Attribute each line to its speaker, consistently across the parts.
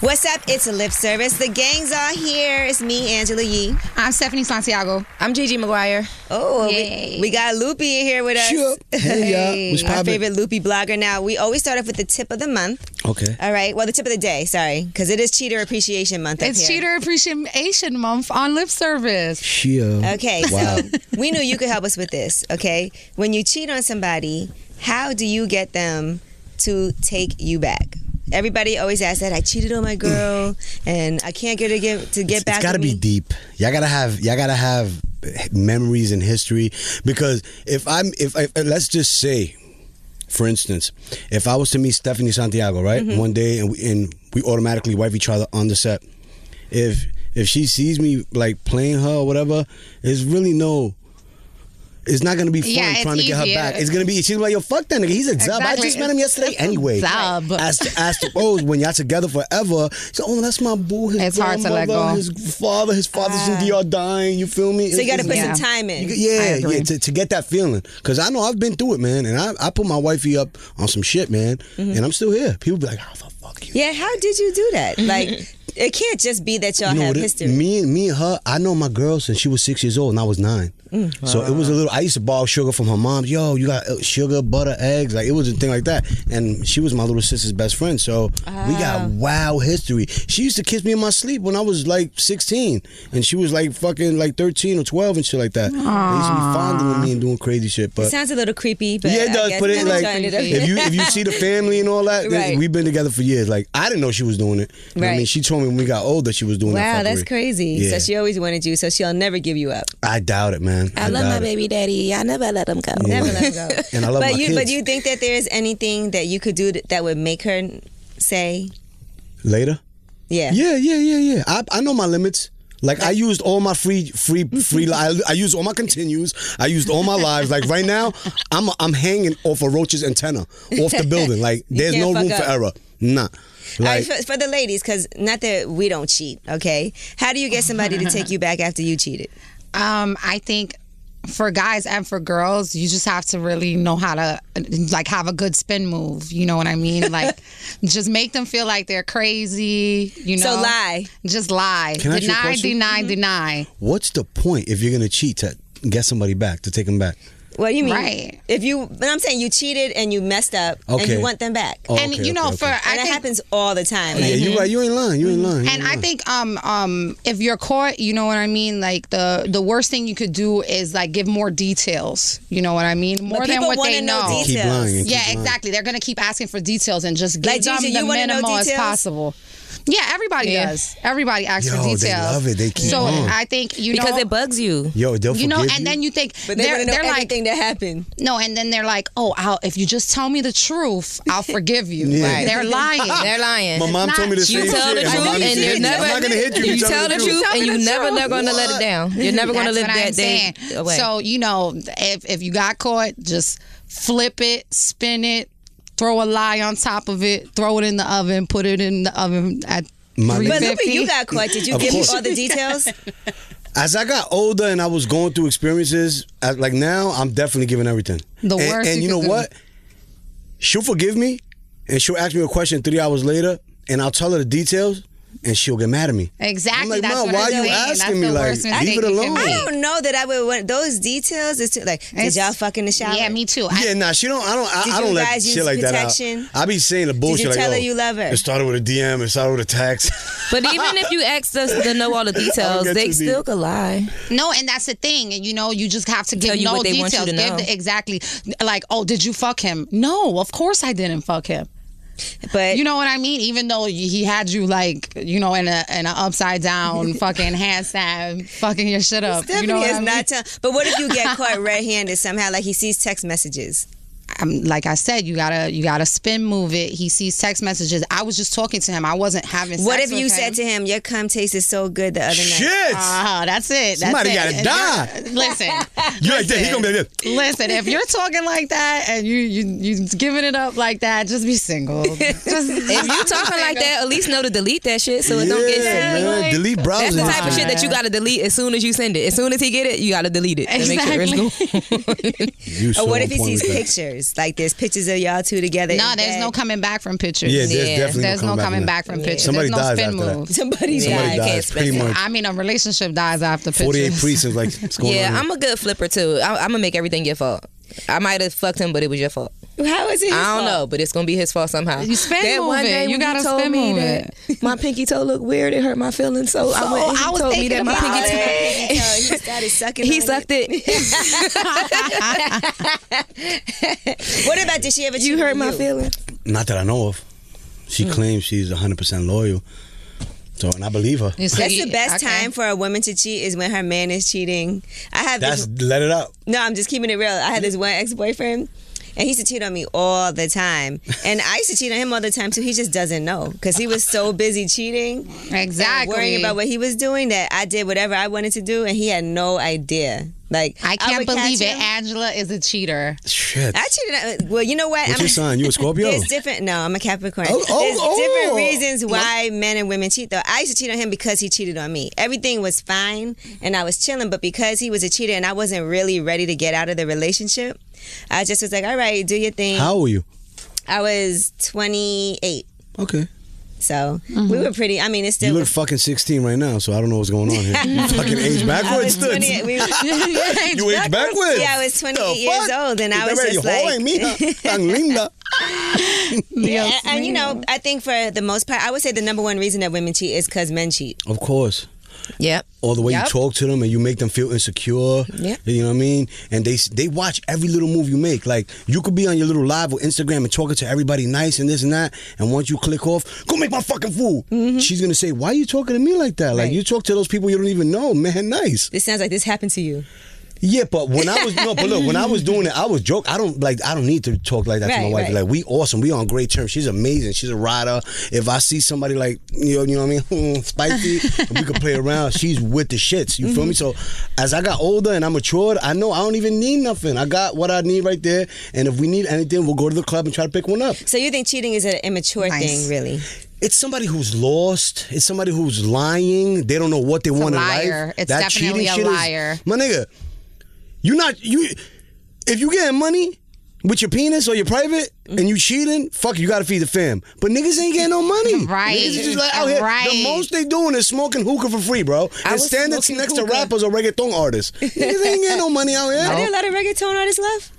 Speaker 1: What's up? It's a lip service. The gang's all here. It's me, Angela Yee.
Speaker 2: I'm Stephanie Santiago.
Speaker 3: I'm Gigi McGuire.
Speaker 1: Oh,
Speaker 2: Yay.
Speaker 1: we, we got Loopy in here with us.
Speaker 4: Sure. Hey, y'all. What's
Speaker 1: Our
Speaker 4: poppin'?
Speaker 1: favorite Loopy blogger. Now, we always start off with the tip of the month.
Speaker 4: Okay.
Speaker 1: All right. Well, the tip of the day, sorry, because it is Cheater Appreciation Month. up
Speaker 2: It's
Speaker 1: here.
Speaker 2: Cheater Appreciation Month on Lip Service.
Speaker 4: Sure.
Speaker 1: Okay,
Speaker 4: Wow.
Speaker 1: so we knew you could help us with this, okay? When you cheat on somebody, how do you get them to take you back? Everybody always asks that. I cheated on my girl, and I can't get her to get to get back.
Speaker 4: It's got to
Speaker 1: with
Speaker 4: be
Speaker 1: me."
Speaker 4: deep. Y'all gotta have y'all gotta have memories and history because if I'm if I let's just say, for instance, if I was to meet Stephanie Santiago right
Speaker 2: Mm-hmm.
Speaker 4: one day and we, and we automatically wife each other on the set, if if she sees me like playing her or whatever, it's really no. It's not gonna be fun
Speaker 2: Yeah, it's
Speaker 4: trying to get her
Speaker 2: easier.
Speaker 4: back. It's gonna be she's like, yo, fuck that nigga. He's a zub. I
Speaker 2: Exactly.
Speaker 4: just met him yesterday anyway.
Speaker 2: Zub.
Speaker 4: As to, as to oh, when y'all together forever, so oh, that's my boo. His
Speaker 2: It's hard to let
Speaker 4: grandmother,
Speaker 2: go.
Speaker 4: His his father, his father's in DR dying. You feel me?
Speaker 1: Ah. So you got to put
Speaker 2: Yeah.
Speaker 1: some time in.
Speaker 4: You- yeah,
Speaker 2: agree.
Speaker 4: yeah, to, to get that feeling. Because I know I've been through it, man. And I, I put my wifey up on some shit, man.
Speaker 1: Mm-hmm.
Speaker 4: And I'm still here. People be like, oh, fuck, fuck you.
Speaker 1: yeah, how did you do that? Like, it can't just be that y'all
Speaker 4: You know
Speaker 1: have
Speaker 4: what it-
Speaker 1: history.
Speaker 4: Me and me and her, I know my girl since she was six years old and I was nine.
Speaker 1: Mm.
Speaker 4: So it was a little. I used to borrow sugar from her mom. Yo, you got uh, sugar, butter, eggs. Like it was a thing like that. And she was my little sister's best friend. So we
Speaker 1: Ah.
Speaker 4: got wow history. She used to kiss me in my sleep when I was like sixteen, and she was like fucking like thirteen or twelve and shit like that. They used to be fondling me and doing crazy shit.
Speaker 1: it
Speaker 4: But
Speaker 1: sounds a little creepy, but
Speaker 4: yeah, it
Speaker 1: I
Speaker 4: does.
Speaker 1: guess
Speaker 4: But it
Speaker 1: I'm
Speaker 4: like
Speaker 1: trying to-
Speaker 4: if you if you see the family and all that, then
Speaker 1: Right.
Speaker 4: we've been together for years. Like I didn't know she was doing it. You know what I mean,
Speaker 1: Right.
Speaker 4: she told me when we got older she was doing that.
Speaker 1: wow, that's
Speaker 4: fuckery.
Speaker 1: crazy. So
Speaker 4: Yeah.
Speaker 1: she always wanted you, so she'll never give you up.
Speaker 4: I doubt it, man. I, doubt it.
Speaker 3: baby daddy. I never let him go.
Speaker 1: Never let her go.
Speaker 4: And I love
Speaker 1: but
Speaker 4: my
Speaker 1: you, But
Speaker 4: kids.
Speaker 1: you think that there is anything that you could do th- that would make her say,
Speaker 4: Later.
Speaker 1: yeah.
Speaker 4: Yeah, yeah, yeah, yeah. I, I know my limits. Like I used all my free, free, free. li- I, I used all my continues. I used all my lives. Like right now, I'm I'm hanging off a roach's antenna off the building. Like there's
Speaker 1: can't
Speaker 4: no
Speaker 1: fuck
Speaker 4: room
Speaker 1: up.
Speaker 4: for error. Nah.
Speaker 1: All right,
Speaker 4: Like
Speaker 1: for, for the ladies, because not that we don't cheat, okay? How do you get somebody to take you back after you cheated?
Speaker 2: Um, I think for guys and for girls, you just have to really know how to uh, like have a good spin move. You know what I mean? Like, just make them feel like they're crazy. You know,
Speaker 1: So lie. Mm-hmm.
Speaker 2: Just lie.
Speaker 4: Can I ask you a
Speaker 2: deny,
Speaker 4: question?
Speaker 2: deny, deny.
Speaker 4: what's the point if you're gonna cheat to get somebody back to take them back?
Speaker 1: What do you mean?
Speaker 2: Right.
Speaker 1: If you, but I'm saying you cheated and you messed up, and
Speaker 4: Okay.
Speaker 1: you want them back,
Speaker 4: Oh,
Speaker 2: and
Speaker 4: okay,
Speaker 2: you know,
Speaker 4: okay,
Speaker 2: for
Speaker 4: okay.
Speaker 2: I
Speaker 1: and it
Speaker 2: think
Speaker 1: happens all the time.
Speaker 4: yeah,
Speaker 1: Like,
Speaker 4: you're right. You ain't lying. You ain't lying. You
Speaker 2: And
Speaker 4: ain't
Speaker 2: I
Speaker 4: lying.
Speaker 2: think um um if you're caught, you know what I mean. Like the the worst thing you could do is like give more details. You know what I mean? More than
Speaker 1: people
Speaker 2: what
Speaker 1: wanna
Speaker 2: they
Speaker 1: know
Speaker 2: know.
Speaker 1: details.
Speaker 4: keep lying. And
Speaker 2: yeah,
Speaker 4: keep lying.
Speaker 2: exactly. They're gonna keep asking for details and just give
Speaker 1: Like,
Speaker 2: them
Speaker 1: Gigi,
Speaker 2: the
Speaker 1: you wanna know
Speaker 2: minimal as
Speaker 1: details?
Speaker 2: possible. Yeah, everybody
Speaker 3: Yeah.
Speaker 2: does. Everybody asks
Speaker 4: Yo,
Speaker 2: for
Speaker 4: they
Speaker 2: details.
Speaker 4: love it. They keep
Speaker 2: so
Speaker 4: on.
Speaker 2: I think you
Speaker 3: Because
Speaker 2: know
Speaker 3: it bugs you.
Speaker 4: Yo, they'll
Speaker 2: you know,
Speaker 4: forgive
Speaker 2: and then you think
Speaker 1: But they
Speaker 2: are
Speaker 1: want to know
Speaker 2: they're like
Speaker 1: everything that happened.
Speaker 2: no, and then they're like, oh, I'll, if you just tell me the truth, I'll forgive you.
Speaker 4: Yeah.
Speaker 2: Right. They're lying.
Speaker 3: They're lying.
Speaker 4: My mom
Speaker 2: It's
Speaker 4: told me
Speaker 2: not-
Speaker 4: the
Speaker 2: You
Speaker 4: same
Speaker 3: you
Speaker 4: shit.
Speaker 3: tell the
Speaker 4: My
Speaker 3: truth
Speaker 4: mom
Speaker 3: and
Speaker 4: said,
Speaker 3: you're
Speaker 4: "I'm
Speaker 3: never.
Speaker 4: not gonna hit you.
Speaker 3: You,
Speaker 4: tell me
Speaker 3: tell the truth
Speaker 2: Tell me
Speaker 3: and you
Speaker 2: the
Speaker 3: never
Speaker 2: truth.
Speaker 3: not gonna let it down. You're never gonna
Speaker 2: That's
Speaker 3: live
Speaker 2: what I'm
Speaker 3: that day
Speaker 2: saying.
Speaker 3: away.
Speaker 2: So you know, if if you got caught, just flip it, spin it, throw a lie on top of it, throw it in the oven, put it in the oven at
Speaker 4: My-
Speaker 2: three
Speaker 1: But
Speaker 4: Fifty.
Speaker 1: Lupe,
Speaker 2: fifty.
Speaker 1: you got caught. Did you
Speaker 4: Of
Speaker 1: give me
Speaker 4: course.
Speaker 1: all the details?
Speaker 4: as I got older and I was going through experiences, I, like now, I'm definitely giving everything.
Speaker 2: The
Speaker 4: and,
Speaker 2: worst
Speaker 4: And
Speaker 2: you
Speaker 4: you know
Speaker 2: could do.
Speaker 4: what? She'll forgive me, and she'll ask me a question three hours later, and I'll tell her the details, and she'll get mad at me.
Speaker 2: Exactly.
Speaker 4: I'm like,
Speaker 2: that's
Speaker 4: Ma,
Speaker 2: what
Speaker 4: why
Speaker 2: I'm
Speaker 4: you
Speaker 2: saying.
Speaker 4: asking
Speaker 2: That's
Speaker 4: me?
Speaker 2: the
Speaker 4: Like,
Speaker 2: worst
Speaker 4: leave
Speaker 2: mistake
Speaker 4: it
Speaker 2: you can
Speaker 4: alone.
Speaker 2: make.
Speaker 1: I don't know that I would want those details. It's too, like, did
Speaker 2: It's-
Speaker 1: y'all fuck in the shower?
Speaker 2: Yeah, me too. I-
Speaker 4: Yeah, nah, she don't. I don't.
Speaker 1: Did
Speaker 4: I, I
Speaker 1: you
Speaker 4: don't let
Speaker 1: guys use
Speaker 4: shit like
Speaker 1: protection?
Speaker 4: that out. I be saying the bullshit. like,
Speaker 1: tell her
Speaker 4: oh,
Speaker 1: you love her?
Speaker 4: It started with a DM. It started with a text.
Speaker 3: But even if you asked us to know all the details,
Speaker 4: get
Speaker 3: they
Speaker 4: too
Speaker 3: still
Speaker 4: deep.
Speaker 3: could lie.
Speaker 2: No, and that's the thing. And you know, you just have to give
Speaker 3: Tell you
Speaker 2: no
Speaker 3: what they
Speaker 2: details.
Speaker 3: want you to know.
Speaker 2: Give the, exactly like, oh, did you fuck him? No, of course I didn't fuck him.
Speaker 1: But
Speaker 2: You know what I mean? Even though he had you like, you know, in a in a upside down fucking handstand, fucking your shit up.
Speaker 1: Stephanie
Speaker 2: you know what
Speaker 1: is
Speaker 2: I mean?
Speaker 1: not tell- But what if you get caught red-handed somehow? Like he sees text messages.
Speaker 2: I'm, like I said, you gotta you gotta spin move it. He sees text messages. I was just talking to him. I wasn't having.
Speaker 1: What
Speaker 2: sex
Speaker 1: if you
Speaker 2: with him.
Speaker 1: said to him, "Your cum tasted so good the other
Speaker 4: shit.
Speaker 1: night"?
Speaker 2: Uh-huh, that's it. That's
Speaker 4: Somebody
Speaker 2: it.
Speaker 4: gotta
Speaker 2: And
Speaker 4: die.
Speaker 2: you're- Listen,
Speaker 4: you like that? He gonna be like this.
Speaker 2: listen. If you're talking like that and you you you giving it up like that, just be single. Just,
Speaker 3: If you talking like that, at least know to delete that shit so it
Speaker 4: yeah,
Speaker 3: don't get sent.
Speaker 4: man.
Speaker 2: like-
Speaker 4: delete browser.
Speaker 3: That's the type of
Speaker 4: history.
Speaker 3: shit that you gotta delete as soon as you send it. As soon as he get it, you gotta delete it. to Make sure it's
Speaker 2: Exactly.
Speaker 3: gone.
Speaker 4: You so
Speaker 1: Or what
Speaker 4: on
Speaker 1: if he
Speaker 4: point
Speaker 1: sees
Speaker 4: with that.
Speaker 1: pictures? pictures? Like there's pictures of y'all two together. in
Speaker 2: No, there's
Speaker 1: bed?
Speaker 2: no coming back from pictures.
Speaker 4: Yeah, there's
Speaker 1: Yeah.
Speaker 4: definitely
Speaker 2: There's no coming back from pictures.
Speaker 4: Somebody
Speaker 2: there's no
Speaker 4: dies
Speaker 2: spin
Speaker 4: after that.
Speaker 2: move.
Speaker 1: Somebody
Speaker 4: Somebody
Speaker 1: died.
Speaker 4: dies
Speaker 3: can't spend
Speaker 4: pretty
Speaker 3: it.
Speaker 4: much.
Speaker 2: I mean, a relationship dies after pictures.
Speaker 4: 48 precincts, like, what's going
Speaker 3: Yeah,
Speaker 4: on?
Speaker 3: I'm a good flipper too. I, I'm gonna make everything your fault. I might have fucked him, but it was your fault.
Speaker 1: How is it? his
Speaker 3: I
Speaker 1: fault?
Speaker 3: don't know, but it's gonna be his fault somehow.
Speaker 2: You spin move it. You
Speaker 3: when
Speaker 2: gotta spin move
Speaker 3: my pinky toe looked weird, it hurt my feelings. So, I went. and He
Speaker 2: I was
Speaker 3: told me
Speaker 2: thinking
Speaker 3: that my
Speaker 2: about
Speaker 3: pinky toe.
Speaker 1: Pinky toe, He's got it sucking.
Speaker 3: He
Speaker 1: on it.
Speaker 3: sucked it.
Speaker 1: What about did she ever? cheat
Speaker 3: You hurt
Speaker 1: on
Speaker 3: my feelings.
Speaker 4: Not that I know of. She claims she's 100% loyal. So, and I believe her.
Speaker 2: You see,
Speaker 1: That's the best
Speaker 2: okay.
Speaker 1: time for a woman to cheat is when her man is cheating. I have this
Speaker 4: That's let it out.
Speaker 1: No, I'm just keeping it real. I had this one ex boyfriend, and he used to cheat on me all the time, and I used to cheat on him all the time too. He just doesn't know because he was so busy cheating,
Speaker 2: Exactly.
Speaker 1: worrying about what he was doing that I did whatever I wanted to do, and he had no idea. Like
Speaker 2: I can't
Speaker 1: would
Speaker 2: believe
Speaker 1: catch
Speaker 2: it.
Speaker 1: him.
Speaker 2: Angela is a cheater.
Speaker 4: Shit.
Speaker 1: I cheated. on- Well, you know what?
Speaker 4: What's your sign? You a Scorpio?
Speaker 1: There's different. No, I'm a Capricorn.
Speaker 4: Oh, oh,
Speaker 1: There's
Speaker 4: oh.
Speaker 1: different reasons why men and women cheat. Though I used to cheat on him because he cheated on me. Everything was fine and I was chilling, but because he was a cheater and I wasn't really ready to get out of the relationship, I just was like, "All right, do your thing."
Speaker 4: How are you?
Speaker 1: I was 28,
Speaker 4: Okay.
Speaker 1: so we were pretty. I mean, it's
Speaker 4: You
Speaker 1: still.
Speaker 4: look fucking 16 right now, so I don't know what's going on here. You fucking
Speaker 1: I was
Speaker 4: age backwards? dude.
Speaker 1: 28. We,
Speaker 4: You age backwards?
Speaker 1: Yeah, I was 28
Speaker 4: The
Speaker 1: years
Speaker 4: fuck?
Speaker 1: old, and I
Speaker 4: Is
Speaker 1: was
Speaker 4: that
Speaker 1: just like,
Speaker 4: right? You're hoeing me, huh? Tan linda.
Speaker 1: and, and, you know, I think for the most part, I would say the number one reason that women cheat is because men cheat.
Speaker 4: Of course.
Speaker 3: Yep.
Speaker 4: All the way
Speaker 3: Yep.
Speaker 4: you talk to them and you make them feel insecure.
Speaker 3: Yep.
Speaker 4: You know what I mean? And they they watch every little move you make. Like you could be on your little live or Instagram and talking to everybody nice and this and that. And once you click off, go make my fucking food. She's gonna say, "Why you talking to me like that? Like
Speaker 1: Right.
Speaker 4: you talk to those people you don't even know, man. Nice."
Speaker 1: This sounds like this happened to you.
Speaker 4: Yeah, but when I was no, but look, when I was doing it, I was joke. I don't like. I don't need to talk like that to my
Speaker 1: Right,
Speaker 4: wife.
Speaker 1: right.
Speaker 4: Like we awesome. We on great terms. She's amazing. She's a rider. If I see somebody like you know, you know what I mean, hmm, spicy, and we could play around. She's with the shits. You feel me?
Speaker 1: Mm-hmm.
Speaker 4: So as I got older and I matured, I know I don't even need nothing. I got what I need right there. And if we need anything, we'll go to the club and try to pick one up.
Speaker 1: So you think cheating is an immature
Speaker 2: Nice.
Speaker 1: thing, really?
Speaker 4: It's somebody who's lost. It's somebody who's lying. They don't know what they want in
Speaker 2: liar.
Speaker 4: life.
Speaker 2: It's definitely
Speaker 4: cheating
Speaker 2: a
Speaker 4: shit is-
Speaker 2: liar.
Speaker 4: my nigga, you not you. If you getting money with your penis or your private and you cheating, fuck, you gotta feed the fam. But niggas ain't getting no money.
Speaker 2: Right.
Speaker 4: Niggas is just like out here. The
Speaker 2: Right.
Speaker 4: most they doing is smoking hookah for free, bro. And
Speaker 3: was
Speaker 4: standing
Speaker 3: smoking
Speaker 4: next to
Speaker 3: hookah.
Speaker 4: rappers or reggaeton artists. niggas ain't getting no money out
Speaker 1: Are
Speaker 4: here. Mm-hmm.
Speaker 1: there a lot of reggaeton artists left?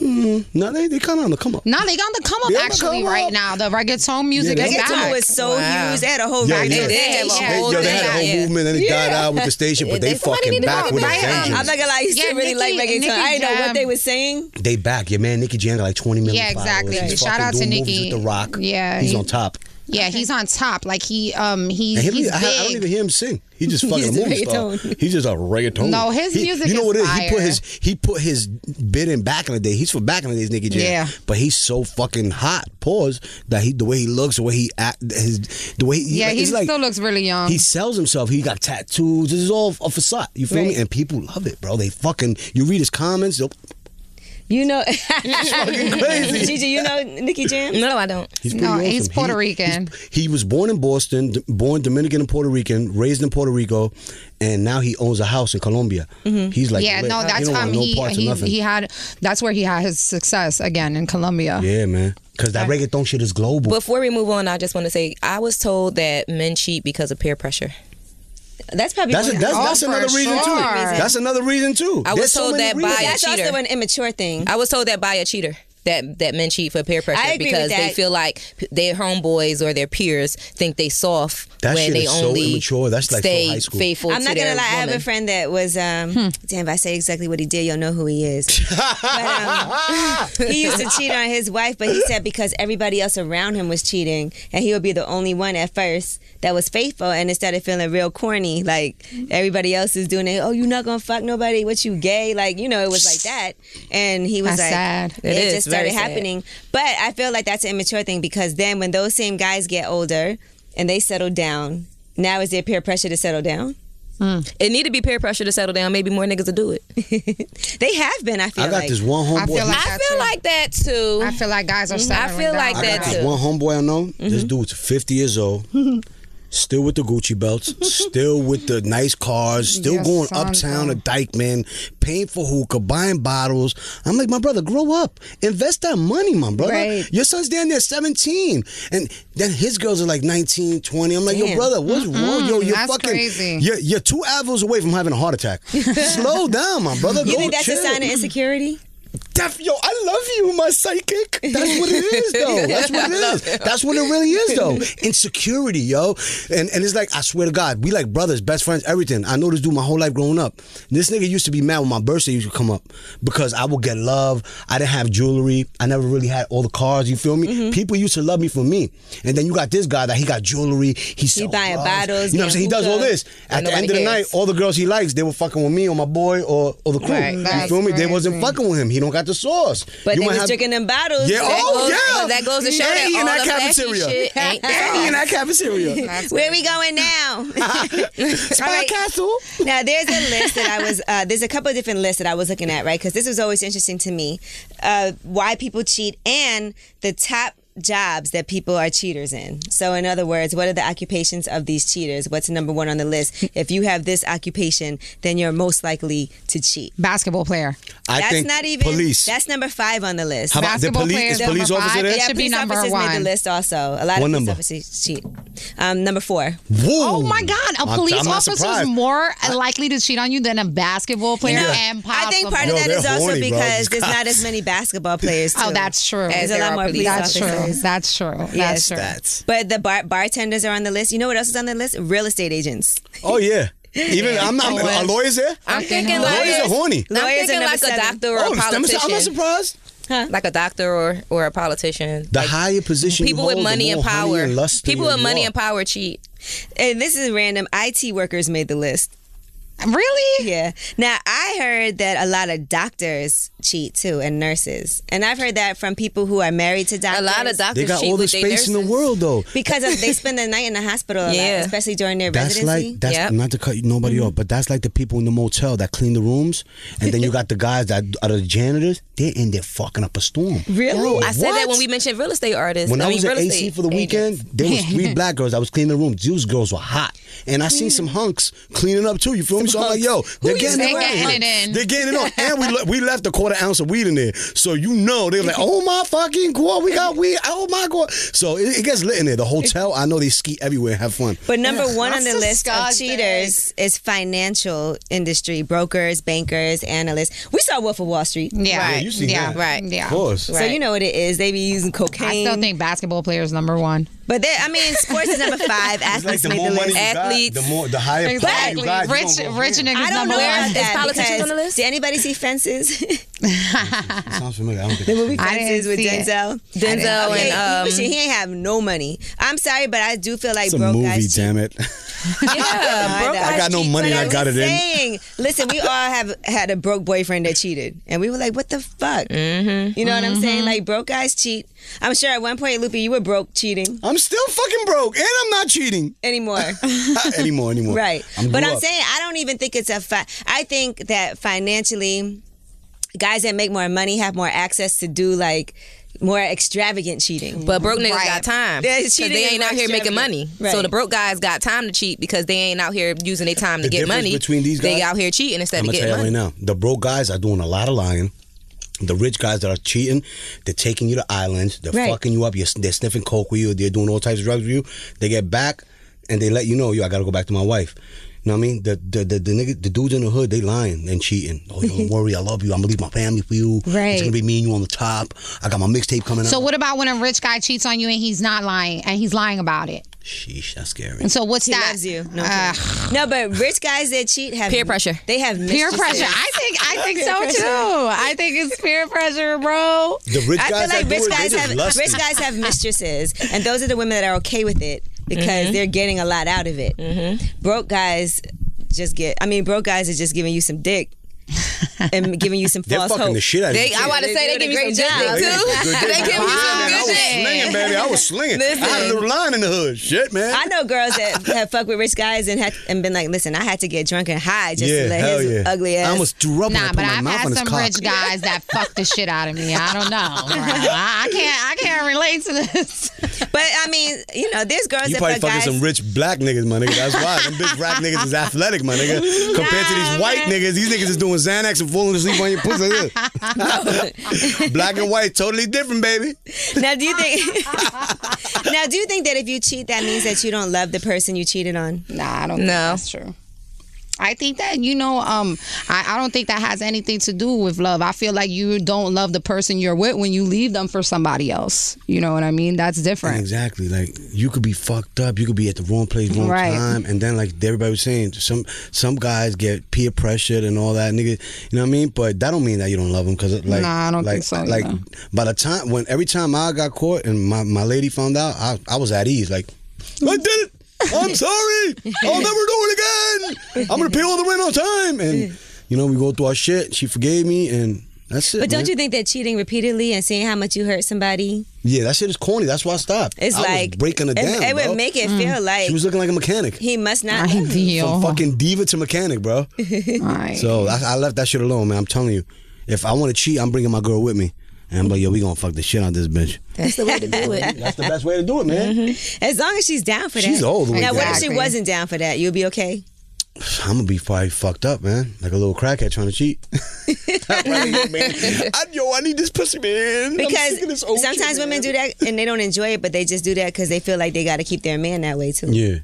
Speaker 4: No, they, they come on the come up.
Speaker 2: No, they got the come up
Speaker 4: They on the
Speaker 2: actually
Speaker 4: come up.
Speaker 2: right now. The reggaeton music
Speaker 4: Yeah,
Speaker 2: is
Speaker 4: they
Speaker 1: Reggaeton
Speaker 2: back.
Speaker 1: was so
Speaker 3: Wow.
Speaker 1: huge. They had a whole
Speaker 4: Yeah,
Speaker 1: reggaeton.
Speaker 4: yeah.
Speaker 1: They had a
Speaker 3: Yeah,
Speaker 1: whole
Speaker 2: yeah.
Speaker 4: They, yo, they had a whole
Speaker 2: Yeah.
Speaker 4: movement and it died out with the station, but they,
Speaker 3: They- somebody
Speaker 4: fucking
Speaker 3: need to
Speaker 4: back
Speaker 3: go
Speaker 4: with a
Speaker 2: right out.
Speaker 4: vengeance.
Speaker 1: I'm not gonna lie, I used
Speaker 2: Yeah,
Speaker 1: to really
Speaker 2: Nicki-
Speaker 1: like reggaeton.
Speaker 2: Nicki
Speaker 1: I didn't know
Speaker 2: Jam.
Speaker 1: what they were saying.
Speaker 4: They back. Your man Nicky Jam got like 20 million.
Speaker 2: Yeah, exactly.
Speaker 4: followers. He's
Speaker 2: Shout
Speaker 4: fucking
Speaker 2: out to
Speaker 4: doing movies
Speaker 2: Nicki.
Speaker 4: With the Rock.
Speaker 2: Yeah,
Speaker 4: he's
Speaker 2: he-
Speaker 4: on top.
Speaker 2: Yeah, he's on top. Like he um he's
Speaker 4: And him,
Speaker 2: he's
Speaker 4: I, I don't
Speaker 2: big.
Speaker 4: even hear him sing. He just fucking
Speaker 1: He's
Speaker 4: a
Speaker 1: a
Speaker 4: movie star.
Speaker 1: reggaeton.
Speaker 4: He's just a reggaeton.
Speaker 2: No, his
Speaker 4: He-
Speaker 2: music
Speaker 4: You know
Speaker 2: is
Speaker 4: what it is? He put
Speaker 2: fire.
Speaker 4: his he put his bid in back in the day. He's from back in the days, Nicky Jam.
Speaker 2: Yeah.
Speaker 4: But he's so fucking hot. Pause. That he the way he looks, the way he act, his the way he,
Speaker 2: yeah,
Speaker 4: like,
Speaker 2: he
Speaker 4: it's like,
Speaker 2: still looks really young.
Speaker 4: He sells himself. He got tattoos. This is all a facade. You feel me?
Speaker 1: Right.
Speaker 4: And people love it, bro. They fucking you read his comments. they'll-
Speaker 1: You know,
Speaker 4: crazy.
Speaker 1: Gigi, you know Nicki Jam.
Speaker 3: No, I don't.
Speaker 4: He's
Speaker 2: No,
Speaker 4: pretty
Speaker 2: he's
Speaker 4: awesome.
Speaker 2: Puerto
Speaker 4: He-
Speaker 2: Rican.
Speaker 4: he's- He was born in Boston, d- born Dominican and Puerto Rican, raised in Puerto Rico, and now he owns a house in Colombia. He's like,
Speaker 2: Mm-hmm. yeah,
Speaker 4: lit.
Speaker 2: no,
Speaker 4: he
Speaker 2: that's
Speaker 4: don't want
Speaker 2: um
Speaker 4: no
Speaker 2: he
Speaker 4: parts of
Speaker 2: he,
Speaker 4: nothing.
Speaker 2: he had that's where he had his success again in Colombia.
Speaker 4: yeah, man, because that reggaeton shit is global.
Speaker 3: Before we move on, I just want to say I was told that men cheat because of peer pressure.
Speaker 1: That's probably
Speaker 4: that's a,
Speaker 1: one-
Speaker 4: that's,
Speaker 2: Oh,
Speaker 4: that's
Speaker 2: for
Speaker 4: another reason too.
Speaker 2: sure.
Speaker 4: That's another reason too.
Speaker 3: I was
Speaker 4: There's so
Speaker 3: told
Speaker 4: many
Speaker 3: that by-
Speaker 4: reasons.
Speaker 1: that's
Speaker 3: cheater.
Speaker 1: also an immature thing.
Speaker 3: I was told that by a cheater. That, that men cheat for peer pressure
Speaker 1: I agree with
Speaker 3: because they
Speaker 1: that.
Speaker 3: feel like p- their homeboys or their peers think they soft
Speaker 4: That
Speaker 3: when
Speaker 4: shit
Speaker 3: they
Speaker 4: is so
Speaker 3: only
Speaker 4: immature. That's like so
Speaker 3: stay
Speaker 4: high school.
Speaker 3: faithful.
Speaker 1: I'm
Speaker 3: to
Speaker 1: not gonna
Speaker 3: their
Speaker 1: lie. I have
Speaker 3: woman. Hmm.
Speaker 1: a friend that was. Um, Damn, if I say exactly what he did, you'll know who he is. But, um, he used to cheat on his wife, but he said because everybody else around him was cheating, and he would be the only one at first that was faithful, and it started feeling real corny. Like everybody else is doing it. Oh, you not gonna fuck nobody? What you gay? Like you know, it was like that, and he was
Speaker 2: That's
Speaker 1: like,
Speaker 2: sad.
Speaker 1: it,
Speaker 3: It is
Speaker 1: just
Speaker 3: very
Speaker 1: started
Speaker 3: sad.
Speaker 1: happening. But I feel like that's an immature thing because then when those same guys get older and they settle down, now is there peer pressure to settle down?
Speaker 3: It need to be peer pressure to settle down. Maybe more niggas will do it.
Speaker 1: They have been. I feel
Speaker 4: I got
Speaker 1: like
Speaker 4: this one homeboy.
Speaker 2: I feel like
Speaker 3: I
Speaker 2: that
Speaker 3: feel
Speaker 2: too.
Speaker 3: like that too.
Speaker 1: Mm,
Speaker 2: I feel like guys are settling
Speaker 3: feel
Speaker 2: down.
Speaker 3: like
Speaker 4: I
Speaker 3: that
Speaker 4: got this
Speaker 3: too.
Speaker 1: Mm-hmm.
Speaker 4: one homeboy I know. This dude's 50 years old. still with the Gucci belts, still with the nice cars, still
Speaker 2: Yes,
Speaker 4: going
Speaker 2: son,
Speaker 4: uptown
Speaker 2: bro.
Speaker 4: to Dykeman, paying for hookah, buying bottles. I'm like, my brother, grow up, invest that money, my brother.
Speaker 1: Right.
Speaker 4: Your son's down there 17, and then his girls are like 19, 20. I'm like, yo,
Speaker 1: Damn.
Speaker 4: brother, what's wrong? Yo, you're
Speaker 2: that's
Speaker 4: fucking,
Speaker 2: crazy.
Speaker 4: You're, you're two hours away from having a heart attack. Slow down, my brother.
Speaker 1: You
Speaker 4: Go
Speaker 1: think that's
Speaker 4: chill.
Speaker 1: a sign of insecurity?
Speaker 4: Def, yo, I love you, my psychic. That's what it is, though. That's what it is. That's what it really is, though. Insecurity, yo. And and it's like, I swear to God, we like brothers, best friends, everything. I know this dude my whole life growing up. This nigga used to be mad when my birthday used to come up because I would get love. I didn't have jewelry. I never really had all the cars, you feel me? People used to love me for me. And then you got this guy that he got jewelry. He sells
Speaker 1: buying
Speaker 4: cars.
Speaker 1: bottles,
Speaker 4: You know what I'm saying? He
Speaker 1: getting
Speaker 4: does all
Speaker 1: hookah,
Speaker 4: this. At
Speaker 3: and
Speaker 4: the end of the
Speaker 3: nobody
Speaker 4: night,
Speaker 3: cares.
Speaker 4: all the girls he likes, they were fucking with me or my boy or, or the crew.
Speaker 3: Right,
Speaker 4: you
Speaker 2: that's
Speaker 4: feel me? They wasn't
Speaker 2: crazy.
Speaker 4: fucking fucking with him. He don't got the sauce.
Speaker 1: But
Speaker 4: you
Speaker 1: they
Speaker 4: might
Speaker 1: was
Speaker 4: have-
Speaker 1: drinking them bottles.
Speaker 4: Yeah,
Speaker 3: That
Speaker 4: oh
Speaker 3: goes-
Speaker 4: yeah.
Speaker 3: that goes to show that
Speaker 4: Andy in
Speaker 3: all
Speaker 4: that
Speaker 3: the flashy
Speaker 4: cafeteria.
Speaker 3: shit ain't
Speaker 4: Andy in that cafeteria.
Speaker 2: That's
Speaker 1: Where we going now?
Speaker 4: Spy
Speaker 1: All right.
Speaker 4: Castle.
Speaker 1: now there's a list that I was uh, there's a couple of different lists that I was looking at right because this was always interesting to me uh, why people cheat and the top jobs that people are cheaters in so in other words what are the occupations of these cheaters what's number one on the list if you have this occupation then you're most likely to cheat
Speaker 2: basketball player.
Speaker 4: I
Speaker 1: that's
Speaker 4: think
Speaker 1: not even
Speaker 4: police.
Speaker 1: That's number five on the list.
Speaker 4: How about the
Speaker 2: Basketball
Speaker 4: police?
Speaker 2: player
Speaker 4: Is police
Speaker 2: number
Speaker 4: officer
Speaker 2: five.
Speaker 4: there?
Speaker 2: It
Speaker 1: yeah,
Speaker 2: should be
Speaker 1: police
Speaker 2: number
Speaker 1: officers made the
Speaker 2: one.
Speaker 1: list also. A lot
Speaker 4: What
Speaker 1: of police
Speaker 4: number?
Speaker 1: officers cheat. Um, number four.
Speaker 4: Whoa.
Speaker 2: Oh my God! A
Speaker 4: I'm-
Speaker 2: police
Speaker 4: I'm not
Speaker 2: officer is
Speaker 4: surprised.
Speaker 2: more likely to cheat on you than a basketball player
Speaker 4: know,
Speaker 2: and possibly.
Speaker 1: I think part of
Speaker 4: Yo,
Speaker 1: that
Speaker 4: they're
Speaker 1: is also
Speaker 4: horny, bro.
Speaker 1: because
Speaker 4: These
Speaker 1: there's
Speaker 4: cops.
Speaker 1: not as many basketball players. Too.
Speaker 2: Oh, that's true.
Speaker 1: There's a
Speaker 3: there
Speaker 1: lot
Speaker 3: are
Speaker 1: more police
Speaker 3: police
Speaker 2: That's
Speaker 1: officers.
Speaker 2: true. That's true.
Speaker 1: Yes.
Speaker 2: That's true.
Speaker 4: That's-
Speaker 1: But the bar- bartenders are on the list. You know what else is on the list? Real estate agents.
Speaker 4: Oh yeah. Even I'm not. Are lawyers there?
Speaker 3: I'm thinking like
Speaker 4: Lawyers are horny.
Speaker 3: I'm
Speaker 1: Lawyers are
Speaker 3: thinking
Speaker 1: number
Speaker 3: like
Speaker 1: seven.
Speaker 3: a doctor or
Speaker 4: Oh,
Speaker 3: a
Speaker 4: I'm
Speaker 3: politician.
Speaker 4: not- I'm not surprised.
Speaker 3: like a doctor or or a politician.
Speaker 4: The
Speaker 3: Like,
Speaker 4: higher position you
Speaker 3: people
Speaker 4: hold,
Speaker 3: with
Speaker 4: the
Speaker 3: money and
Speaker 4: more horny
Speaker 3: power.
Speaker 4: and lusty
Speaker 3: people with
Speaker 4: you
Speaker 3: money
Speaker 4: are.
Speaker 3: and power cheat.
Speaker 1: And this is random. IT workers made the list.
Speaker 2: Really?
Speaker 1: Yeah. Now I heard that a lot of doctors cheat too, and nurses. And I've heard that from people who are married to doctors.
Speaker 3: A lot of doctors
Speaker 4: They got
Speaker 3: cheat
Speaker 4: all the
Speaker 3: with they
Speaker 4: space in the
Speaker 3: nurses.
Speaker 4: world though.
Speaker 1: because of, they spend the night in the hospital a
Speaker 3: Yeah.
Speaker 1: lot, especially during their
Speaker 4: That's
Speaker 1: residency.
Speaker 4: like that's
Speaker 3: Yep. Mm-hmm.
Speaker 4: not to cut nobody off, but that's like the people in the motel that clean the rooms, and then you got the guys that are the janitors. They're in there fucking up a storm.
Speaker 1: Really?
Speaker 4: Yo,
Speaker 3: I said that
Speaker 4: what?
Speaker 3: when we mentioned real estate artists.
Speaker 4: When I,
Speaker 3: mean,
Speaker 4: was at
Speaker 3: real
Speaker 4: AC
Speaker 3: estate
Speaker 4: for the weekend,
Speaker 3: agents.
Speaker 4: there was three black girls. I was cleaning the room. Those girls were hot, and I seen some hunks cleaning up too. You feel me? So I'm like, yo, they're
Speaker 2: is
Speaker 4: getting it
Speaker 2: they
Speaker 4: right.
Speaker 2: getting it in?
Speaker 4: They're getting it on, and we le- we left a quarter ounce of weed in there. So you know they were like, oh my fucking god, we got weed. Oh my god. So it, it gets lit in there. The hotel, I know they ski everywhere, and have fun.
Speaker 1: But number one on the
Speaker 2: that's
Speaker 1: list of
Speaker 2: disgusting.
Speaker 1: cheaters is financial industry brokers, bankers, analysts. We saw Wolf of Wall Street.
Speaker 2: Yeah.
Speaker 4: Yeah, you see
Speaker 2: yeah.
Speaker 4: that.
Speaker 2: Right. Yeah.
Speaker 4: Of course.
Speaker 1: So
Speaker 3: Right.
Speaker 1: you know what it is. They be using cocaine.
Speaker 2: I still think basketball player is number one.
Speaker 1: but they, I mean, sports is number five.
Speaker 4: It's
Speaker 1: Athletes
Speaker 4: like the
Speaker 1: made
Speaker 4: more
Speaker 1: the
Speaker 4: money
Speaker 1: list.
Speaker 4: you got,
Speaker 3: Athletes.
Speaker 4: the more the higher power Uh, you got.
Speaker 2: Rich,
Speaker 4: you gonna go
Speaker 2: rich
Speaker 4: ham.
Speaker 2: niggas
Speaker 1: I don't
Speaker 2: number
Speaker 1: know
Speaker 2: one.
Speaker 1: about that.
Speaker 3: politicians
Speaker 1: because
Speaker 3: on the list?
Speaker 1: Did anybody see Fences?
Speaker 4: It sounds familiar. I don't think
Speaker 1: the
Speaker 4: I've
Speaker 1: movie
Speaker 4: seen it.
Speaker 2: I didn't
Speaker 1: Fences with
Speaker 2: see it. Oh,
Speaker 1: Denzel.
Speaker 3: Denzel
Speaker 1: Okay,
Speaker 3: and um,
Speaker 1: listen, he ain't have no money. I'm sorry, but I do feel like
Speaker 4: It's a
Speaker 1: broke
Speaker 4: movie,
Speaker 1: guys cheat.
Speaker 4: damn it.
Speaker 3: yeah, broke
Speaker 1: I
Speaker 4: I got
Speaker 3: guys
Speaker 4: no
Speaker 3: cheat.
Speaker 4: money
Speaker 1: But
Speaker 4: and I
Speaker 1: was
Speaker 4: got it in.
Speaker 1: saying, Listen, we all have had a broke boyfriend that cheated, and we were like, "What the fuck?" Mm-hmm. You know what I'm saying? Like broke guys cheat. I'm sure at one point, Lupe, you were broke cheating
Speaker 4: I'm still fucking broke and I'm not cheating.
Speaker 1: anymore,
Speaker 4: Not anymore, anymore.
Speaker 1: right? but
Speaker 4: grew
Speaker 1: I'm
Speaker 4: up.
Speaker 1: saying I don't even think it's a. Fi- I think that financially, guys that make more money have more access to do like more extravagant cheating.
Speaker 3: But broke niggas
Speaker 2: Right.
Speaker 3: got time.
Speaker 1: Yeah,
Speaker 3: 'Cause
Speaker 1: cheating
Speaker 3: they
Speaker 1: is
Speaker 3: ain't out
Speaker 1: like
Speaker 3: here making
Speaker 1: extravagant.
Speaker 3: money.
Speaker 1: Right.
Speaker 3: So the broke guys got time to cheat because they ain't out here using their time
Speaker 4: The
Speaker 3: to get
Speaker 4: difference
Speaker 3: money.
Speaker 4: between these
Speaker 3: they
Speaker 4: guys-
Speaker 3: out here cheating instead
Speaker 4: I'm
Speaker 3: of
Speaker 4: gonna tell
Speaker 3: getting
Speaker 4: you right
Speaker 3: money.
Speaker 4: now, the broke guys are doing a lot of lying. The rich guys that are cheating, they're taking you to islands, they're
Speaker 1: Right.
Speaker 4: fucking you up, you're, they're sniffing coke with you, they're doing all types of drugs with you. They get back and they let you know, yo, I gotta go back to my wife. You know what I mean? The the the, the, nigga, the dudes in the hood, they lying and cheating. Oh, yo, don't worry, I love you. I'm gonna leave my family for you.
Speaker 1: Right.
Speaker 4: It's gonna be me and you on the top. I got my mixtape coming
Speaker 2: So
Speaker 4: out.
Speaker 2: what about when a rich guy cheats on you and he's not lying and he's lying about it?
Speaker 4: Sheesh, that's scary.
Speaker 2: And so what's
Speaker 1: he
Speaker 2: that?
Speaker 1: loves you. No, I'm
Speaker 2: Uh,
Speaker 1: kidding. no, but rich guys that cheat have
Speaker 3: Peer pressure.
Speaker 1: They have
Speaker 2: peer
Speaker 1: mistresses.
Speaker 2: pressure. I think I think
Speaker 1: Peer
Speaker 2: so
Speaker 1: pressure.
Speaker 2: too. I think it's peer pressure, bro.
Speaker 4: The rich
Speaker 1: I
Speaker 4: guys,
Speaker 1: feel like
Speaker 4: that do
Speaker 1: rich
Speaker 4: it, they
Speaker 1: guys
Speaker 4: just
Speaker 1: have
Speaker 4: lusty.
Speaker 1: rich guys have mistresses, and those are the women that are okay with it because they're getting a lot out of it. Broke guys just get. I mean, broke guys are just giving you some dick and giving you some
Speaker 4: They're
Speaker 1: false
Speaker 4: fucking
Speaker 1: hope.
Speaker 4: the shit out of
Speaker 3: They,
Speaker 4: you.
Speaker 3: I want to
Speaker 1: They do
Speaker 3: say they
Speaker 1: a
Speaker 3: give you
Speaker 1: great
Speaker 3: some
Speaker 1: job.
Speaker 3: good dick too.
Speaker 4: They
Speaker 3: They give you
Speaker 4: I
Speaker 3: some
Speaker 4: was
Speaker 3: good
Speaker 2: Wow.
Speaker 3: dick.
Speaker 4: slinging, baby. I was slinging. I had a
Speaker 3: Listen.
Speaker 4: little line in the hood. Shit, man.
Speaker 1: I know girls that have fucked with rich guys and had, and been like, listen, I had to get drunk and high just
Speaker 4: yeah,
Speaker 1: to let
Speaker 4: hell
Speaker 1: his
Speaker 4: yeah.
Speaker 1: ugly ass.
Speaker 4: I almost threw up when I
Speaker 2: Nah,
Speaker 4: put
Speaker 2: but
Speaker 4: my
Speaker 2: I've
Speaker 4: mouth on
Speaker 2: had
Speaker 4: his
Speaker 2: some
Speaker 4: cock.
Speaker 2: rich guys that fuck the shit out of me. I don't know. bro. I I can't I can't relate to this.
Speaker 1: but But I mean, you know, there's girls
Speaker 4: You
Speaker 1: that
Speaker 4: probably
Speaker 1: fuck
Speaker 4: fucking
Speaker 1: guys.
Speaker 4: some rich black niggas, my nigga. That's why. Them bitch black niggas is athletic, my nigga. Compared to these white niggas, these niggas is doing Xanax and falling asleep on your pussy. Look. black and white, totally different, baby.
Speaker 1: now, do you think? now, do you think that if you cheat, that means that you don't love the person you cheated on?
Speaker 2: Nah, I don't. Think
Speaker 3: No.
Speaker 2: that's true. I think that you know, um, I, I don't think that has anything to do with love. I feel like you don't love the person you're with when you leave them for somebody else. You know what I mean? That's different.
Speaker 4: Exactly. Like you could be fucked up. You could be at the wrong place, wrong
Speaker 2: Right.
Speaker 4: time, and then like everybody was saying, some some guys get peer pressured and all that, nigga. You know what I mean? But that don't mean that you don't love them, cause like,
Speaker 2: Nah, I don't
Speaker 4: like,
Speaker 2: think so
Speaker 4: Like
Speaker 2: either.
Speaker 4: by the time when every time I got caught and my, my lady found out, I I was at ease. Like I did it. I'm sorry. I'll never do it again. I'm gonna pay all the rent on time, and you know we go through our shit. She forgave me, and. That's it.
Speaker 1: But
Speaker 4: man.
Speaker 1: don't you think that cheating repeatedly and seeing how much you hurt somebody
Speaker 4: Yeah, that shit is corny. That's why I stopped.
Speaker 1: is
Speaker 4: I was
Speaker 1: like
Speaker 4: breaking it
Speaker 1: it-
Speaker 4: down.
Speaker 1: It,
Speaker 4: bro.
Speaker 1: would make it feel like
Speaker 4: She was looking like a mechanic.
Speaker 1: he must not.
Speaker 2: I
Speaker 1: love you.
Speaker 2: deal.
Speaker 4: From fucking diva to mechanic, bro.
Speaker 2: Right.
Speaker 4: So I, I left that shit alone, man. I'm telling you, if I want to cheat, I'm bringing my girl with me, and I'm like, yo, we gonna fuck the shit out of this bitch.
Speaker 1: That's the way to do it.
Speaker 4: That's the best way to do it, man.
Speaker 1: As long as she's down for that.
Speaker 4: She's old with
Speaker 1: Now, what if she
Speaker 2: Exactly.
Speaker 1: wasn't down for that? You'll be okay. Mm-hmm.
Speaker 4: I'm gonna be probably fucked up, man, like a little crackhead trying to cheat. I'm like, yo, man, I, yo, I need this pussy, man. I'm
Speaker 1: Because
Speaker 4: sick of this old shit,
Speaker 1: sometimes women
Speaker 4: man.
Speaker 1: do that and they don't enjoy it, but they just do that because they feel like they got to keep their man that way too.
Speaker 4: Yeah.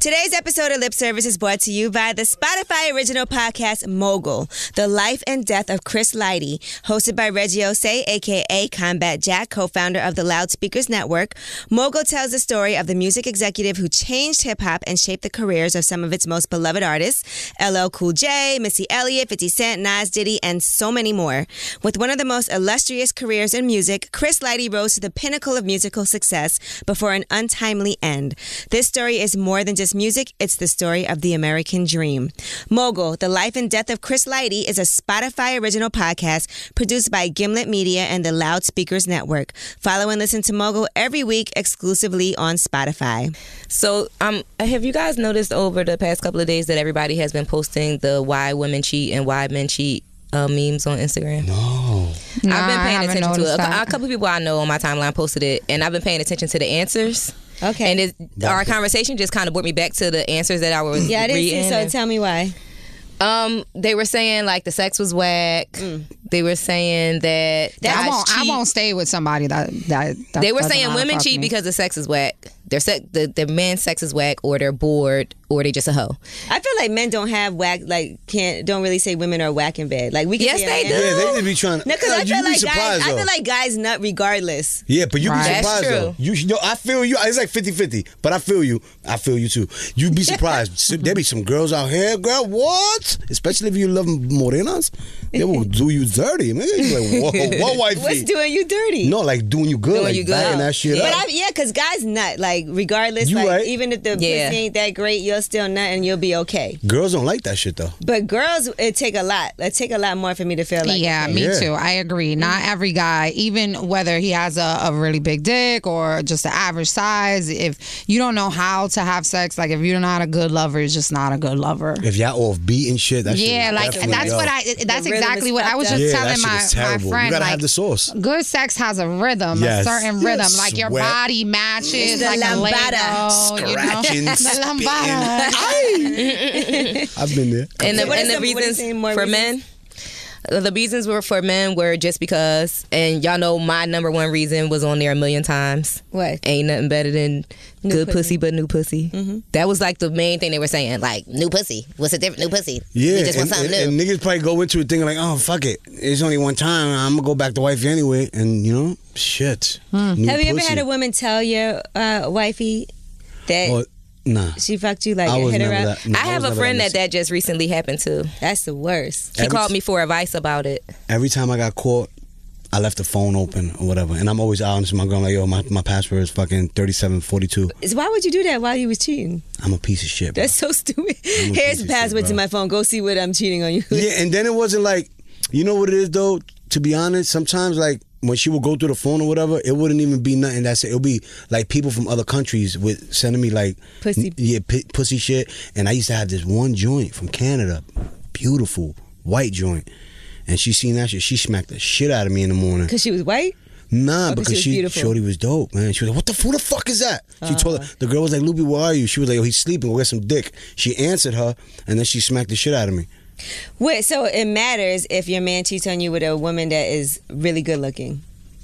Speaker 1: Today's episode of Lip Service is brought to you by the Spotify original podcast Mogul, The Life and Death of Chris Lighty, hosted by Reggie Osei, aka Combat Jack, co-founder of the Loudspeakers Network. Mogul tells the story of the music executive who changed hip hop and shaped the careers of some of its most beloved artists, LL Cool J, Missy Elliott, 50 Cent, Nas Diddy, and so many more. With one of the most illustrious careers in music, Chris Lighty rose to the pinnacle of musical success before an untimely end. This story is more than just music, it's the story of the American dream. Mogul, The Life and Death of Chris Lighty, is a Spotify original podcast produced by Gimlet Media and the Loudspeakers Network. Follow and listen to Mogul every week exclusively on Spotify.
Speaker 3: So, um, have you guys noticed over the past couple of days that everybody has been posting the why women cheat and why men cheat uh, memes on Instagram?
Speaker 4: No.
Speaker 2: Nah,
Speaker 3: I've been
Speaker 2: I
Speaker 3: paying
Speaker 2: haven't
Speaker 3: attention to
Speaker 2: noticed
Speaker 3: it. A- A,
Speaker 2: that.
Speaker 3: couple of people I know on my timeline posted it, and I've been paying attention to the answers.
Speaker 1: Okay.
Speaker 3: And it, our conversation just kind of brought me back to the answers that I was
Speaker 1: yeah, I didn't
Speaker 3: reading.
Speaker 1: see, so tell me why.
Speaker 3: Um, they were saying like the sex was whack. They were saying that,
Speaker 2: I
Speaker 3: guys
Speaker 2: won't. I
Speaker 3: cheat.
Speaker 2: won't stay with somebody that that. that
Speaker 3: They were
Speaker 2: doesn't
Speaker 3: saying
Speaker 2: wanna
Speaker 3: women
Speaker 2: fuck
Speaker 3: cheat
Speaker 2: me.
Speaker 3: because the sex is whack. Their sex, the, the man's sex is whack, or they're bored, or they just a hoe.
Speaker 1: I feel like men don't have whack, like can't don't really say women are whack in bed. Like we can
Speaker 3: Yes,
Speaker 1: be a
Speaker 3: they
Speaker 1: man-
Speaker 3: do.
Speaker 4: Yeah, they just be trying.
Speaker 1: No, because
Speaker 4: Uh,
Speaker 1: I
Speaker 4: you
Speaker 1: feel
Speaker 4: be
Speaker 1: like guys,
Speaker 4: surprised,
Speaker 1: I
Speaker 4: though.
Speaker 1: feel like guys nut regardless.
Speaker 4: Yeah, but you
Speaker 2: Right.
Speaker 4: be
Speaker 2: That's
Speaker 4: surprised
Speaker 3: true.
Speaker 4: though. You yo, I feel you. It's like 50-50, but I feel you. I feel you too. You'd be surprised. So there be some girls out here, girl. What? Especially if you love morenas, they will do you dirty, man. You like whoa, whoa, wifey.
Speaker 1: What's doing you dirty?
Speaker 4: No, like doing you good,
Speaker 3: Doing
Speaker 4: like
Speaker 3: you good.
Speaker 4: backing that shit
Speaker 1: But
Speaker 4: up.
Speaker 1: I, yeah, because guys nut like regardless.
Speaker 4: You
Speaker 1: like
Speaker 4: right.
Speaker 1: even if the
Speaker 3: Yeah.
Speaker 1: pussy ain't that great, you'll still nut and you'll be okay.
Speaker 4: Girls don't like that shit though.
Speaker 1: But girls, it take a lot. It take a lot more for me to feel like.
Speaker 2: yeah,
Speaker 1: okay.
Speaker 2: me
Speaker 4: Yeah.
Speaker 2: too. I agree. Not every guy, even whether he has a, a really big dick or just an average size, if you don't know how to have sex, like if you're not a good lover, you're just not a good lover.
Speaker 4: If y'all off beat and shit, that shit
Speaker 2: Yeah,
Speaker 4: is
Speaker 2: like
Speaker 4: definitely
Speaker 2: that's
Speaker 4: go.
Speaker 2: what I. That's
Speaker 1: rhythm is
Speaker 2: exactly what I was
Speaker 1: fucked
Speaker 2: just
Speaker 4: yeah,
Speaker 2: telling
Speaker 4: that
Speaker 2: my
Speaker 4: shit is
Speaker 2: my
Speaker 4: terrible.
Speaker 2: friend.
Speaker 4: you gotta
Speaker 2: like,
Speaker 4: have the sauce.
Speaker 2: Good sex has a rhythm,
Speaker 4: Yes.
Speaker 2: a certain
Speaker 4: You
Speaker 2: rhythm. Like your
Speaker 4: sweat.
Speaker 2: body matches,
Speaker 1: The
Speaker 2: like
Speaker 1: lambada.
Speaker 2: a Lego, you know?
Speaker 4: Scratching,
Speaker 2: The lambada.
Speaker 4: I've been there.
Speaker 3: And the,
Speaker 1: what
Speaker 3: and
Speaker 1: is
Speaker 3: the
Speaker 1: the- what is
Speaker 3: reasons
Speaker 1: the more
Speaker 3: for
Speaker 1: reasons?
Speaker 3: men. uh, The reasons were for men were just because, and y'all know my number one reason was on there a million times.
Speaker 1: What?
Speaker 3: Ain't nothing better than good
Speaker 1: pussy.
Speaker 3: pussy.
Speaker 1: Mm-hmm.
Speaker 3: but new pussy. That was like the main thing they were saying. Like new pussy. What's the different new pussy?
Speaker 4: Yeah,
Speaker 3: you just want
Speaker 4: and,
Speaker 3: something
Speaker 4: and-
Speaker 3: new.
Speaker 4: and niggas probably go into it thinking like, oh fuck it, it's only one time. I'm gonna go back to wifey anyway, and you know, shit. New
Speaker 1: Hmm. Have you ever
Speaker 4: pussy.
Speaker 1: had a woman tell your uh, wifey that
Speaker 4: Or- nah,
Speaker 1: she fucked you like
Speaker 4: I was
Speaker 1: hit
Speaker 4: never
Speaker 1: her up?
Speaker 4: that. no,
Speaker 3: I
Speaker 4: was
Speaker 3: have a
Speaker 4: never
Speaker 3: friend that
Speaker 4: messy.
Speaker 3: that just recently happened to.
Speaker 1: That's the worst.
Speaker 3: He
Speaker 4: Every
Speaker 3: called
Speaker 4: t-
Speaker 3: me for advice about it.
Speaker 4: Every time I got caught, I left the phone open or whatever, and I'm always out to my girl I'm like, yo, my, my password is fucking thirty-seven forty-two.
Speaker 1: Is- Why would you do that while you was cheating?
Speaker 4: I'm a piece of shit. bro.
Speaker 1: That's so stupid.
Speaker 4: a
Speaker 1: Here's
Speaker 4: piece
Speaker 1: the
Speaker 4: of shit,
Speaker 1: password to
Speaker 4: bro.
Speaker 1: my phone. Go see what I'm cheating on you.
Speaker 4: yeah, and then it wasn't like, you know what it is though. To be honest, sometimes like when she would go through the phone or whatever, it wouldn't even be nothing. That's it. It'll be like people from other countries would sending me like
Speaker 1: Pussy.
Speaker 4: yeah, p- pussy shit. And I used to have this one joint from Canada, beautiful white joint. And she seen that shit. She smacked the shit out of me in the morning.
Speaker 1: Cause she was white.
Speaker 4: Nah,
Speaker 1: Oh, 'cause
Speaker 4: because
Speaker 1: she was
Speaker 4: she
Speaker 1: beautiful. Uh-huh.
Speaker 4: Shorty was dope, man. She was like, "What the who the fuck is that?" She told her the girl was like, "Luby, where are you?" She was like, "Yo, he's sleeping. Go get some dick." She answered her, and then she smacked the shit out of me.
Speaker 1: Wait, so it matters if your man cheats on you with a woman that is really good looking.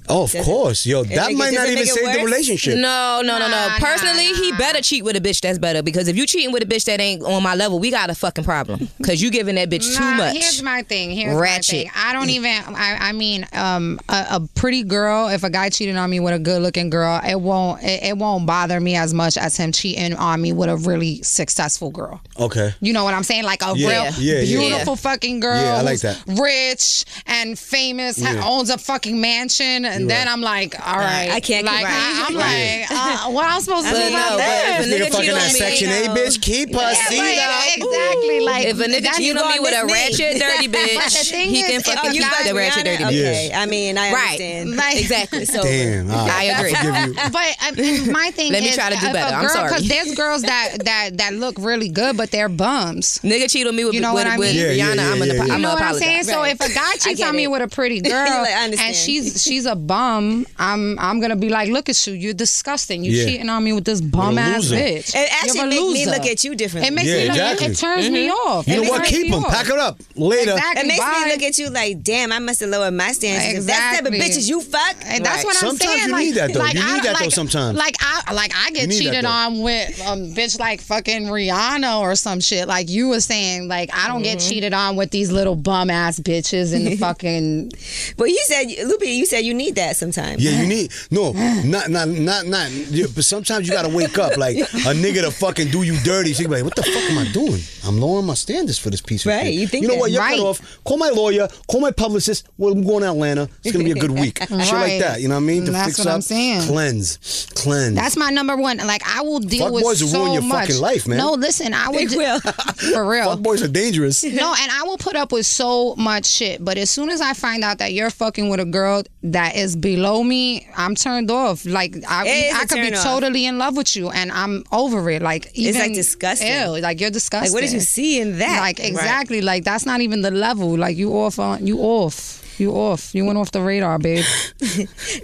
Speaker 4: Oh, of
Speaker 1: Does it-
Speaker 4: course, yo,
Speaker 1: it
Speaker 4: that
Speaker 1: make-
Speaker 4: might
Speaker 1: does
Speaker 4: not
Speaker 1: it
Speaker 4: even
Speaker 1: make it
Speaker 4: save the
Speaker 1: worse?
Speaker 4: relationship.
Speaker 3: No, no, no, no.
Speaker 2: Nah,
Speaker 3: Personally,
Speaker 2: nah,
Speaker 3: he
Speaker 2: nah.
Speaker 3: better cheat with a bitch that's better because if you cheating with a bitch that ain't on my level, we got a fucking problem because you giving that bitch too
Speaker 2: Nah,
Speaker 3: much.
Speaker 2: Here's my thing. Here's
Speaker 3: Ratchet.
Speaker 2: my thing. I don't even. I, I mean, um, a, a pretty girl. If a guy cheated on me with a good-looking girl, it won't. It, it won't bother me as much as him cheating on me with a really successful girl.
Speaker 4: Okay,
Speaker 2: You know what I'm saying? Like a
Speaker 4: Yeah.
Speaker 2: real
Speaker 4: Yeah, yeah.
Speaker 2: beautiful fucking girl
Speaker 4: Yeah, I like
Speaker 2: who's
Speaker 4: that.
Speaker 2: rich and famous, ha-
Speaker 4: Yeah.
Speaker 2: owns a fucking mansion, and then
Speaker 4: right.
Speaker 2: I'm like, all right,
Speaker 1: I can't keep
Speaker 2: Like,
Speaker 1: right.
Speaker 2: I, am like, uh, what I'm supposed to do
Speaker 3: But
Speaker 2: about
Speaker 3: no, but
Speaker 2: that?
Speaker 3: if a
Speaker 4: nigga
Speaker 3: nigga cheat
Speaker 4: fucking
Speaker 3: on
Speaker 4: that
Speaker 3: me,
Speaker 4: section
Speaker 3: you
Speaker 4: eight
Speaker 3: know.
Speaker 4: bitch, keep her
Speaker 2: Yeah,
Speaker 4: seat
Speaker 2: like,
Speaker 4: up.
Speaker 2: exactly. Like
Speaker 3: if a nigga
Speaker 2: that's-
Speaker 3: cheat on me
Speaker 1: gonna
Speaker 3: with a
Speaker 1: miss me.
Speaker 3: ratchet dirty bitch,
Speaker 2: thing
Speaker 3: he
Speaker 2: is,
Speaker 3: can
Speaker 2: if
Speaker 3: fucking
Speaker 2: you
Speaker 3: keep
Speaker 2: got
Speaker 3: the ratchet dirty
Speaker 1: Rihanna?
Speaker 3: bitch.
Speaker 1: Okay,
Speaker 4: Yes.
Speaker 1: I mean, I
Speaker 3: Right.
Speaker 1: understand.
Speaker 2: Like-
Speaker 3: Exactly. So
Speaker 4: Damn, all right,
Speaker 3: I agree.
Speaker 4: I forgive you.
Speaker 2: But um, my thing
Speaker 3: Let me
Speaker 2: is,
Speaker 3: try to do
Speaker 2: if a
Speaker 3: better. I'm
Speaker 2: girl-
Speaker 3: sorry.
Speaker 2: there's girls that that that look really good, but they're bums.
Speaker 3: Nigga cheat on me with,
Speaker 2: You know
Speaker 3: with,
Speaker 2: what I
Speaker 3: with
Speaker 2: mean?
Speaker 4: Yeah, yeah,
Speaker 3: Rihanna.
Speaker 4: yeah,
Speaker 3: I'm gonna
Speaker 4: yeah, yeah.
Speaker 2: You
Speaker 3: I'm
Speaker 2: know
Speaker 3: gonna
Speaker 2: what I'm saying?
Speaker 3: apologize.
Speaker 2: So
Speaker 1: Right.
Speaker 2: if a guy
Speaker 1: I
Speaker 2: cheats
Speaker 1: get
Speaker 2: on me
Speaker 1: it.
Speaker 2: with a pretty girl
Speaker 1: I
Speaker 2: and
Speaker 1: understand.
Speaker 2: she's she's a bum, I'm I'm gonna be like, look at you, you're disgusting. You
Speaker 4: Yeah.
Speaker 2: cheating on me with this bum ass
Speaker 4: loser.
Speaker 2: bitch.
Speaker 1: It
Speaker 2: You're
Speaker 1: actually
Speaker 2: a
Speaker 1: makes me
Speaker 2: loser.
Speaker 1: look at you Mm-hmm. differently.
Speaker 2: It makes
Speaker 4: Yeah,
Speaker 2: me look.
Speaker 4: exactly.
Speaker 2: It turns me off.
Speaker 4: You
Speaker 2: It
Speaker 4: know what?
Speaker 2: turns
Speaker 4: Keep
Speaker 2: me
Speaker 4: them.
Speaker 2: off.
Speaker 4: Pack it up later.
Speaker 2: Exactly.
Speaker 1: It makes
Speaker 2: Bye.
Speaker 1: me look at you like, damn, I must have lowered my standards. If That's the type of
Speaker 2: Exactly.
Speaker 1: bitches you fuck.
Speaker 2: And that's what I'm
Speaker 4: Sometimes
Speaker 2: saying.
Speaker 4: you
Speaker 2: like,
Speaker 4: need that, though.
Speaker 2: Like,
Speaker 4: You
Speaker 2: I,
Speaker 4: need that,
Speaker 2: like,
Speaker 4: though, sometimes.
Speaker 2: Like I, like I
Speaker 4: You
Speaker 2: get
Speaker 4: need that,
Speaker 2: cheated
Speaker 4: though.
Speaker 2: on with um, bitch like fucking Rihanna or some shit. Like you were saying, like I don't
Speaker 1: Mm-hmm.
Speaker 2: get cheated on with these little bum ass bitches and the fucking.
Speaker 1: But you said, Lupe, you said you need that sometimes.
Speaker 4: Yeah, you need no, not not not not. Yeah, but sometimes you gotta wake up, like a nigga to fucking do you dirty. So you be like, what the fuck am I doing? I'm lowering my standards for this piece of
Speaker 1: Right,
Speaker 4: shit.
Speaker 1: you think
Speaker 4: you know
Speaker 1: that-
Speaker 4: what? You're
Speaker 2: Right.
Speaker 4: cut off. Call my lawyer. Call my publicist. Well, I'm going to Atlanta. It's gonna be a good week. Shit like
Speaker 2: Right.
Speaker 4: that. You know what I mean? To
Speaker 2: That's
Speaker 4: fix
Speaker 2: what
Speaker 4: up,
Speaker 2: I'm saying.
Speaker 4: cleanse, cleanse.
Speaker 2: That's my number one. Like I will deal
Speaker 4: Fuck
Speaker 2: with
Speaker 4: boys will
Speaker 2: so
Speaker 4: ruin your
Speaker 2: much.
Speaker 4: fucking life, man.
Speaker 2: No, listen, I would
Speaker 1: They will.
Speaker 2: for real.
Speaker 4: fuck boys are dangerous.
Speaker 2: No, and I will put up with so much shit. But as soon as I find out that you're fucking with a girl that is below me, I'm turned off. Like
Speaker 1: It
Speaker 2: I,
Speaker 1: is
Speaker 2: I
Speaker 1: a
Speaker 2: could be
Speaker 1: turn off.
Speaker 2: totally in love with you, and I'm over it. Like even,
Speaker 1: like, disgusting.
Speaker 2: Ew, like you're disgusting.
Speaker 1: Like, what did you see in that?
Speaker 2: Like exactly. Like that's not even the level. Like you off on you off. You off. You went off the radar, babe.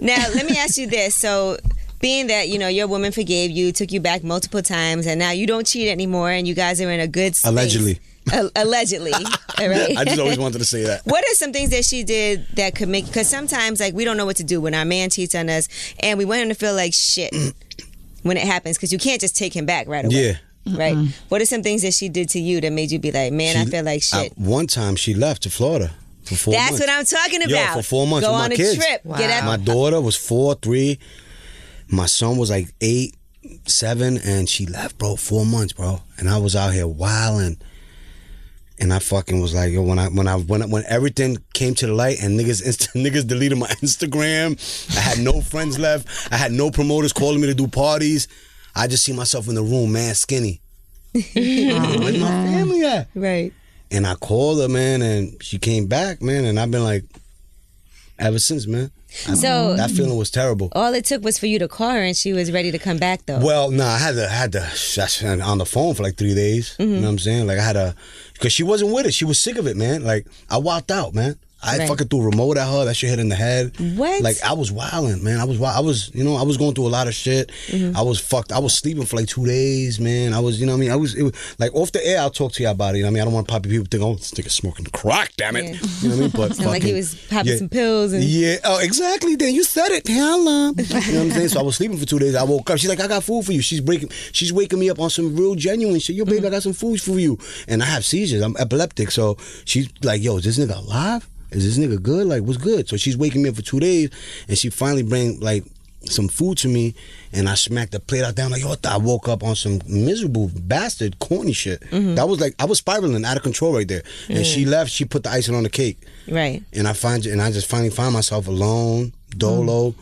Speaker 1: Now, let me ask you this. So, being that, you know, your woman forgave you, took you back multiple times, and now you don't cheat anymore, and you guys are in a good space.
Speaker 4: Allegedly.
Speaker 1: A- allegedly. all right?
Speaker 4: I just always wanted to say that.
Speaker 1: What are some things that she did that could make? Because sometimes, like, we don't know what to do when our man cheats on us, and we want him to feel like shit when it happens, because you can't just take him back right away.
Speaker 4: Yeah.
Speaker 1: Right. What are some things that she did to you that made you be like, man, I
Speaker 4: She-
Speaker 1: feel like shit?
Speaker 4: At one time, she left to Florida for four
Speaker 1: That's
Speaker 4: months.
Speaker 1: what I'm talking
Speaker 4: Yo,
Speaker 1: about.
Speaker 4: for four months
Speaker 1: Go
Speaker 4: with my
Speaker 1: on a
Speaker 4: kids.
Speaker 1: trip. Get out.
Speaker 4: My daughter was four, three. My son was like eight, seven, and she left, bro. Four months, bro. And I was out here wilding. And I fucking was like, yo, when I when I when when everything came to the light and niggas inst- niggas deleted my Instagram, I had no friends left. I had no promoters calling me to do parties. I just see myself in the room, man, skinny. Where's my family at?
Speaker 1: Right.
Speaker 4: And I called her, man, and she came back, man, and I've been like, ever since, man. I-
Speaker 1: So-
Speaker 4: that feeling was terrible.
Speaker 1: All it took was for you to call her, and she was ready to come back, though.
Speaker 4: Well, no, I had to, I had to, I was on the phone for like three days.
Speaker 1: Mm-hmm.
Speaker 4: You know what I'm saying? Like I had a, because she wasn't with it. She was sick of it, man. Like I walked out, man. I
Speaker 1: Right.
Speaker 4: fucking threw a remote at her. That shit hit in the head.
Speaker 1: What?
Speaker 4: Like I was wilding, man. I was wild. I was, you know, I was going through a lot of shit.
Speaker 1: Mm-hmm.
Speaker 4: I was fucked. I was sleeping for like two days, man. I was, you know, what I mean, I was, it was like off the air. I'll talk to you about it. You know, what I mean, I don't want poppy people to think, oh, this nigga smoking crack, damn it.
Speaker 1: Yeah.
Speaker 4: You know what I mean? But
Speaker 1: Sound like he
Speaker 4: fucking-
Speaker 1: was popping
Speaker 4: yeah.
Speaker 1: some pills and-
Speaker 4: yeah. Oh, exactly. Then you said it. Hello. You know what I'm saying? So I was sleeping for two days. I woke up. She's like, I got food for you. She's breaking. She's waking me up on some real genuine shit. Yo, baby, I got some food for you. And I have seizures. I'm epileptic. So she's like, Yo, is this nigga alive? Is this nigga good? Like, what's good? So she's waking me up for two days, and she finally bring like some food to me, and I smacked the plate out down. Like, yo, what the- I woke up on some miserable bastard, corny shit. That was like I was spiraling out of control right there. And she left. She put the icing on the cake
Speaker 1: right.
Speaker 4: and I find and I just finally find myself alone,
Speaker 1: Mm.
Speaker 4: dolo.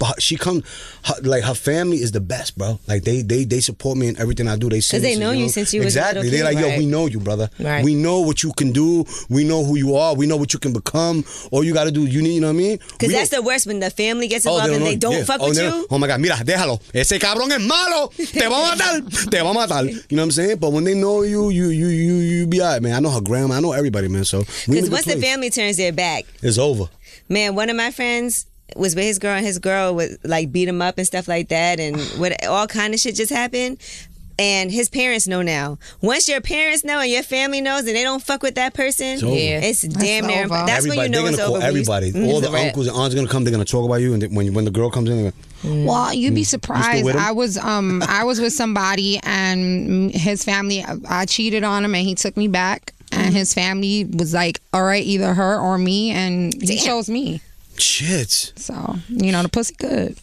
Speaker 4: But she come, her, like her family is the best, bro. Like they they they support me in everything I do. They because
Speaker 1: they know you since you was a
Speaker 4: exactly.
Speaker 1: little
Speaker 4: they
Speaker 1: kid.
Speaker 4: like yo,
Speaker 1: Right.
Speaker 4: we know you, brother.
Speaker 3: Right.
Speaker 4: We know what you can do. We know who you are. We know what you can become. All you got to do, you need, you know what I mean?
Speaker 1: Because
Speaker 4: We
Speaker 1: that's
Speaker 4: don't-
Speaker 1: the worst when the family gets involved and
Speaker 4: know
Speaker 1: they
Speaker 4: you.
Speaker 1: don't
Speaker 4: Yeah.
Speaker 1: fuck
Speaker 4: oh,
Speaker 1: with
Speaker 4: they
Speaker 1: you.
Speaker 4: don't- Oh my God, mira, déjalo. Ese cabrón es malo. Te va a matar. Te va a matar. You know what I'm saying? But when they know you, you you you you be alright, man. I know her grandma. I know everybody, man. So we in a
Speaker 1: Because
Speaker 4: good
Speaker 1: once the
Speaker 4: place.
Speaker 1: family turns their back,
Speaker 4: it's over.
Speaker 1: man, one of my friends, was with his girl and his girl would like beat him up and stuff like that and what all kind of shit just happened. And his parents know now. Once your parents know and your family knows and they don't fuck with that person,
Speaker 4: over.
Speaker 3: Yeah.
Speaker 1: it's damn near.
Speaker 2: over. Mm-hmm.
Speaker 1: That's when you know
Speaker 4: they're
Speaker 1: it's
Speaker 4: gonna call
Speaker 1: over. when you- Mm-hmm.
Speaker 4: everybody. All the
Speaker 3: wrap.
Speaker 4: uncles and aunts are gonna come. They're gonna talk about you, and then when when the girl comes in, they're gonna,
Speaker 2: Well, you'd be surprised.
Speaker 4: with him?
Speaker 2: I was um I was with somebody and his family I cheated on him and he took me back and his family was like, "All right, either her or me." And he chose me.
Speaker 4: shit.
Speaker 2: So, you know, the pussy good.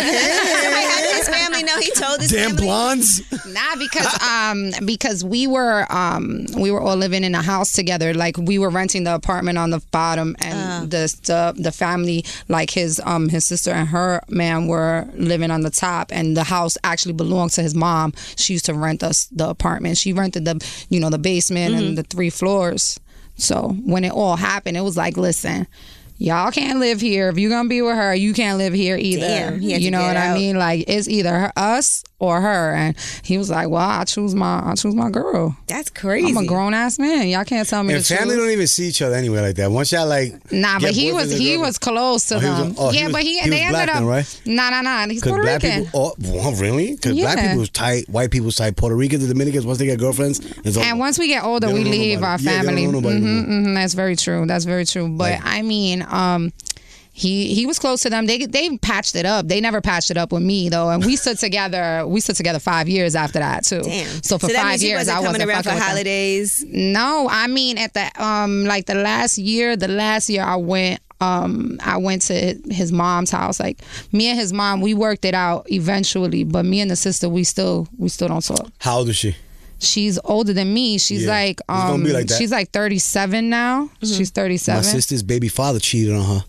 Speaker 1: Like, how did his family know he told his
Speaker 4: Damn
Speaker 1: family?
Speaker 4: blondes.
Speaker 2: Nah, because um because we were um we were all living in a house together. Like we were renting the apartment on the bottom, and
Speaker 1: Uh.
Speaker 2: the, the the family, like his um his sister and her man, were living on the top, and the house actually belonged to his mom. She used to rent us the apartment. She rented the you know the basement
Speaker 1: Mm-hmm.
Speaker 2: and the three floors. So when it all happened, it was like, listen. Y'all can't live here. If you're gonna be with her, you can't live here either.
Speaker 1: Damn, he had
Speaker 2: you
Speaker 1: to
Speaker 2: know
Speaker 1: get
Speaker 2: what I
Speaker 1: out.
Speaker 2: mean? mean, like it's either her, us or her. And he was like, "Well, I choose my, I choose my girl.
Speaker 1: That's crazy.
Speaker 2: I'm a grown ass man. Y'all can't tell me
Speaker 4: And
Speaker 2: to
Speaker 4: family
Speaker 2: choose."
Speaker 4: don't even see each other anyway like that. Once y'all like,
Speaker 2: Nah,
Speaker 4: get
Speaker 2: but he
Speaker 4: boyfriends
Speaker 2: was
Speaker 4: and
Speaker 2: he
Speaker 4: girlfriends-
Speaker 2: was close to
Speaker 4: Oh, he was-
Speaker 2: them.
Speaker 4: oh, he
Speaker 2: yeah,
Speaker 4: was-
Speaker 2: but he, they
Speaker 4: he was
Speaker 2: ended
Speaker 4: black
Speaker 2: up.
Speaker 4: then, right?
Speaker 2: Nah, nah, nah. He's
Speaker 4: Because
Speaker 2: Puerto
Speaker 4: black
Speaker 2: Rican.
Speaker 4: people, oh, well, really? Because black
Speaker 2: Yeah.
Speaker 4: people's tight, white people's tight, Puerto Ricans, the Dominicans, once they get girlfriends, it's over.
Speaker 2: And once we get older,
Speaker 4: They don't
Speaker 2: we
Speaker 4: know
Speaker 2: leave
Speaker 4: nobody.
Speaker 2: our
Speaker 4: Yeah, they don't
Speaker 2: family.
Speaker 4: know nobody
Speaker 2: Mhm,
Speaker 4: anymore.
Speaker 2: mhm, that's very true. That's very true. But I mean, um, he he was close to them. They they patched it up. They never patched it up with me though. And we stood together. We stood together five years after that too.
Speaker 1: Damn.
Speaker 2: So for
Speaker 1: that
Speaker 2: five
Speaker 1: means he
Speaker 2: years,
Speaker 1: wasn't
Speaker 2: I
Speaker 1: coming
Speaker 2: wasn't
Speaker 1: around
Speaker 2: fucking
Speaker 1: for
Speaker 2: with them.
Speaker 1: holidays.
Speaker 2: No, I mean at the um like the last year, the last year I went um I went to his mom's house. Like me and his mom, we worked it out eventually, but me and the sister we still we still don't talk.
Speaker 4: How old is she?
Speaker 2: She's older than me. She's
Speaker 4: Yeah.
Speaker 2: like
Speaker 4: It's gonna
Speaker 2: um
Speaker 4: be like that.
Speaker 2: she's like 37 now.
Speaker 1: Mm-hmm.
Speaker 2: She's
Speaker 4: My
Speaker 2: 37.
Speaker 4: sister's baby father cheated on her,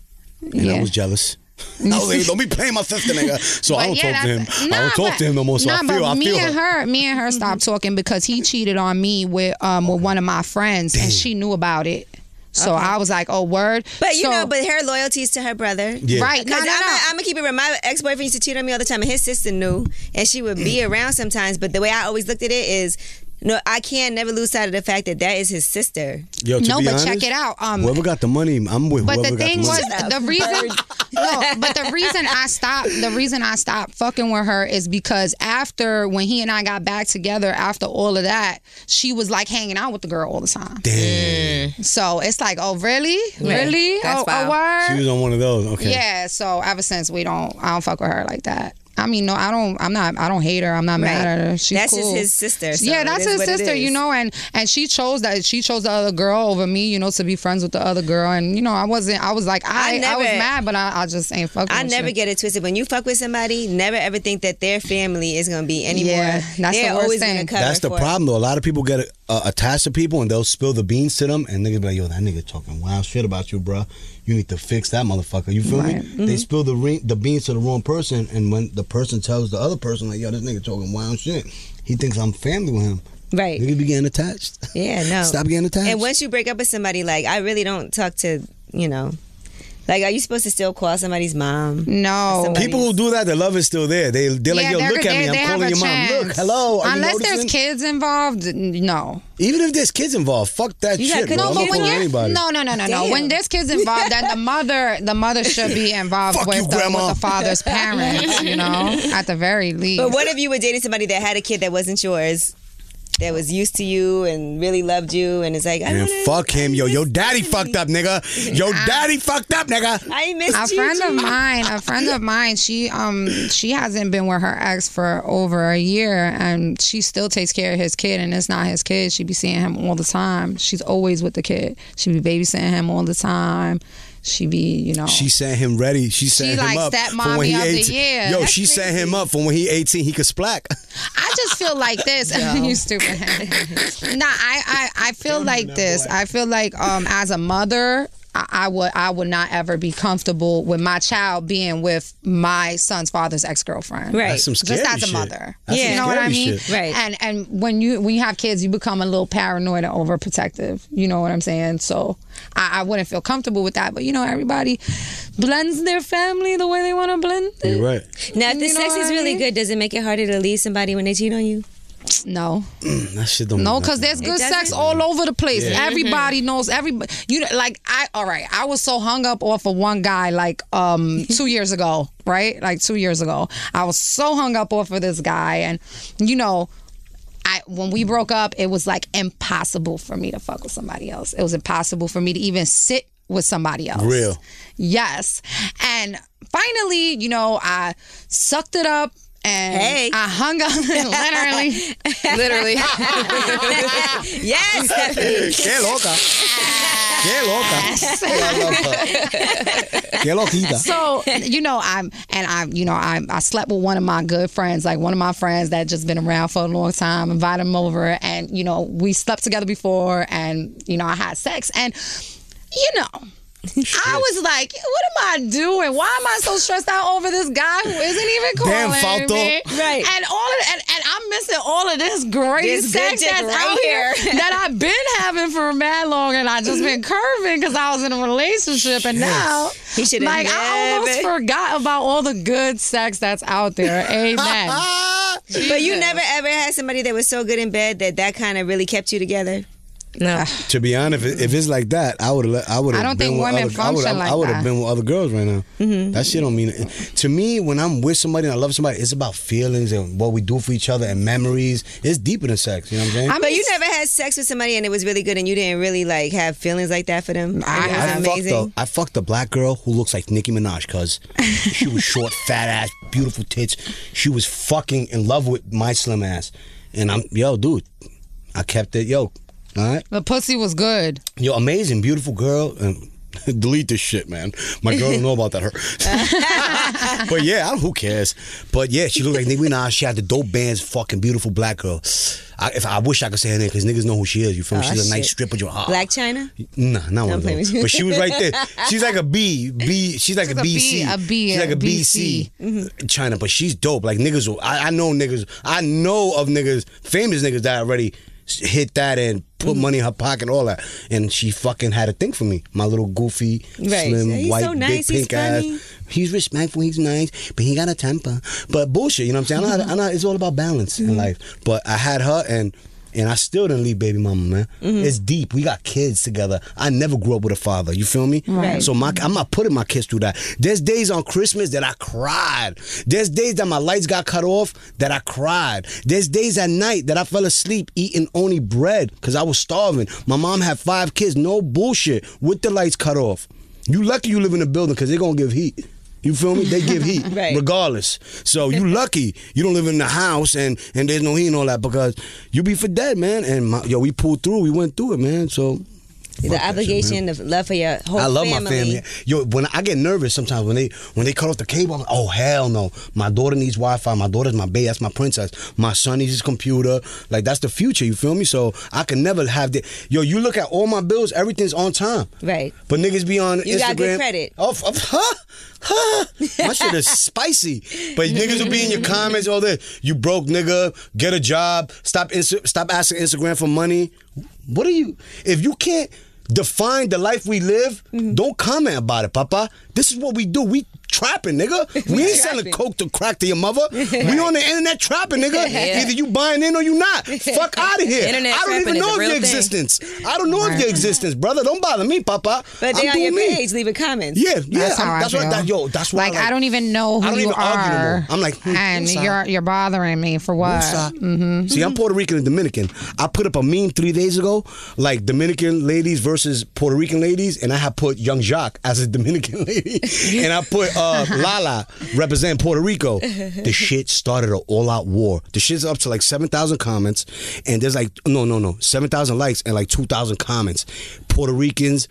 Speaker 4: and I
Speaker 2: Yeah.
Speaker 4: was jealous. I was like, don't be playing my sister, nigga. So I
Speaker 2: But
Speaker 4: don't
Speaker 2: yeah,
Speaker 4: talk to him.
Speaker 2: that's-
Speaker 4: I don't
Speaker 2: nah,
Speaker 4: talk
Speaker 2: but-
Speaker 4: to him no more. So
Speaker 2: nah,
Speaker 4: I feel,
Speaker 2: but
Speaker 4: I
Speaker 2: me
Speaker 4: feel
Speaker 2: and her, me and
Speaker 1: Mm-hmm.
Speaker 2: her stopped talking because he cheated on me with um with one of my friends, and she knew about it. So I was like, oh word.
Speaker 1: But you
Speaker 2: So-
Speaker 1: know, but her loyalty is to her brother.
Speaker 4: Yeah.
Speaker 2: right? No,
Speaker 1: Because
Speaker 2: no, no.
Speaker 1: I'm gonna keep it real. My ex boyfriend used to cheat on me all the time, and his sister knew, and she would be around sometimes. But the way I always looked at it is, no, I can never lose sight of the fact that that is his sister.
Speaker 4: Yo, to
Speaker 2: No,
Speaker 4: be
Speaker 2: but
Speaker 4: honest,
Speaker 2: check it out. Um,
Speaker 4: whoever got the money, I'm with
Speaker 2: But the
Speaker 4: whoever got
Speaker 2: thing
Speaker 4: the
Speaker 2: was
Speaker 4: money.
Speaker 2: the reason no, but the reason I stopped the reason I stopped fucking with her is because after when he and I got back together after all of that, she was like hanging out with the girl all the time.
Speaker 4: Damn.
Speaker 2: So it's like, oh really? Really?
Speaker 3: That's
Speaker 2: oh,
Speaker 3: wild.
Speaker 2: oh word?
Speaker 4: She was on one of those. Okay.
Speaker 2: Yeah, so ever since we don't I don't fuck with her like that. I mean, no, I don't. I'm not. I don't hate her. I'm not mad
Speaker 1: Right.
Speaker 2: at her. She's
Speaker 1: That's just
Speaker 2: cool.
Speaker 1: his sister, so
Speaker 2: yeah,
Speaker 1: it
Speaker 2: that's
Speaker 1: is
Speaker 2: his
Speaker 1: what it
Speaker 2: sister. You
Speaker 1: is.
Speaker 2: know, and and she chose that. She chose the other girl over me. You know, to be friends with the other girl. And you know, I wasn't. I was like, I, I,
Speaker 1: never-
Speaker 2: was mad, but I, I just ain't fucking.
Speaker 1: I
Speaker 2: with
Speaker 1: never
Speaker 2: you.
Speaker 1: get it twisted. When you fuck with somebody, never ever think that their family is gonna be anymore.
Speaker 2: Yeah, that's the
Speaker 1: They're
Speaker 2: worst
Speaker 1: always
Speaker 2: thing.
Speaker 1: gonna cover.
Speaker 4: That's the
Speaker 1: for it.
Speaker 4: problem, though. A lot of people get uh, attached to people and they'll spill the beans to them, and niggas be like, yo, that nigga talking wild shit about you, bruh. You need to fix that motherfucker. You feel me?
Speaker 2: Right. Mm-hmm.
Speaker 4: They spill the re- the beans to the wrong person, and when the person tells the other person, like, yo, this nigga talking wild shit, he thinks I'm family with him.
Speaker 1: Right.
Speaker 4: Niggas be getting attached.
Speaker 1: Yeah, no.
Speaker 4: Stop getting attached.
Speaker 1: And once you break up with somebody, like I really don't talk to you know, like are you supposed to still call somebody's mom?
Speaker 2: No.
Speaker 1: Somebody-
Speaker 4: People who do that, the love is still there. They they're like,
Speaker 2: yeah,
Speaker 4: yo,
Speaker 2: they're-
Speaker 4: look at
Speaker 2: they-
Speaker 4: me.
Speaker 2: they
Speaker 4: I'm
Speaker 2: have
Speaker 4: calling
Speaker 2: a
Speaker 4: your mom.
Speaker 2: chance.
Speaker 4: Look, hello. Are
Speaker 2: Unless
Speaker 4: you
Speaker 2: there's
Speaker 4: noticing?
Speaker 2: kids involved, n- no.
Speaker 4: Even if there's kids involved, fuck that
Speaker 1: You got
Speaker 4: shit,
Speaker 1: kids-
Speaker 4: bro.
Speaker 1: No,
Speaker 4: I'm
Speaker 1: but
Speaker 4: not
Speaker 1: when
Speaker 4: calling
Speaker 1: you're-
Speaker 4: anybody.
Speaker 2: No, no, no, no, no.
Speaker 1: Damn.
Speaker 2: When there's kids involved, then the mother, the mother should be involved
Speaker 4: Fuck
Speaker 2: with,
Speaker 4: you,
Speaker 2: the,
Speaker 4: Grandma.
Speaker 2: with the father's parents. You know, at the very least.
Speaker 1: But what if you were dating somebody that had a kid that wasn't yours, that was used to you and really loved you, and it's like, I
Speaker 4: Man,
Speaker 1: wanna-
Speaker 4: fuck him, yo.
Speaker 1: I
Speaker 4: Yo,
Speaker 1: miss-
Speaker 4: daddy fucked up, nigga. Yo,
Speaker 2: Ah.
Speaker 4: daddy fucked up, nigga.
Speaker 1: I miss
Speaker 2: a friend
Speaker 1: Gigi.
Speaker 2: of mine a friend of mine she um she hasn't been with her ex for over a year and she still takes care of his kid and it's not his kid she be seeing him all the time she's always with the kid she be babysitting him all the time she be you know
Speaker 4: She set him ready. She set him
Speaker 2: like
Speaker 4: up for
Speaker 2: stepmommy
Speaker 4: when he
Speaker 2: of the
Speaker 4: 18.
Speaker 2: year.
Speaker 4: Yo,
Speaker 2: That's
Speaker 4: she set him up for when he 18. He could splack.
Speaker 2: I just feel like this. you stupid. nah, I, I, I feel like this. I feel like um as a mother, I, I would I would not ever be comfortable with my child being with my son's father's ex girlfriend.
Speaker 1: Right.
Speaker 4: That's some scary
Speaker 2: Just as a
Speaker 4: shit.
Speaker 2: mother.
Speaker 4: That's some
Speaker 2: You know what I
Speaker 4: scary
Speaker 2: mean?
Speaker 4: shit.
Speaker 1: Right.
Speaker 2: And and when you when you have kids, you become a little paranoid and overprotective. You know what I'm saying? So I, I wouldn't feel comfortable with that. But you know, everybody blends their family the way they want to blend it.
Speaker 4: You're right.
Speaker 1: Now, if the
Speaker 2: You know
Speaker 1: sex
Speaker 2: what
Speaker 1: is
Speaker 2: I
Speaker 1: really
Speaker 2: mean?
Speaker 1: good, does it make it harder to leave somebody when they cheat on you?
Speaker 2: No,
Speaker 4: That shit don't.
Speaker 2: no,
Speaker 4: mean
Speaker 2: because
Speaker 4: nothing.
Speaker 2: there's good
Speaker 1: doesn't-
Speaker 2: sex all over the place.
Speaker 4: Yeah.
Speaker 2: Everybody knows everybody. You know, like I. All right, I was so hung up off of one guy like um two years ago, right? Like two years ago, I was so hung up off of this guy, and you know. I, when we broke up, it was like impossible for me to fuck with somebody else. It was impossible for me to even sit with somebody else.
Speaker 4: Real.
Speaker 2: Yes. And finally, you know, I sucked it up and
Speaker 1: Hey.
Speaker 2: I hung up literally.
Speaker 3: Literally.
Speaker 1: Yes, Stephanie.
Speaker 4: Qué loca. Qué loca. I love her. Qué loquita.
Speaker 2: so you know i'm and i you know I, I slept with one of my good friends like one of my friends that just been around for a long time invited him over and you know we slept together before and you know i had sex and you know I was like, what am I doing? Why am I so stressed out over this guy who isn't even
Speaker 4: Damn,
Speaker 2: calling
Speaker 4: Fausto.
Speaker 2: me?
Speaker 1: Right.
Speaker 2: And all of and, and I'm missing all of this great
Speaker 1: This good
Speaker 2: sex
Speaker 1: dick
Speaker 2: that's
Speaker 1: right
Speaker 2: out
Speaker 1: here.
Speaker 2: here that I've been having for mad long, and I just been curving because I was in a relationship, and now
Speaker 1: He should have
Speaker 2: like I almost
Speaker 1: never-
Speaker 2: forgot about all the good sex that's out there. Amen.
Speaker 4: Ah.
Speaker 1: But you never ever had somebody that was so good in bed that that kind of really kept you together.
Speaker 3: no.
Speaker 4: To be honest, if, if it's like that, I would have. I would have.
Speaker 2: I don't
Speaker 4: been
Speaker 2: think
Speaker 4: with
Speaker 2: women
Speaker 4: other, I would've-
Speaker 2: function like
Speaker 4: I
Speaker 2: that.
Speaker 4: would
Speaker 2: Mm-hmm.
Speaker 4: have been with other girls right now. That shit don't mean. To me, when I'm with somebody and I love somebody, it's about feelings and what we do for each other and memories. It's deeper than sex. You know what I'm saying?
Speaker 2: I'm
Speaker 1: But you never had sex with somebody and it was really good and you didn't really like have feelings like that for them. And
Speaker 2: I
Speaker 1: it
Speaker 4: I
Speaker 1: was
Speaker 2: have.
Speaker 1: amazing.
Speaker 4: fucked a, I fucked a black girl who looks like Nicki Minaj because she was short, fat ass, beautiful tits. She was fucking in love with my slim ass, and I'm yo, dude. I kept it, yo. All right,
Speaker 2: the pussy was good.
Speaker 4: yo, amazing, beautiful girl. And delete this shit, man. My girl don't know about that. Her, but yeah, I don't, who cares? But yeah, she looked like Nicki Minaj. She had the dope bands, fucking beautiful black girl. I, if I wish I could say her name because niggas know who she is. You ah. feel me?
Speaker 1: Oh,
Speaker 4: She's a
Speaker 1: shit.
Speaker 4: nice stripper. You're hot.
Speaker 1: Black China?
Speaker 4: Nah, not one of
Speaker 1: playing
Speaker 4: those.
Speaker 1: with you.
Speaker 4: But she was right there. She's like a B, B. She's like
Speaker 2: She's
Speaker 4: a
Speaker 2: a B,
Speaker 4: BC,
Speaker 2: a B,
Speaker 4: She's like
Speaker 2: a
Speaker 4: a BC.
Speaker 1: Mm-hmm.
Speaker 4: China, but she's dope. Like niggas, will- I, I know niggas. I know of niggas, famous niggas that already s- hit that and put
Speaker 1: Mm-hmm.
Speaker 4: money in her pocket, and all that. And she fucking had a thing for me. My little goofy,
Speaker 1: Right.
Speaker 4: slim,
Speaker 1: He's
Speaker 4: white,
Speaker 1: so nice,
Speaker 4: big
Speaker 1: he's
Speaker 4: pink ass.
Speaker 1: funny.
Speaker 4: He's respectful. He's nice, but he got a temper. But bullshit, you know what I'm saying? I know, how to- I know it's all about balance in life. But I had her and. And I still didn't leave baby mama, man. It's deep. We got kids together. I never grew up with a father. You feel me?
Speaker 1: Right.
Speaker 4: So my, I'm not putting my kids through that. There's days on Christmas that I cried. There's days that my lights got cut off that I cried. There's days at night that I fell asleep eating only bread because I was starving. My mom had five kids. No bullshit. With the lights cut off. You lucky you live in a building because they're going to give heat. You feel me? They give heat
Speaker 1: Right.
Speaker 4: regardless. So you lucky you don't live in the house and and there's no heat and all that because you be for dead, man. And my, yo, we pulled through. We went through it, man. So fuck
Speaker 1: the
Speaker 4: that shit, man.
Speaker 1: obligation, the love for your whole
Speaker 4: I love
Speaker 1: family.
Speaker 4: my family. Yo, when I get nervous sometimes when they when they cut off the cable, I'm like, oh hell no. My daughter needs Wi-Fi. My daughter's my baby. That's my princess. My son needs his computer. Like that's the future. You feel me? So I can never have that. Yo, you look at all my bills. Everything's on time.
Speaker 1: Right.
Speaker 4: But niggas be on
Speaker 1: You
Speaker 4: Instagram.
Speaker 1: got good credit.
Speaker 4: Oh, f- f- huh? Huh? My shit is spicy. But niggas will be in your comments all this. You broke nigga. Get a job. Stop. Insta- stop asking Instagram for money. What are you? If you can't define the life we live,
Speaker 1: Mm-hmm.
Speaker 4: don't comment about it, Papa. This is what we do. We trapping, nigga. We ain't selling
Speaker 1: Trapping.
Speaker 4: coke to crack to your mother. We on the internet trapping, nigga.
Speaker 3: Yeah.
Speaker 4: Either you buying in or you not. Fuck out of here.
Speaker 3: Internet
Speaker 4: I don't
Speaker 3: trapping
Speaker 4: even
Speaker 3: is
Speaker 4: know
Speaker 3: a
Speaker 4: of
Speaker 3: real
Speaker 4: your
Speaker 3: thing.
Speaker 4: existence. I don't know of your existence, brother. Don't bother me, Papa.
Speaker 1: But they
Speaker 4: I'm
Speaker 1: on your
Speaker 4: doing me.
Speaker 1: page, leaving comments.
Speaker 4: Yeah, yeah.
Speaker 2: That's how
Speaker 4: I'm-
Speaker 2: I
Speaker 4: that's what.
Speaker 2: feel.
Speaker 4: That, yo, that's why.
Speaker 2: Like, I don't even know who
Speaker 4: I don't
Speaker 2: you
Speaker 4: even
Speaker 2: are.
Speaker 4: argue no more. I'm like, hmm,
Speaker 2: and
Speaker 4: Musa.
Speaker 2: you're you're bothering me for what?
Speaker 4: Musa.
Speaker 2: Mm-hmm.
Speaker 4: See, I'm Puerto Rican and Dominican. I put up a meme three days ago, like Dominican ladies versus Puerto Rican ladies, and I had put Young Jock as a Dominican lady, and I put uh, Lala represent Puerto Rico. The shit started an all-out war. The shit's up to like seven thousand comments, and there's like no, no, no, seven thousand likes and like two thousand comments. Puerto Ricans.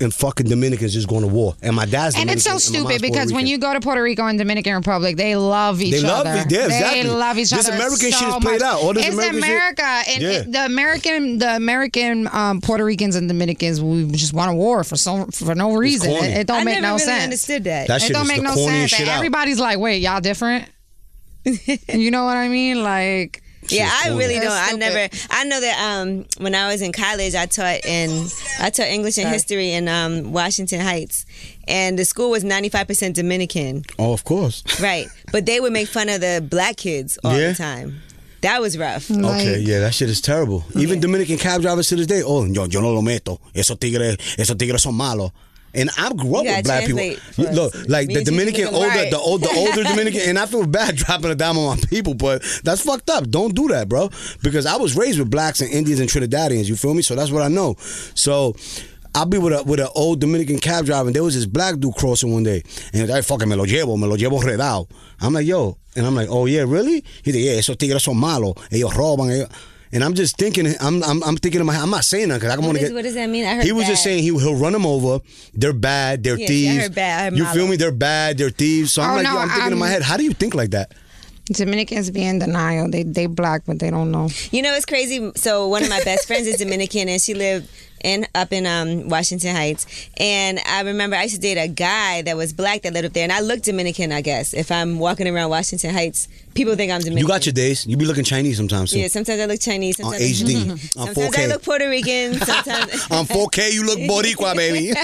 Speaker 4: And fucking Dominicans just going to war, and my dad's
Speaker 2: And it's so
Speaker 4: Dominican, and my
Speaker 2: stupid
Speaker 4: mom's Puerto
Speaker 2: because when
Speaker 4: Rican.
Speaker 2: you go to Puerto Rico and Dominican Republic, they love each
Speaker 4: They love
Speaker 2: other.
Speaker 4: it. Yeah, exactly.
Speaker 2: They love each
Speaker 4: This
Speaker 2: other.
Speaker 4: American
Speaker 2: so
Speaker 4: shit is played
Speaker 2: much.
Speaker 4: out. All this
Speaker 2: it's
Speaker 4: American shit-
Speaker 2: America. And
Speaker 4: Yeah.
Speaker 2: it- the American, the American um, Puerto Ricans and Dominicans, we just want a war for so for no reason.
Speaker 4: corny.
Speaker 2: It, it don't
Speaker 1: I
Speaker 2: make
Speaker 1: never
Speaker 2: no
Speaker 1: really
Speaker 2: sense.
Speaker 1: understood that.
Speaker 4: That
Speaker 2: it
Speaker 4: shit
Speaker 2: don't
Speaker 4: is
Speaker 2: make
Speaker 4: the
Speaker 2: no
Speaker 4: corniest
Speaker 2: sense.
Speaker 4: shit
Speaker 2: And
Speaker 4: out.
Speaker 2: everybody's like, wait, y'all different. you know what I mean? Like,
Speaker 1: Yeah, I
Speaker 4: cool.
Speaker 1: really
Speaker 2: That's
Speaker 1: don't. I
Speaker 2: stupid.
Speaker 1: never. I know that um, when I was in college, I taught in I taught English and history in um, Washington Heights, and the school was ninety five percent Dominican,
Speaker 4: oh, of course.
Speaker 1: right? But they would make fun of the black kids all
Speaker 4: Yeah.
Speaker 1: the time. That was rough.
Speaker 4: Okay,
Speaker 2: Like-
Speaker 4: yeah, that shit is terrible. Even Dominican cab drivers to this day, oh, yo, yo no lo meto. Esos tigres, esos tigres son malos. And I grew up
Speaker 1: You
Speaker 4: with
Speaker 1: gotta
Speaker 4: black people.
Speaker 1: translate for us.
Speaker 4: Look, like
Speaker 1: Me
Speaker 4: the
Speaker 1: and you
Speaker 4: Dominican
Speaker 1: can
Speaker 4: older,
Speaker 1: learn.
Speaker 4: the old, the older Dominican, and I feel bad dropping a dime on my people, but that's fucked up. Don't do that, bro. Because I was raised with blacks and Indians and Trinidadians. You feel me? So that's what I know. So. I'll be with a with an old Dominican cab driver, and there was this black dude crossing one day, and I fucking me lo llevo, me lo llevo redao. I'm like, yo, and I'm like, oh yeah, really? He's like, yeah, esos tigres son malos, ellos roban. ellos-" And I'm just thinking, I'm I'm, I'm thinking in my head, I'm not saying that because I want
Speaker 1: What
Speaker 4: to
Speaker 1: is-
Speaker 4: get.
Speaker 1: what does that mean? I heard
Speaker 4: he was just
Speaker 1: bad.
Speaker 4: saying he he'll run them over. They're bad. They're
Speaker 1: Yeah, see, I
Speaker 4: thieves.
Speaker 1: heard bad, I heard
Speaker 4: you feel
Speaker 1: malo.
Speaker 4: me? They're bad. They're thieves. So I'm
Speaker 2: Oh,
Speaker 4: like,
Speaker 2: no,
Speaker 4: yo, I'm thinking in my
Speaker 2: I'm-
Speaker 4: head, how do you think like that?
Speaker 2: Dominicans be in denial. They they black, but they don't know.
Speaker 1: You know, it's crazy. So one of my best friends is Dominican, and she lived in up in um, Washington Heights. And I remember I used to date a guy that was black that lived up there, and I look Dominican, I guess. If I'm walking around Washington Heights, people think I'm Dominican.
Speaker 4: You got your days. You be looking Chinese sometimes. Too.
Speaker 1: Yeah, sometimes I look Chinese.
Speaker 4: On
Speaker 1: Sometimes,
Speaker 4: HD, on Uh-huh.
Speaker 1: sometimes I
Speaker 4: 4K.
Speaker 1: look Puerto Rican. Sometimes
Speaker 4: On 4K, you look Boricua, baby.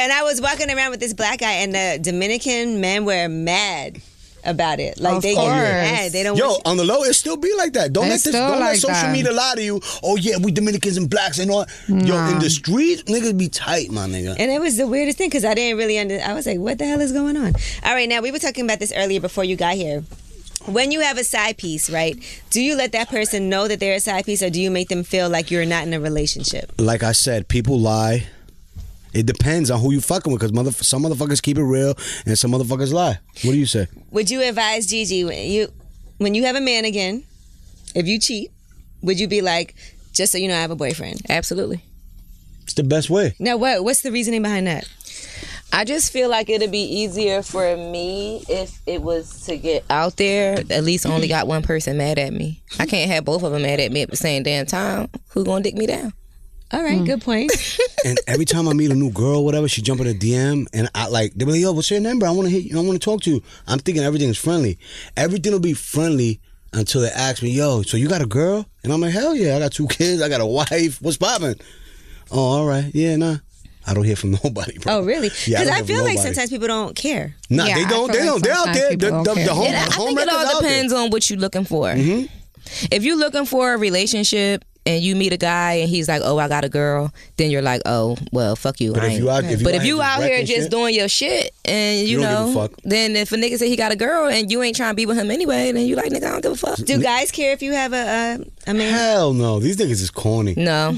Speaker 1: and I was walking around with this black guy, and the Dominican men were mad about it. Like
Speaker 2: Of
Speaker 1: they get
Speaker 2: course.
Speaker 1: mad. They don't.
Speaker 4: Yo,
Speaker 1: want you-
Speaker 4: on the low, it still be like that. Don't
Speaker 2: It
Speaker 4: let this,
Speaker 2: still
Speaker 4: don't let
Speaker 2: like
Speaker 4: social
Speaker 2: that.
Speaker 4: media lie to you. Oh yeah, we Dominicans and blacks and all. Yo, in the streets, niggas be tight, my nigga.
Speaker 1: and it was the weirdest thing because I didn't really under. I was like, "What the hell is going on?" All right, now we were talking about this earlier before you got here. When you have a side piece, right? Do you let that person know that they're a side piece, or do you make them feel like you're not in a relationship?
Speaker 4: like I said, people lie. It depends on who you fucking with, because mother- some motherfuckers keep it real and some motherfuckers lie. What do you say?
Speaker 1: Would you advise Gigi when you when you have a man again, if you cheat, would you be like, "Just so you know, I have a boyfriend"?
Speaker 3: Absolutely.
Speaker 4: It's the best way.
Speaker 1: Now, what? What's the reasoning behind that?
Speaker 3: I just feel like it'd be easier for me if it was to get out there. At least only got one person mad at me. I can't have both of them mad at me at the same damn time. Who gonna dick me down?
Speaker 1: All right, good point.
Speaker 4: and every time I meet a new girl, whatever, she jump in a DM, and I like they be like, "Yo, what's your number? I want to hit you. I want to talk to you." I'm thinking everything's friendly. Everything will be friendly until they ask me, "Yo, so you got a girl?" And I'm like, "Hell yeah, I got two kids. I got a wife. What's poppin'?" Oh, all right, yeah, nah. I don't hear from nobody, bro.
Speaker 1: Oh, really?
Speaker 4: Yeah,
Speaker 1: Because
Speaker 4: don't
Speaker 1: I,
Speaker 4: hear from
Speaker 1: feel like
Speaker 4: nobody.
Speaker 1: sometimes people don't care.
Speaker 4: Nah,
Speaker 2: Yeah,
Speaker 4: they
Speaker 2: I feel
Speaker 4: don't. They
Speaker 2: like
Speaker 4: don't. They're out
Speaker 2: sometimes
Speaker 4: there. The,
Speaker 2: people
Speaker 4: the,
Speaker 2: don't
Speaker 4: the
Speaker 2: care.
Speaker 4: home,
Speaker 3: And I
Speaker 4: home
Speaker 3: think it
Speaker 4: records
Speaker 3: all
Speaker 4: out there. Mm-hmm.
Speaker 3: depends on what you're looking for. If you're looking for a relationship and you meet a guy and he's like, "Oh, I got a girl," then you're like, "Oh, well, fuck you."
Speaker 4: But
Speaker 3: I
Speaker 4: if
Speaker 3: ain't-
Speaker 4: you out- if you
Speaker 3: but
Speaker 4: out
Speaker 3: if
Speaker 4: here
Speaker 3: you
Speaker 4: just
Speaker 3: out here
Speaker 4: wrecking
Speaker 3: just
Speaker 4: shit-
Speaker 3: doing your shit and you,
Speaker 4: You don't give a
Speaker 3: know,
Speaker 4: fuck.
Speaker 3: then if a nigga say he got a girl and you ain't trying to be with him anyway, then you like, "Nigga, I don't give a fuck."
Speaker 1: Do guys care if you have a uh, a, a man?
Speaker 4: Hell no, these niggas is corny.
Speaker 3: No,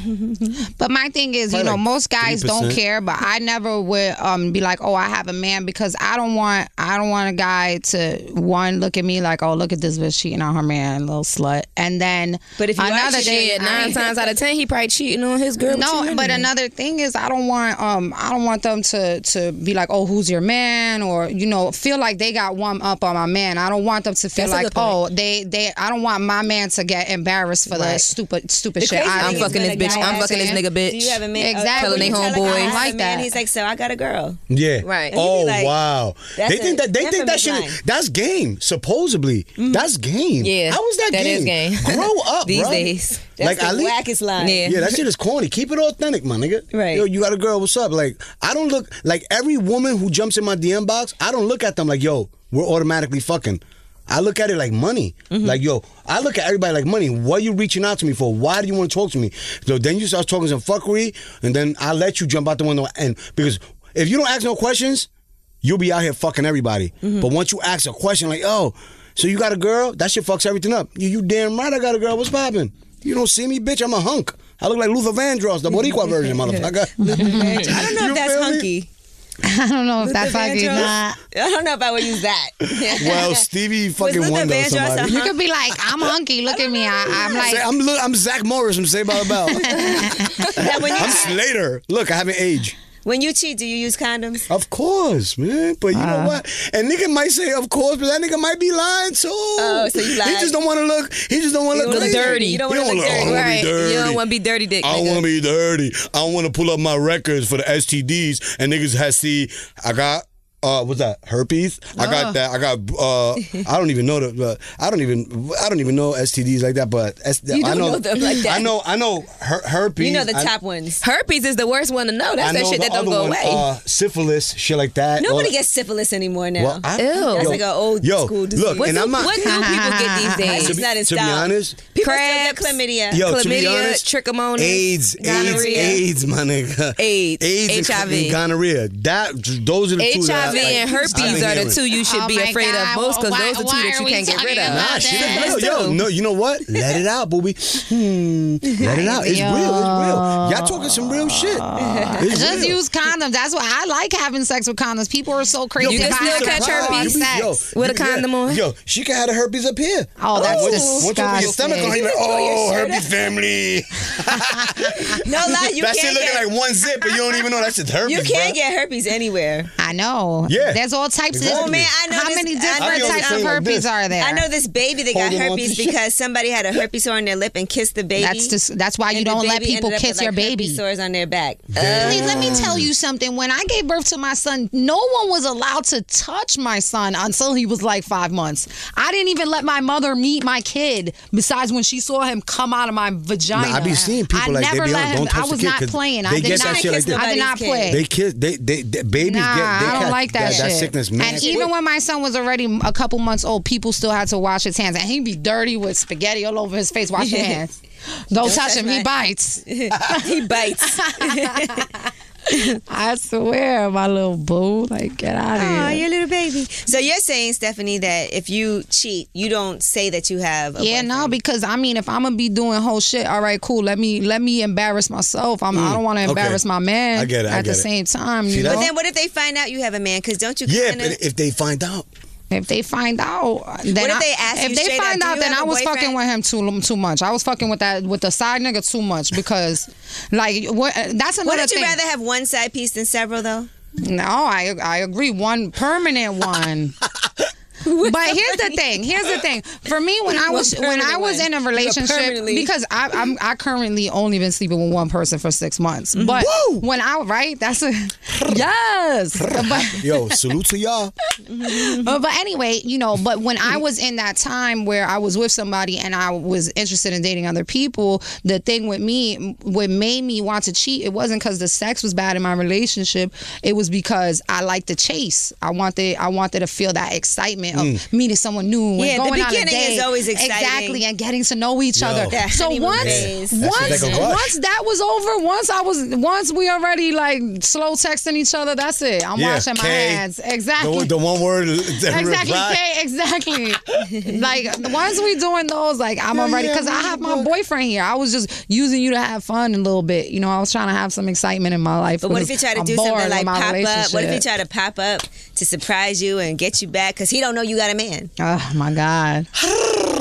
Speaker 2: But my thing is, you
Speaker 4: Probably
Speaker 2: know,
Speaker 4: like
Speaker 2: most guys do not
Speaker 4: 3%.
Speaker 2: care. But I never would um be like, oh, I have a man because I don't want I don't want a guy to one look at me like, oh, look at this bitch cheating on her man, little slut. And then,
Speaker 1: But if you are
Speaker 2: another
Speaker 1: cheating,
Speaker 2: thing,
Speaker 3: shit. Nine times out of ten, he probably cheating on his girl. with you
Speaker 2: No, but
Speaker 3: anyway.
Speaker 2: another thing is I don't want um I don't want them to to be like oh who's your man or you know feel like they got one up on my man. I don't want them to feel
Speaker 3: That's a
Speaker 2: like
Speaker 3: good point.
Speaker 2: oh they they I don't want my man to get embarrassed for the
Speaker 3: Right.
Speaker 2: stupid stupid shit.
Speaker 1: crazy
Speaker 2: I
Speaker 1: thing
Speaker 3: I'm
Speaker 2: do.
Speaker 1: is
Speaker 3: fucking
Speaker 1: when
Speaker 3: this
Speaker 1: a
Speaker 3: bitch.
Speaker 1: guy
Speaker 3: I'm
Speaker 1: asks
Speaker 3: fucking this
Speaker 1: you,
Speaker 3: nigga bitch.
Speaker 1: Do you have a man?
Speaker 2: Exactly.
Speaker 1: when
Speaker 3: Telling
Speaker 1: you
Speaker 3: they
Speaker 1: tell a guy,
Speaker 3: homeboys.
Speaker 1: "I have a
Speaker 2: Like
Speaker 1: man,"
Speaker 2: that.
Speaker 1: He's like, so I got a girl.
Speaker 4: Yeah.
Speaker 3: Right. And
Speaker 1: you
Speaker 4: Oh
Speaker 1: be like,
Speaker 4: wow.
Speaker 1: that's
Speaker 4: They think
Speaker 1: a-
Speaker 4: that they
Speaker 1: that's
Speaker 4: think
Speaker 1: a
Speaker 4: that shit.
Speaker 1: line.
Speaker 4: Is, that's game. Supposedly, that's game.
Speaker 3: Yeah,
Speaker 4: How is that,
Speaker 3: that
Speaker 4: game?
Speaker 3: is game.
Speaker 4: Grow up,
Speaker 3: These
Speaker 4: bruh.
Speaker 3: days.
Speaker 1: That's
Speaker 4: like
Speaker 1: the
Speaker 4: I least-
Speaker 1: wackest line.
Speaker 3: Yeah.
Speaker 4: Yeah, that shit is corny. Keep it authentic, my nigga.
Speaker 1: Right.
Speaker 4: Yo, you got a girl. What's up? Like, I don't look like every woman who jumps in my DM box. I don't look at them like, yo, we're automatically fucking. I look at it like money. Like, yo, I look at everybody like money. What are you reaching out to me for? Why do you want to talk to me? So then you start talking some fuckery, and then I let you jump out the window. And because if you don't ask no questions, you'll be out here fucking everybody.
Speaker 1: Mm-hmm.
Speaker 4: But once you ask a question like, oh, so you got a girl? That shit fucks everything up. You, you damn right I got a girl. What's poppin'? You don't see me, bitch. I'm a hunk. I look like Luther Vandross, the Boricua version, motherfucker.
Speaker 1: I don't know
Speaker 4: You
Speaker 1: if that's
Speaker 4: feel me?
Speaker 1: hunky.
Speaker 2: I don't know if that's
Speaker 1: Luther
Speaker 2: like
Speaker 1: Vandross?
Speaker 2: nah.
Speaker 1: I don't know if I would use that.
Speaker 4: well, Stevie fucking
Speaker 1: Luther
Speaker 4: Wonder or
Speaker 1: Vandross
Speaker 4: somebody.
Speaker 1: a
Speaker 2: You could be like I'm hunky. Look at me. I, I'm like
Speaker 4: Say, I'm, look, I'm Zach Morris from Say by the Bell.
Speaker 1: Now, when,
Speaker 4: I'm
Speaker 1: you,
Speaker 4: Slater. Look, I haven't aged.
Speaker 1: when you cheat, do you use condoms?
Speaker 4: Of course, man. But you know what? And nigga might say, of course, but that nigga might be lying too. Oh,
Speaker 1: so you
Speaker 4: He
Speaker 1: lied.
Speaker 4: just don't want to look. He just don't want to
Speaker 1: don't
Speaker 4: look
Speaker 1: look
Speaker 4: crazy.
Speaker 1: dirty. You
Speaker 4: He
Speaker 1: don't wanna
Speaker 4: wanna
Speaker 1: look dirty.
Speaker 4: I wanna
Speaker 3: Right.
Speaker 4: be dirty.
Speaker 3: You don't wanna be dirty dick,
Speaker 4: I don't
Speaker 3: nigga.
Speaker 4: want to be dirty. I don't want to pull up my records for the STDs and niggas has see I got. uh, what's that? Herpes. I got that. I got. Uh, I don't even know the. Uh, I don't even. I don't even know STDs like that. But S-
Speaker 3: You
Speaker 4: I
Speaker 3: don't
Speaker 4: know,
Speaker 3: know them like that.
Speaker 4: I know. I know her- herpes.
Speaker 1: You know the
Speaker 4: I-
Speaker 1: top ones.
Speaker 3: Herpes is the worst one to know. That's
Speaker 4: I
Speaker 3: that
Speaker 4: know
Speaker 3: shit
Speaker 4: the
Speaker 3: that don't
Speaker 4: other
Speaker 3: go
Speaker 4: one,
Speaker 3: away.
Speaker 4: Uh, syphilis, shit like that.
Speaker 1: Nobody
Speaker 4: Well,
Speaker 1: gets syphilis anymore now.
Speaker 4: Well, I,
Speaker 3: Ew. That's
Speaker 1: like an old
Speaker 4: yo,
Speaker 1: school disease.
Speaker 4: Look,
Speaker 3: what,
Speaker 4: and
Speaker 3: do,
Speaker 4: I'm not.
Speaker 3: what do people get these days?
Speaker 1: That's
Speaker 4: to
Speaker 1: just
Speaker 4: be,
Speaker 1: not in
Speaker 4: to be
Speaker 1: style.
Speaker 4: honest,
Speaker 1: People still
Speaker 3: Crabs.
Speaker 1: get chlamydia.
Speaker 4: Yo, to be
Speaker 3: chlamydia,
Speaker 4: honest,
Speaker 3: trichomonas,
Speaker 4: AIDS, AIDS,
Speaker 3: gonorrhea.
Speaker 4: AIDS, my nigga.
Speaker 3: AIDS,
Speaker 4: AIDS, and-
Speaker 3: HIV.
Speaker 4: and gonorrhea. That those are the two. that I-
Speaker 3: HIV
Speaker 4: like,
Speaker 3: and herpes
Speaker 4: I've been
Speaker 3: are the
Speaker 4: hearing.
Speaker 3: two you should
Speaker 2: Oh
Speaker 3: be
Speaker 2: my
Speaker 3: afraid
Speaker 2: God,
Speaker 3: of most because
Speaker 2: why-
Speaker 3: those are the
Speaker 2: why
Speaker 3: two that
Speaker 2: are
Speaker 3: you
Speaker 2: we
Speaker 3: can't get rid
Speaker 2: talking
Speaker 3: of.
Speaker 2: about
Speaker 4: Nah,
Speaker 2: that?
Speaker 4: shit,
Speaker 2: Let's
Speaker 4: no, yo,
Speaker 3: do.
Speaker 4: no, you know what? Let it out, booby. Hmm, let it out. It's real. It's real. Y'all talking some real shit. It's
Speaker 2: Just
Speaker 4: real.
Speaker 2: use condoms. That's why I like having sex with condoms. People are so crazy.
Speaker 3: You can
Speaker 2: about
Speaker 3: still catch
Speaker 2: how
Speaker 3: herpes.
Speaker 2: they have
Speaker 4: yo,
Speaker 2: sex.
Speaker 4: you
Speaker 3: With a
Speaker 4: can- yeah,
Speaker 3: condom on?
Speaker 4: Yo, she can have the herpes up here.
Speaker 2: Oh, that's
Speaker 4: What's, what's over your stomach on
Speaker 2: disgusting.
Speaker 4: here? Like, oh, herpes family.
Speaker 1: no lie, you
Speaker 4: that
Speaker 1: can't
Speaker 4: shit looking
Speaker 1: get,
Speaker 4: like one zip, but you don't even know that's just herpes.
Speaker 1: you can't
Speaker 4: bruh.
Speaker 1: get herpes anywhere.
Speaker 2: I know.
Speaker 4: Yeah.
Speaker 2: There's all types
Speaker 4: Exactly.
Speaker 2: of.
Speaker 4: Oh, man,
Speaker 1: I know
Speaker 2: How
Speaker 1: this-
Speaker 2: many
Speaker 1: I
Speaker 2: different
Speaker 1: know this
Speaker 2: types of
Speaker 4: thing like
Speaker 2: herpes
Speaker 4: this.
Speaker 2: are there?
Speaker 1: I know this baby that got
Speaker 4: Holding on to
Speaker 1: herpes
Speaker 4: shit.
Speaker 1: because somebody had a herpes sore on their lip and kissed the baby.
Speaker 2: That's just. That's why you
Speaker 1: and the
Speaker 2: don't let
Speaker 1: baby
Speaker 2: people
Speaker 1: ended up
Speaker 2: kiss
Speaker 1: with, like,
Speaker 2: your baby.
Speaker 1: herpes sores on their back.
Speaker 2: Please, let me tell you something. When I gave birth to my son, no one was allowed to touch my son until he was like five months. I didn't even let my mother meet my kid, besides when she saw him come out of my vagina.
Speaker 4: Nah, I be seeing people
Speaker 2: I
Speaker 4: like they
Speaker 2: never
Speaker 4: be
Speaker 2: let
Speaker 4: on,
Speaker 2: him.
Speaker 4: "Don't touch
Speaker 2: I
Speaker 4: the
Speaker 2: was
Speaker 4: kid,"
Speaker 2: not
Speaker 4: 'cause
Speaker 2: playing. I
Speaker 4: they
Speaker 2: did
Speaker 4: get
Speaker 2: not
Speaker 4: that shit like that.
Speaker 2: I did
Speaker 1: Nobody's
Speaker 2: not
Speaker 1: kid.
Speaker 2: play.
Speaker 4: They kiss. They they, they babies
Speaker 2: Nah,
Speaker 4: get. They
Speaker 2: I
Speaker 4: catch
Speaker 2: don't like that,
Speaker 4: that,
Speaker 2: shit.
Speaker 4: sickness. Man.
Speaker 2: and even when my son was already a couple months old, people still had to wash his hands, and he'd be dirty with spaghetti all over his face. Wash your hands. Don't, touch
Speaker 1: touch
Speaker 2: him.
Speaker 1: my-
Speaker 2: He bites.
Speaker 1: Uh, he bites.
Speaker 2: I swear, my little boo. Like, get out of
Speaker 1: Oh,
Speaker 2: here.
Speaker 1: your little baby. So you're saying, Stephanie, that if you cheat, you don't say that you have. A
Speaker 2: Yeah, no, because I mean, if I'm gonna be doing whole shit, all right, cool. Let me let me embarrass myself. I'm, I don't want to
Speaker 4: Mm, okay.
Speaker 2: embarrass my man.
Speaker 4: I get it,
Speaker 2: At
Speaker 4: I
Speaker 2: the
Speaker 4: get it.
Speaker 2: same time,
Speaker 4: See,
Speaker 2: you
Speaker 4: that-
Speaker 2: know?
Speaker 1: But then, what if they find out you have a man? Because don't you?
Speaker 4: yeah,
Speaker 1: kinda-
Speaker 4: but if they find out,
Speaker 2: if they find out, then
Speaker 1: What if
Speaker 2: I-
Speaker 1: they ask
Speaker 2: if
Speaker 1: you
Speaker 2: they
Speaker 1: straight
Speaker 2: find
Speaker 1: up,
Speaker 2: out,
Speaker 1: "Do you
Speaker 2: then
Speaker 1: have
Speaker 2: I
Speaker 1: a
Speaker 2: was
Speaker 1: boyfriend?"
Speaker 2: fucking with him too too much. I was fucking with that with the side nigga too much because, like, what? That's another
Speaker 1: wouldn't you
Speaker 2: thing.
Speaker 1: rather have one side piece than several, though?
Speaker 2: No, I I agree. One permanent one. but here's the thing. Here's the thing. For me, when I was when I
Speaker 1: permanent
Speaker 2: was
Speaker 1: one.
Speaker 2: in a
Speaker 1: You're
Speaker 2: relationship,
Speaker 1: permanently-
Speaker 2: because I I'm, I currently only been sleeping with one person for six months.
Speaker 1: Mm-hmm.
Speaker 2: But when I right, that's a yes. But,
Speaker 4: yo, salute to y'all.
Speaker 2: but but anyway, you know. But when I was in that time where I was with somebody and I was interested in dating other people, the thing with me, what made me want to cheat, it wasn't because the sex was bad in my relationship. It was because I liked the chase. I wanted I wanted to feel that excitement of
Speaker 4: Mm.
Speaker 2: meeting someone new and
Speaker 1: Yeah, the
Speaker 2: going on a
Speaker 1: beginning
Speaker 2: date.
Speaker 1: is always exciting.
Speaker 2: Exactly, and getting to know each other.
Speaker 4: That
Speaker 2: So
Speaker 1: honeymoon
Speaker 2: once
Speaker 1: phase.
Speaker 4: That's
Speaker 2: once
Speaker 4: like a rush.
Speaker 2: once that was over, once I was once we already like slow texting each other. That's it. I'm
Speaker 4: Yeah,
Speaker 2: washing my
Speaker 4: K.
Speaker 2: hands. Exactly.
Speaker 4: The, the one word.
Speaker 2: Exactly,
Speaker 4: Reply.
Speaker 2: Kay, exactly. like once we doing those, like I'm already because I have my boyfriend here. I was just using you to have fun a little bit. You know, I was trying to have some excitement in my life.
Speaker 1: But what if you
Speaker 2: because
Speaker 1: try to
Speaker 2: I'm
Speaker 1: do
Speaker 2: bored
Speaker 1: something
Speaker 2: with
Speaker 1: like
Speaker 2: my
Speaker 1: pop up? What if you
Speaker 2: relationship.
Speaker 1: try to pop up to surprise you and get you back? Because he don't know you got a man.
Speaker 2: Oh my god.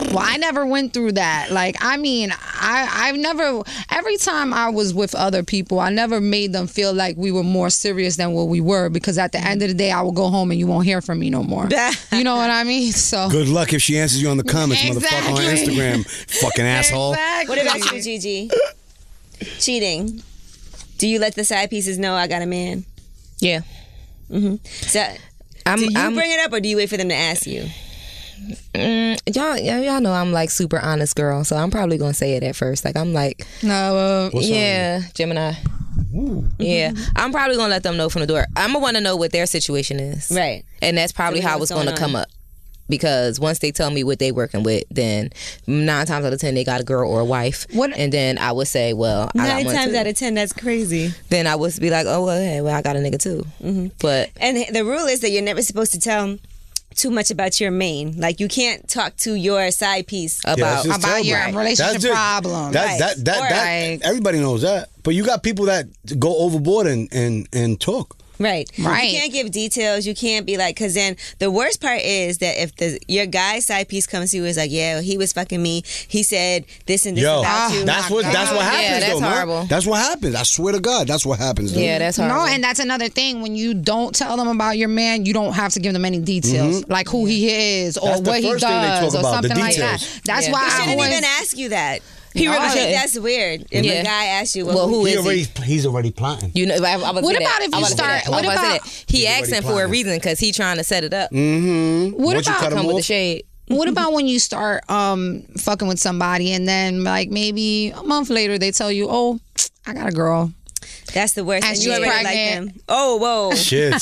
Speaker 2: Well, I never went through that. Like, I mean, I I've never. Every time I was with other people, I never made them feel like we were more serious than what we were. Because at the
Speaker 1: Mm-hmm.
Speaker 2: end of the day, I will go home and you won't hear from me no more. you know what I mean? So
Speaker 4: Good luck if she answers you on the comments, motherfucker, on
Speaker 2: Exactly.
Speaker 4: Instagram, fucking asshole.
Speaker 2: Exactly.
Speaker 1: What about you, Gigi? Cheating. Do you let the side pieces know I got a man? Mm-hmm.
Speaker 3: Yeah.
Speaker 1: So,
Speaker 3: I'm,
Speaker 1: do you
Speaker 3: I'm,
Speaker 1: bring it up or do you wait for them to ask you?
Speaker 3: mm, y'all, y'all y'all know I'm like super honest girl, so I'm probably gonna say it at first. Like I'm like,
Speaker 2: No, uh,
Speaker 3: yeah, Gemini. Yeah, I'm probably gonna let them know from the door. I'm gonna want to know what their situation is,
Speaker 1: Right.
Speaker 3: And that's probably
Speaker 1: Let me know
Speaker 3: how
Speaker 1: what's
Speaker 3: it's
Speaker 1: going
Speaker 3: gonna
Speaker 1: on.
Speaker 3: come up. Because once they tell me what they working with, then nine times out of ten they got a girl or a wife,
Speaker 2: What-
Speaker 3: and then I would say, well, I got
Speaker 1: Nine
Speaker 3: one
Speaker 1: times
Speaker 3: too.
Speaker 1: out of ten, that's crazy.
Speaker 3: then I would be like, oh well, hey, well I got a nigga too.
Speaker 2: Mm-hmm.
Speaker 3: But
Speaker 1: And the rule is that you're never supposed to tell too much about your main. Like you can't talk to your side piece.
Speaker 4: Yeah,
Speaker 3: about
Speaker 4: that's just
Speaker 2: about
Speaker 4: terrible.
Speaker 2: your relationship
Speaker 4: That's just-
Speaker 2: problem.
Speaker 4: That
Speaker 1: Right.
Speaker 4: that that,
Speaker 1: Or
Speaker 4: that
Speaker 2: like-
Speaker 4: everybody knows that. But you got people that go overboard and and and talk.
Speaker 1: Right.
Speaker 2: Right.
Speaker 1: You can't give details. You can't be like, because then the worst part is that if the your guy's side piece comes to you is like, yeah, he was fucking me. He said this and this
Speaker 4: Yo,
Speaker 1: about
Speaker 2: Oh
Speaker 1: you. Oh
Speaker 4: that's what that's what
Speaker 3: God.
Speaker 4: happens.
Speaker 3: Yeah, that's
Speaker 4: though, man.
Speaker 3: horrible.
Speaker 4: That's what happens. I swear to God, that's what happens. Dude.
Speaker 3: yeah, that's hard.
Speaker 2: No, and that's another thing. When you don't tell them about your man, you don't have to give them any details, like who he is or
Speaker 4: Mm-hmm. That's the
Speaker 2: what he
Speaker 4: first thing they
Speaker 2: does
Speaker 4: talk
Speaker 2: or
Speaker 4: about, the
Speaker 2: something like
Speaker 4: details.
Speaker 2: that. That's
Speaker 3: Yeah.
Speaker 2: why
Speaker 3: They
Speaker 1: I
Speaker 2: I
Speaker 1: didn't
Speaker 2: always.
Speaker 1: even ask you that.
Speaker 3: He really
Speaker 1: I think
Speaker 3: should.
Speaker 1: that's weird. If
Speaker 3: Yeah.
Speaker 1: a guy asks you, well,
Speaker 3: Well, who
Speaker 4: he
Speaker 3: is
Speaker 4: already,
Speaker 3: he?
Speaker 4: He's already plotting.
Speaker 3: You know, I, I was
Speaker 2: What about if you start- what about-
Speaker 3: He
Speaker 4: He's already
Speaker 3: asking for a
Speaker 4: plotting.
Speaker 3: reason because he trying to set it up.
Speaker 4: Mm-hmm.
Speaker 2: What
Speaker 4: Once you
Speaker 2: about-
Speaker 4: cut him
Speaker 3: Come with the
Speaker 4: off-
Speaker 3: shade.
Speaker 2: What about when you start um fucking with somebody and then like maybe a month later they tell you, "Oh, I got a girl."
Speaker 1: That's the worst.
Speaker 2: And
Speaker 1: And
Speaker 2: she's
Speaker 1: you already like
Speaker 2: pregnant.
Speaker 1: them. Oh, whoa.
Speaker 4: Shit.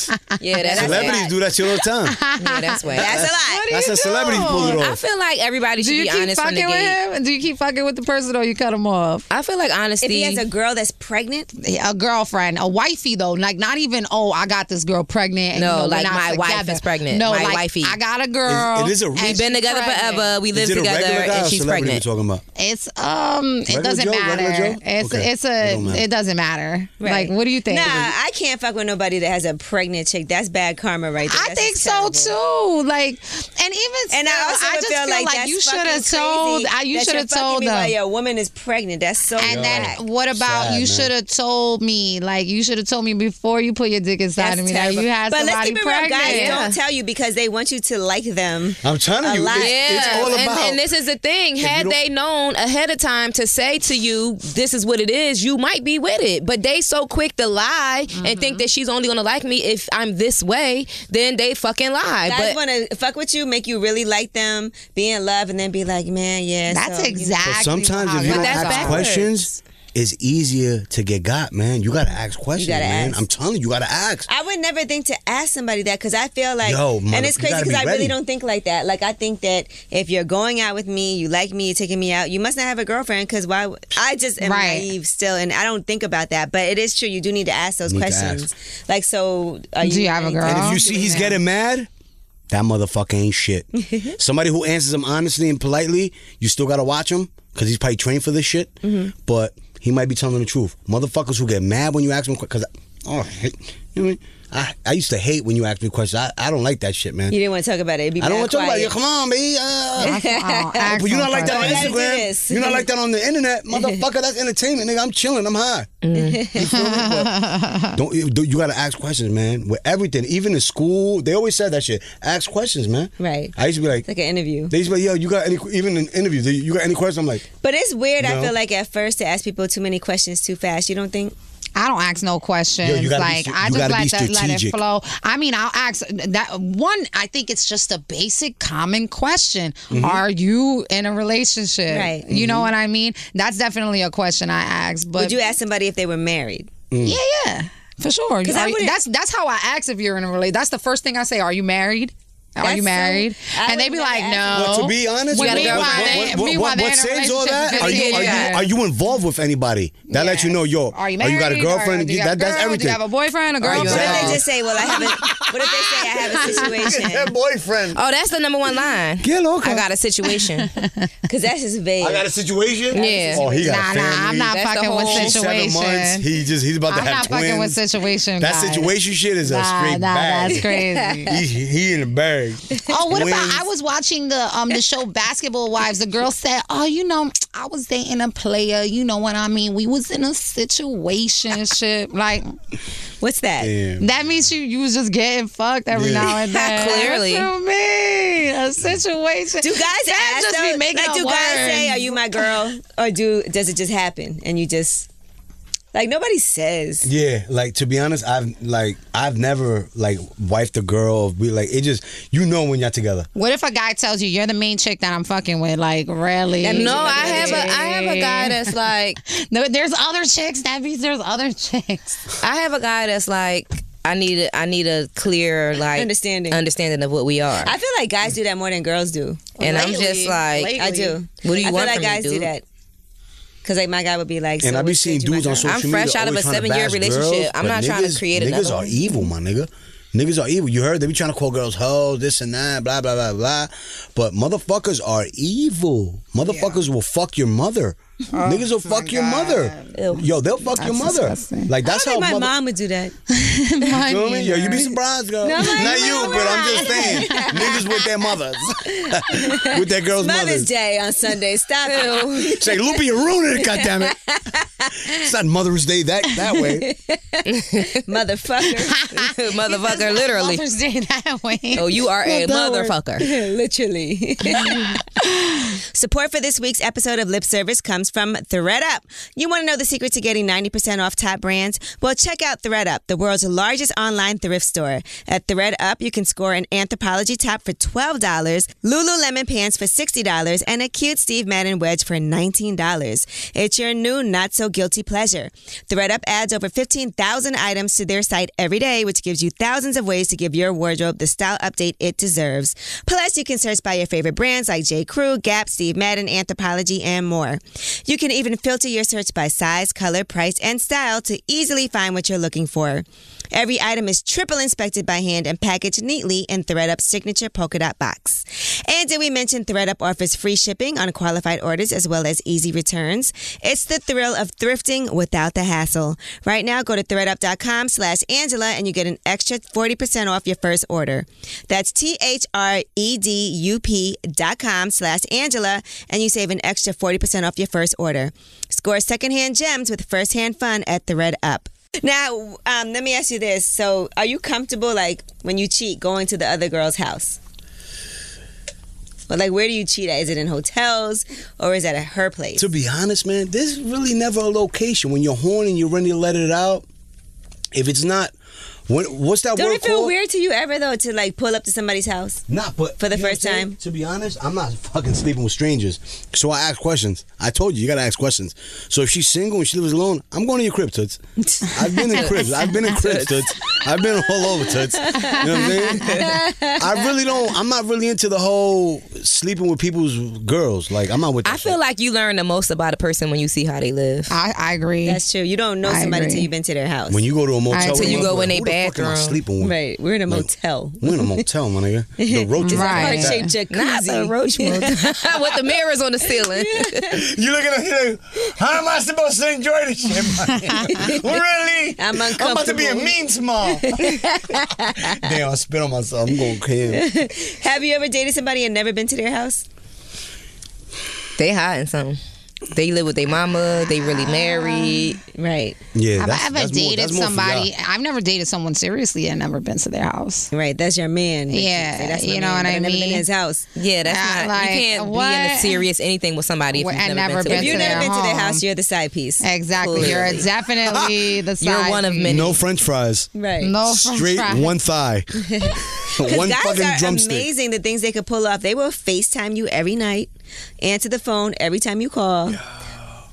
Speaker 3: Yeah, that's
Speaker 4: Celebrities do that shit all the time.
Speaker 3: Yeah, that's whack.
Speaker 1: That's a lot.
Speaker 4: That's a celebrity who pulled it
Speaker 3: I
Speaker 4: off.
Speaker 3: feel like everybody should
Speaker 2: Do you
Speaker 3: be
Speaker 2: keep
Speaker 3: honest from the
Speaker 2: fucking
Speaker 3: gate.
Speaker 2: with him? Do you keep fucking with the person or you cut him off?
Speaker 3: I feel like honesty.
Speaker 1: If he has a girl that's pregnant,
Speaker 2: A girlfriend, a wifey though, like not even. Oh, I got this girl pregnant. And,
Speaker 3: No,
Speaker 2: you know, we're
Speaker 3: like,
Speaker 2: not
Speaker 3: my wife
Speaker 2: together."
Speaker 3: is pregnant.
Speaker 2: No,
Speaker 3: My
Speaker 2: like,
Speaker 3: wifey.
Speaker 2: I got a girl.
Speaker 4: It- it is a
Speaker 2: and
Speaker 4: reason.
Speaker 3: We've been
Speaker 2: she's
Speaker 3: together
Speaker 2: pregnant.
Speaker 3: forever. We live
Speaker 4: Is it a
Speaker 3: together,
Speaker 4: regular guy or
Speaker 3: and she's
Speaker 4: celebrity
Speaker 3: pregnant.
Speaker 4: We're talking about.
Speaker 2: It's um. It
Speaker 4: Regular
Speaker 2: doesn't
Speaker 4: Joe? Regular
Speaker 2: matter.
Speaker 4: Joe?
Speaker 2: It's
Speaker 4: Okay.
Speaker 2: it's
Speaker 4: It
Speaker 2: a.
Speaker 4: don't matter.
Speaker 2: It doesn't matter.
Speaker 1: Right.
Speaker 2: Like, what do you think?
Speaker 1: nah, I can't fuck with nobody that has a pregnant chick. That's bad karma, right there.
Speaker 2: I
Speaker 1: That's
Speaker 2: think
Speaker 1: just
Speaker 2: so
Speaker 1: terrible.
Speaker 2: too. Like, and even
Speaker 1: And
Speaker 2: still,
Speaker 1: I also would
Speaker 2: just
Speaker 1: feel like, that's
Speaker 2: you
Speaker 1: should have
Speaker 2: told. I, you should have told
Speaker 1: me
Speaker 2: them.
Speaker 1: While your woman is pregnant. That's so.
Speaker 2: and
Speaker 1: whack.
Speaker 2: then what about
Speaker 4: Sad,
Speaker 2: you
Speaker 4: man.
Speaker 2: should have told me? Like, you should have told me before you put your dick inside
Speaker 1: That's
Speaker 2: of me
Speaker 1: terrible.
Speaker 2: that you had
Speaker 1: but
Speaker 2: somebody
Speaker 1: let's keep it real,
Speaker 2: pregnant.
Speaker 1: guys.
Speaker 2: Yeah.
Speaker 1: Don't tell you because they want you to like them.
Speaker 4: I'm telling
Speaker 1: A
Speaker 4: you,
Speaker 1: lot.
Speaker 4: it's, it's
Speaker 3: Yeah,
Speaker 4: all
Speaker 3: and-
Speaker 4: about.
Speaker 3: And, this is the thing.
Speaker 4: you
Speaker 3: Had
Speaker 4: don't-
Speaker 3: they known ahead of time to say to you, "This is what it is," you might be with it. But they so quick to lie and
Speaker 1: Mm-hmm.
Speaker 3: think that she's only gonna like me if I'm this way. Then they fucking lie.
Speaker 1: Guys
Speaker 3: but
Speaker 1: want to fuck with you, make you really like them, be in love, and then be like, man, yeah.
Speaker 2: That's
Speaker 1: so, you know,
Speaker 2: exactly.
Speaker 4: but sometimes
Speaker 2: how
Speaker 4: if you
Speaker 2: it
Speaker 4: don't
Speaker 3: that's
Speaker 4: ask
Speaker 2: goes.
Speaker 3: backwards.
Speaker 4: questions, it's easier to get got, man. You gotta ask questions,
Speaker 1: gotta
Speaker 4: man.
Speaker 1: ask.
Speaker 4: I'm telling you, you gotta ask.
Speaker 1: I would never think to ask somebody that because I feel like,
Speaker 4: Yo, mother-
Speaker 1: and it's
Speaker 4: you
Speaker 1: crazy
Speaker 4: gotta
Speaker 1: because
Speaker 4: be
Speaker 1: I really
Speaker 4: ready.
Speaker 1: don't think like that. Like I think that if you're going out with me, you like me, you're taking me out, you must not have a girlfriend because why? would- I just am
Speaker 2: Right.
Speaker 1: naive still, and I don't think about that. But it is true, you do need to ask those
Speaker 4: Need to
Speaker 1: questions. Like, so are
Speaker 2: Do you have a girl?
Speaker 4: And if
Speaker 2: Oh,
Speaker 4: you see he's getting mad, that motherfucker ain't shit. Somebody who answers him honestly and politely, you still gotta watch him because he's probably trained for this shit. But he might be telling the truth. Motherfuckers who get mad when you ask them because, oh, you know what I mean? I, I used to hate when you asked me questions. I, I don't like that shit, man.
Speaker 1: You didn't want to talk about it. It'd be
Speaker 4: I don't
Speaker 1: want
Speaker 4: want to talk about it. Come on, baby. Uh,
Speaker 2: I don't ask
Speaker 4: but you're
Speaker 2: them
Speaker 4: not like that on
Speaker 1: Don't gotta do
Speaker 4: Instagram.
Speaker 1: this.
Speaker 4: You're not like that on the internet, motherfucker. That's entertainment, nigga. I'm chilling. I'm high. You feel me? But don't you, do- you gotta ask questions, man? With everything, even in school, they always said that shit. Ask questions, man.
Speaker 1: Right.
Speaker 4: I used to be like,
Speaker 1: It's like an interview.
Speaker 4: they used to be like, yo, you got any? Even in interviews, they- you got any questions? I'm like,
Speaker 1: But it's weird, I
Speaker 4: No.
Speaker 1: feel like, at first to ask people too many questions too fast. You don't think?
Speaker 2: I don't ask no questions.
Speaker 4: Yo, you gotta be
Speaker 2: like
Speaker 4: stu-
Speaker 2: I
Speaker 4: you
Speaker 2: just
Speaker 4: gotta
Speaker 2: let
Speaker 4: be
Speaker 2: that let it
Speaker 4: strategic.
Speaker 2: flow. I mean, I'll ask that one. I think it's just a basic common question:
Speaker 4: Mm-hmm.
Speaker 2: Are you in a relationship?
Speaker 1: Right.
Speaker 2: You know what I mean? That's definitely a question I ask. But
Speaker 1: Would you ask somebody if they were married?
Speaker 4: Mm.
Speaker 2: yeah, yeah, for sure. Are you-
Speaker 1: I wouldn't-
Speaker 2: that's that's how I ask if you're in a relationship. That's the first thing I say: Are you married? Are
Speaker 1: That's
Speaker 2: you
Speaker 1: so-
Speaker 2: married?
Speaker 1: I
Speaker 2: and they be
Speaker 1: would never
Speaker 2: like,
Speaker 1: ask-
Speaker 2: no.
Speaker 4: Well, to be honest,
Speaker 2: When
Speaker 4: what,
Speaker 2: meanwhile, they-
Speaker 4: what- what- what-
Speaker 2: meanwhile,
Speaker 4: what-
Speaker 2: they're in
Speaker 4: what
Speaker 2: a
Speaker 4: saves all
Speaker 2: relationship
Speaker 4: that?
Speaker 2: for
Speaker 4: Are you,
Speaker 2: 15
Speaker 4: are, you,
Speaker 2: years.
Speaker 4: are you involved with anybody? That lets you know, yo,
Speaker 2: Are you married?
Speaker 4: got a girlfriend?
Speaker 2: Or do you got a
Speaker 4: that, that's
Speaker 2: girl? Do
Speaker 4: everything.
Speaker 2: you have a boyfriend, a
Speaker 4: you
Speaker 2: girlfriend?
Speaker 1: What if
Speaker 4: Wow.
Speaker 1: they just say, well, I have a, what if they say I have a situation?
Speaker 4: boyfriend.
Speaker 3: oh, that's the number one line.
Speaker 4: Get loca.
Speaker 3: I got a situation.
Speaker 1: Because that's just vague.
Speaker 4: I got a situation.
Speaker 3: Yeah.
Speaker 4: Oh, he got
Speaker 2: Nah,
Speaker 4: a
Speaker 2: nah,
Speaker 4: family.
Speaker 2: I'm not
Speaker 3: That's the
Speaker 2: fucking with
Speaker 3: whole-
Speaker 4: She's
Speaker 2: situation.
Speaker 4: Seven months. He just he's about to
Speaker 2: I'm
Speaker 4: have
Speaker 2: not
Speaker 4: twins.
Speaker 2: fucking with situation.
Speaker 4: That
Speaker 2: guys.
Speaker 4: situation shit is a straight
Speaker 2: nah,
Speaker 4: bag.
Speaker 2: that's crazy.
Speaker 4: he, he in a bag.
Speaker 2: oh, what about?
Speaker 4: Twins.
Speaker 2: I was watching the um the show Basketball Wives. The girl said, "Oh, you know, I was dating a player. You know what I mean? We was in a situationship. Like
Speaker 1: What's that?
Speaker 4: Damn.
Speaker 2: that means you you was just getting fucked every
Speaker 4: Yeah.
Speaker 2: now and then.
Speaker 3: Clearly.
Speaker 2: what you mean a situation?
Speaker 1: Do guys
Speaker 2: that
Speaker 1: ask
Speaker 2: just
Speaker 1: though?
Speaker 2: be making
Speaker 1: like
Speaker 2: up
Speaker 1: do guys say,
Speaker 2: words.
Speaker 1: Are you my girl? Or do does it just happen and you just like nobody says.
Speaker 4: Yeah, like to be honest, I've like I've never like wifed a girl. Or be like it just you know when y'all together.
Speaker 2: What if a guy tells you you're the main chick that I'm fucking with? Like, really?
Speaker 1: That means
Speaker 3: no, I have a I have a guy that's like
Speaker 2: No, there's other chicks. That means there's other chicks.
Speaker 3: I have a guy that's like I need a, I need a clear like
Speaker 1: Understanding.
Speaker 3: understanding of what we are.
Speaker 1: I feel like guys do that more than girls do.
Speaker 3: and I'm just like
Speaker 1: I do.
Speaker 3: What do you
Speaker 1: I
Speaker 3: want
Speaker 1: feel like
Speaker 3: from me,
Speaker 1: guys do
Speaker 3: dude?
Speaker 1: that. Cause like my guy would be like,
Speaker 4: And
Speaker 1: so
Speaker 4: I be
Speaker 1: what
Speaker 4: seeing
Speaker 1: stage you
Speaker 4: dudes
Speaker 1: my girl?
Speaker 4: on social
Speaker 3: I'm
Speaker 4: media.
Speaker 3: fresh out of
Speaker 4: always
Speaker 3: a
Speaker 4: trying to
Speaker 3: seven-year
Speaker 4: bash
Speaker 3: relationship.
Speaker 4: girls,
Speaker 3: I'm
Speaker 4: but
Speaker 3: not trying to
Speaker 4: niggas-
Speaker 3: create
Speaker 4: Niggas
Speaker 3: another
Speaker 4: are
Speaker 3: one.
Speaker 4: evil, my nigga. Niggas are evil. You heard they be trying to call girls hoes, this and that, blah blah blah blah. But motherfuckers are evil. Motherfuckers will fuck your mother. niggas will fuck your mother. Yo, they'll fuck your mother.
Speaker 2: disgusting.
Speaker 4: Like
Speaker 1: I
Speaker 4: that's
Speaker 1: don't
Speaker 4: how
Speaker 1: think my
Speaker 4: mother-
Speaker 1: mom would do that.
Speaker 4: You know what I mean? Yo, you be surprised, girl.
Speaker 1: No, I'm not
Speaker 4: Not
Speaker 1: even
Speaker 4: you, but I'm just saying. Niggas with their mothers. with their girls'
Speaker 1: Mother's
Speaker 4: mothers.
Speaker 1: Day on Sunday. Stop it.
Speaker 4: Say, Loopy, you're ruining it, goddammit. It's not Mother's Day that, that way.
Speaker 1: Motherfucker.
Speaker 3: motherfucker, literally.
Speaker 2: Mother's Day that way.
Speaker 3: Oh, you are a
Speaker 1: that word.
Speaker 3: motherfucker.
Speaker 1: Literally. Support for this week's episode of Lip Service comes from ThreadUp. You want to know the secret to getting 90% off top brands? Well, check out ThreadUp, the world's largest online thrift store. At ThreadUp, you can score an Anthropology top for $12, Lululemon pants for $60, and a cute Steve Madden wedge for $19. It's your new not so guilty pleasure. ThreadUp adds over 15,000 items to their site every day, which gives you thousands of ways to give your wardrobe the style update it deserves. Plus, you can search by your favorite brands like J. Crew, Gap, Steve Madden, Anthropology, and more. You can even filter your search by size, color, price, and style to easily find what you're looking for. Every item is triple inspected by hand and packaged neatly in ThreadUp's signature polka dot box. And did we mention ThreadUp offers free shipping on qualified orders as well as easy returns? It's the thrill of thrifting without the hassle. Right now, go to threadup.com slash Angela and you get an extra 40% off your first order. That's E T-H-R-E-D-U-P dot com slash Angela and you save an extra 40% off your first order. Score secondhand gems with firsthand fun at ThreadUp. Now, um, let me ask you this. So, are you comfortable, like, when you cheat, going to the other girl's house? Or, like, where do you cheat at? Is it in hotels or is that at her place?
Speaker 4: To be honest, man, there's really never a location. When you're horny, you're ready to let it out. If it's not, when, what's that
Speaker 1: Don't
Speaker 4: word
Speaker 1: it feel
Speaker 4: called?
Speaker 1: weird to you ever, though, to, like, pull up to somebody's house?
Speaker 4: Not, but
Speaker 1: For the
Speaker 4: you know what
Speaker 1: first
Speaker 4: I'm saying?
Speaker 1: time.
Speaker 4: To be honest, I'm not fucking sleeping with strangers. So I ask questions. I told you, you gotta ask questions. So if she's single and she lives alone, I'm going to your crib, toots. I've been in cribs. I've been in cribs, toots. I've been all over, toots. You know what I'm saying? I really don't. I'm not really into the whole sleeping with people's girls. Like I'm not with. That
Speaker 3: I feel
Speaker 4: shit.
Speaker 3: like you learn the most about a person when you see how they live.
Speaker 2: I, I agree.
Speaker 1: That's true. You don't know
Speaker 2: I
Speaker 1: somebody
Speaker 2: agree.
Speaker 1: till you've been to their house.
Speaker 4: when you go to a motel,
Speaker 2: Until
Speaker 4: with
Speaker 2: you
Speaker 4: one,
Speaker 3: go
Speaker 4: like,
Speaker 3: in a
Speaker 4: who the fuck am I
Speaker 3: bathroom.
Speaker 4: sleeping with?
Speaker 1: right. We're in a motel.
Speaker 4: We're in a motel, my nigga. The roach. was
Speaker 2: Right.
Speaker 4: like that.
Speaker 1: Heart-shaped
Speaker 3: Not the
Speaker 1: jacuzzi.
Speaker 3: roach with the mirrors on the ceiling.
Speaker 4: You looking at him? How am I supposed to enjoy this shit? man? really?
Speaker 1: I'm
Speaker 4: about to be a
Speaker 1: uncomfortable.
Speaker 4: mean small. Damn, I spit on myself. I'm going crazy.
Speaker 1: Have you ever dated somebody and never been to their house?
Speaker 3: they hiding something. They live with their mama. They
Speaker 2: Ah.
Speaker 3: really married.
Speaker 1: Right.
Speaker 4: Yeah,
Speaker 2: Have
Speaker 4: that's-
Speaker 2: I ever
Speaker 4: that's more-
Speaker 2: dated
Speaker 4: that's more for y'all.
Speaker 2: somebody? I've never dated someone seriously and never been to their house.
Speaker 1: Right. That's your man. Like
Speaker 2: Yeah,
Speaker 1: say, That's my
Speaker 2: you know
Speaker 1: man,
Speaker 2: what
Speaker 1: but
Speaker 2: I
Speaker 1: I've never been
Speaker 2: mean?
Speaker 1: to his house.
Speaker 3: Yeah, that's
Speaker 2: Uh,
Speaker 3: not.
Speaker 2: like,
Speaker 3: you can't be in a
Speaker 2: what?
Speaker 3: serious anything with somebody if
Speaker 2: Well,
Speaker 3: you've
Speaker 2: and
Speaker 3: never,
Speaker 2: never
Speaker 3: been
Speaker 2: been
Speaker 3: to.
Speaker 1: You've
Speaker 3: Been
Speaker 2: to
Speaker 1: never
Speaker 2: their
Speaker 1: been to their
Speaker 2: home. Eh.
Speaker 1: house. You're the side piece.
Speaker 2: Exactly.
Speaker 3: Clearly.
Speaker 2: You're definitely the
Speaker 3: You're
Speaker 2: side
Speaker 3: one of
Speaker 2: piece.
Speaker 3: many.
Speaker 4: No French fries.
Speaker 1: Right.
Speaker 2: No
Speaker 4: Straight
Speaker 2: fries.
Speaker 4: one thigh. one
Speaker 1: guys
Speaker 4: fucking
Speaker 1: are
Speaker 4: drumstick.
Speaker 1: amazing the things they could pull off. They will FaceTime you every night, answer the phone every time you call,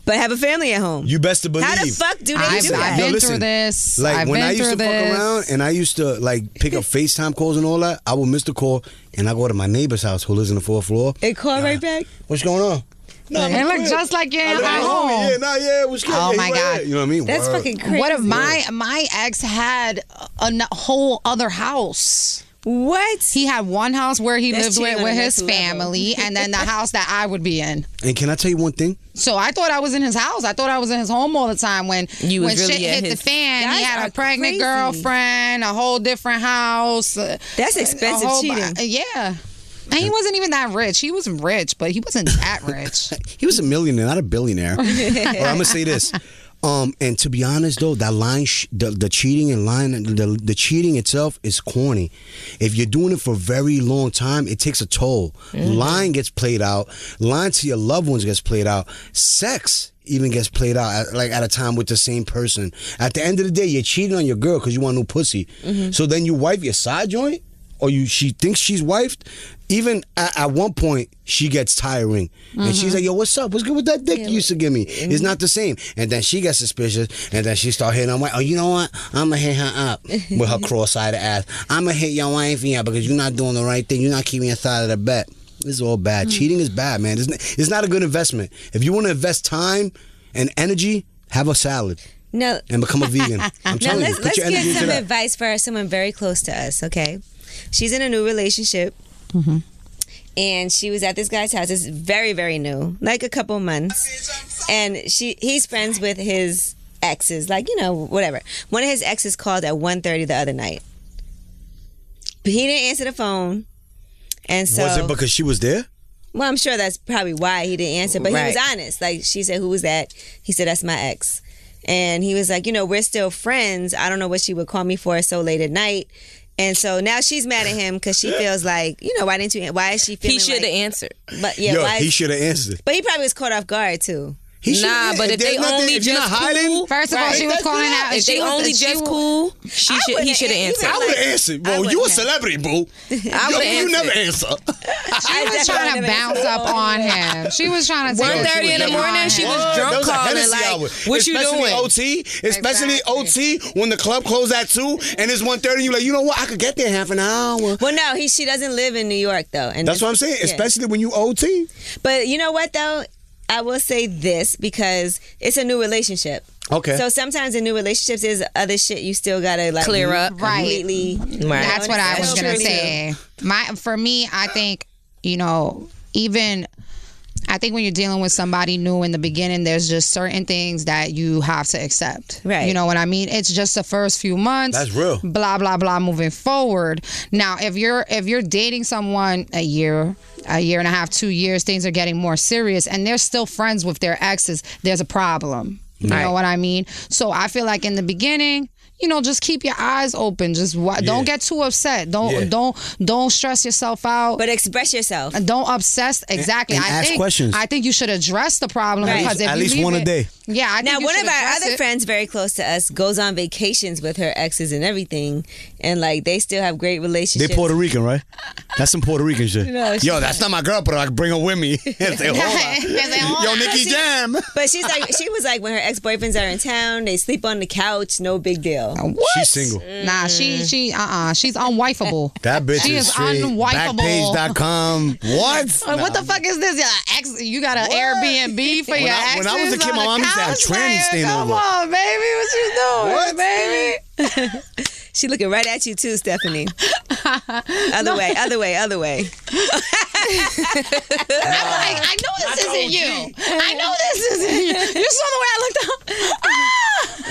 Speaker 1: but have a family at home.
Speaker 4: You best to believe.
Speaker 1: How the fuck do they
Speaker 2: I've,
Speaker 1: do
Speaker 2: I've
Speaker 1: that?
Speaker 4: Yo,
Speaker 2: been
Speaker 4: listen,
Speaker 2: through this.
Speaker 4: Like
Speaker 2: I've
Speaker 4: when
Speaker 2: been
Speaker 4: I used
Speaker 2: through
Speaker 4: to
Speaker 2: this.
Speaker 4: fuck around and I used to like pick up FaceTime calls and all that, I would miss the call and I go to my neighbor's house who lives in the fourth floor.
Speaker 1: They call right back.
Speaker 4: What's going on? No, I'm
Speaker 2: It looked
Speaker 4: good.
Speaker 2: just like you're
Speaker 4: I
Speaker 2: in
Speaker 4: live
Speaker 2: my
Speaker 4: at home.
Speaker 2: home.
Speaker 4: Yeah, nah, yeah, what's good?
Speaker 2: Oh
Speaker 4: Yeah,
Speaker 2: my
Speaker 4: you right
Speaker 2: God.
Speaker 4: there. You know what I mean?
Speaker 1: That's
Speaker 4: Word.
Speaker 1: fucking crazy.
Speaker 2: What if my my ex had a, a whole other house?
Speaker 1: What?
Speaker 2: He had one house where he
Speaker 1: That's cheating
Speaker 2: lived
Speaker 1: on
Speaker 2: with, with
Speaker 1: the
Speaker 2: his
Speaker 1: next level.
Speaker 2: family, and then the house that I would be in.
Speaker 4: And can I tell you one thing?
Speaker 2: So I thought I was in his house. I thought I was in his home all the time. When
Speaker 3: You
Speaker 2: when
Speaker 3: was really
Speaker 2: shit
Speaker 3: at
Speaker 2: hit
Speaker 3: his-
Speaker 2: the fan,
Speaker 1: Guys
Speaker 2: he had
Speaker 1: are
Speaker 2: a pregnant
Speaker 1: crazy.
Speaker 2: girlfriend, a whole different house. uh,
Speaker 1: That's
Speaker 2: a
Speaker 1: expensive
Speaker 2: whole- uh,
Speaker 1: cheating.
Speaker 2: yeah, and he wasn't even that rich. He was rich, but he wasn't that rich.
Speaker 4: He was a millionaire, not a billionaire. or I'm gonna say this. Um, and to be honest though, that line, sh- the, the cheating and line, the, the cheating itself is corny. If you're doing it for a very long time, it takes a toll. Lying gets played out. Lying to your loved ones gets played out. Sex even gets played out at, like at a time with the same person. At the end of the day, you're cheating on your girl because you want no pussy. So then you wipe your side joint or you she thinks she's wifed. Even at, at one point, she gets tiring, and
Speaker 1: Mm-hmm.
Speaker 4: she's like, "Yo, what's up? What's good with that dick you used to give me? It's not the same." And then she gets suspicious, and then she start hitting. I'm like, "Oh, you know what? I'ma hit her up with her cross-eyed ass. I'ma hit your wife, yeah, because you're not doing the right thing. You're not keeping your side of the bet. This is all bad.
Speaker 1: Mm-hmm.
Speaker 4: Cheating is bad, man. It's, n- it's not a good investment. If you want to invest time and energy, have a salad
Speaker 1: No.
Speaker 4: and become a vegan. I'm
Speaker 1: Now
Speaker 4: telling you,
Speaker 1: let's,
Speaker 4: put
Speaker 1: let's
Speaker 4: your
Speaker 1: get
Speaker 4: energy into
Speaker 1: some
Speaker 4: that.
Speaker 1: advice for someone very close to us. Okay, she's in a new relationship,
Speaker 4: Mm-hmm.
Speaker 1: and she was at this guy's house. It's very very new, like a couple months, and she he's friends with his exes, like you know whatever. One of his exes called at 1.30 the other night, but he didn't answer the phone, and so
Speaker 4: Was it because she was there?
Speaker 1: well, I'm sure that's probably why he didn't answer, but he was
Speaker 3: Right.
Speaker 1: honest. Like she said, "Who was that?" He said, "That's my ex." And he was like, "You know, we're still friends. I don't know what she would call me for so late at night." And so now she's mad at him because she feels like, you know, why didn't you? Why is she feeling?
Speaker 3: He should have
Speaker 1: like-
Speaker 3: answered.
Speaker 1: But yeah,
Speaker 4: Yo,
Speaker 1: why
Speaker 4: he
Speaker 1: is-
Speaker 4: should have answered.
Speaker 1: But he probably was caught off guard too.
Speaker 4: He shoulda
Speaker 3: Nah,
Speaker 4: answered.
Speaker 3: but if
Speaker 4: there's
Speaker 3: they only
Speaker 4: if you're not
Speaker 3: just
Speaker 4: hiding,
Speaker 3: cool-
Speaker 2: First of all,
Speaker 3: Right.
Speaker 2: she was
Speaker 4: That's
Speaker 2: calling
Speaker 4: not-
Speaker 2: out.
Speaker 3: If
Speaker 2: Ah, she
Speaker 3: they
Speaker 2: was-
Speaker 3: only
Speaker 2: she
Speaker 3: just
Speaker 2: was-
Speaker 3: cool, she should. He
Speaker 1: wouldn't-
Speaker 3: should have
Speaker 1: even
Speaker 3: answered.
Speaker 1: like-
Speaker 4: I would have answered,
Speaker 1: I
Speaker 4: bro.
Speaker 1: wouldn't
Speaker 4: You a
Speaker 1: have.
Speaker 4: celebrity, boo.
Speaker 3: I
Speaker 4: Yo,
Speaker 3: would
Speaker 4: you
Speaker 3: have
Speaker 4: never
Speaker 3: answered.
Speaker 4: answer.
Speaker 2: She was trying to
Speaker 1: definitely
Speaker 2: bounce up on him. She was trying to take
Speaker 4: Yo,
Speaker 2: a
Speaker 3: 1:30 in the
Speaker 2: dig
Speaker 3: morning,
Speaker 2: on
Speaker 3: she
Speaker 2: him.
Speaker 3: was- drunk
Speaker 4: that was a
Speaker 3: calling,
Speaker 4: Hennessy
Speaker 3: like,
Speaker 4: hour.
Speaker 3: what you
Speaker 4: especially
Speaker 3: doing?
Speaker 4: OT, especially
Speaker 2: Exactly.
Speaker 4: OT when the club closed at two and it's 1.30 You like, you know what? I could get there in half an hour.
Speaker 1: Well, no, he she doesn't live in New York though, and
Speaker 4: That's
Speaker 1: this-
Speaker 4: what I'm saying.
Speaker 1: yeah.
Speaker 4: Especially when you OT.
Speaker 1: But you know what though, I will say this because it's a new relationship.
Speaker 4: Okay.
Speaker 1: So sometimes in new relationships, there's other shit you still gotta like
Speaker 3: Clear up.
Speaker 2: Right.
Speaker 1: completely.
Speaker 3: Right.
Speaker 2: That's what I was
Speaker 1: That's
Speaker 2: gonna
Speaker 1: true,
Speaker 2: say. My for me, I think you know even. I think when you're dealing with somebody new in the beginning, there's just certain things that you have to accept.
Speaker 1: Right.
Speaker 2: You know what I mean? It's just the first few months.
Speaker 4: That's real.
Speaker 2: Blah blah blah. Moving forward. Now, if you're if you're dating someone a year, a year and a half, two years, things are getting more serious, and they're still friends with their exes. There's a problem. You know
Speaker 3: Right.
Speaker 2: what I mean? So I feel like in the beginning, you know, just keep your eyes open. Just wa- don't get too upset. Don't
Speaker 4: Yeah.
Speaker 2: don't don't stress yourself out.
Speaker 1: But express yourself.
Speaker 2: don't obsess exactly.
Speaker 4: and
Speaker 2: I
Speaker 4: ask
Speaker 2: think,
Speaker 4: questions.
Speaker 2: I think you should address the problem
Speaker 1: Right.
Speaker 2: because if
Speaker 4: At
Speaker 2: you
Speaker 4: least
Speaker 2: leave
Speaker 4: one a
Speaker 2: it-
Speaker 4: day.
Speaker 2: Yeah, I think
Speaker 1: Now,
Speaker 2: you
Speaker 1: one
Speaker 2: should
Speaker 1: of our
Speaker 2: address
Speaker 1: other
Speaker 2: it.
Speaker 1: friends, very close to us, goes on vacations with her exes and everything, and like they still have great
Speaker 4: They
Speaker 1: relationships.
Speaker 4: Puerto Rican, right? That's some Puerto Rican shit.
Speaker 1: No, she's
Speaker 4: Yo, that's not my girl, but I can bring her with me. And say, "Hold on."
Speaker 2: And they all-
Speaker 4: Yo, Nikki Jam.
Speaker 1: but she's like, she was like, when her ex boyfriends are in town, they sleep on the couch, no big deal.
Speaker 2: What?
Speaker 4: She's single.
Speaker 2: Nah, she
Speaker 1: Mm.
Speaker 2: she uh uh she's unwifeable.
Speaker 4: That bitch
Speaker 2: She
Speaker 4: is,
Speaker 2: is
Speaker 4: straight.
Speaker 2: unwifeable.
Speaker 4: Backpage.com. What?
Speaker 2: Like, What the fuck is this? Your ex, you got an Airbnb for your
Speaker 4: I-
Speaker 2: ex.
Speaker 4: when I was a kid, my mom used to have trannies staying
Speaker 2: Come
Speaker 4: over.
Speaker 2: on, baby, what you doing,
Speaker 4: What?
Speaker 2: baby?
Speaker 1: She looking right at you too, Stephanie. other way, other way, other way.
Speaker 2: I'm like, I know this isn't you. I know this isn't you. You saw the way I looked up. Ah!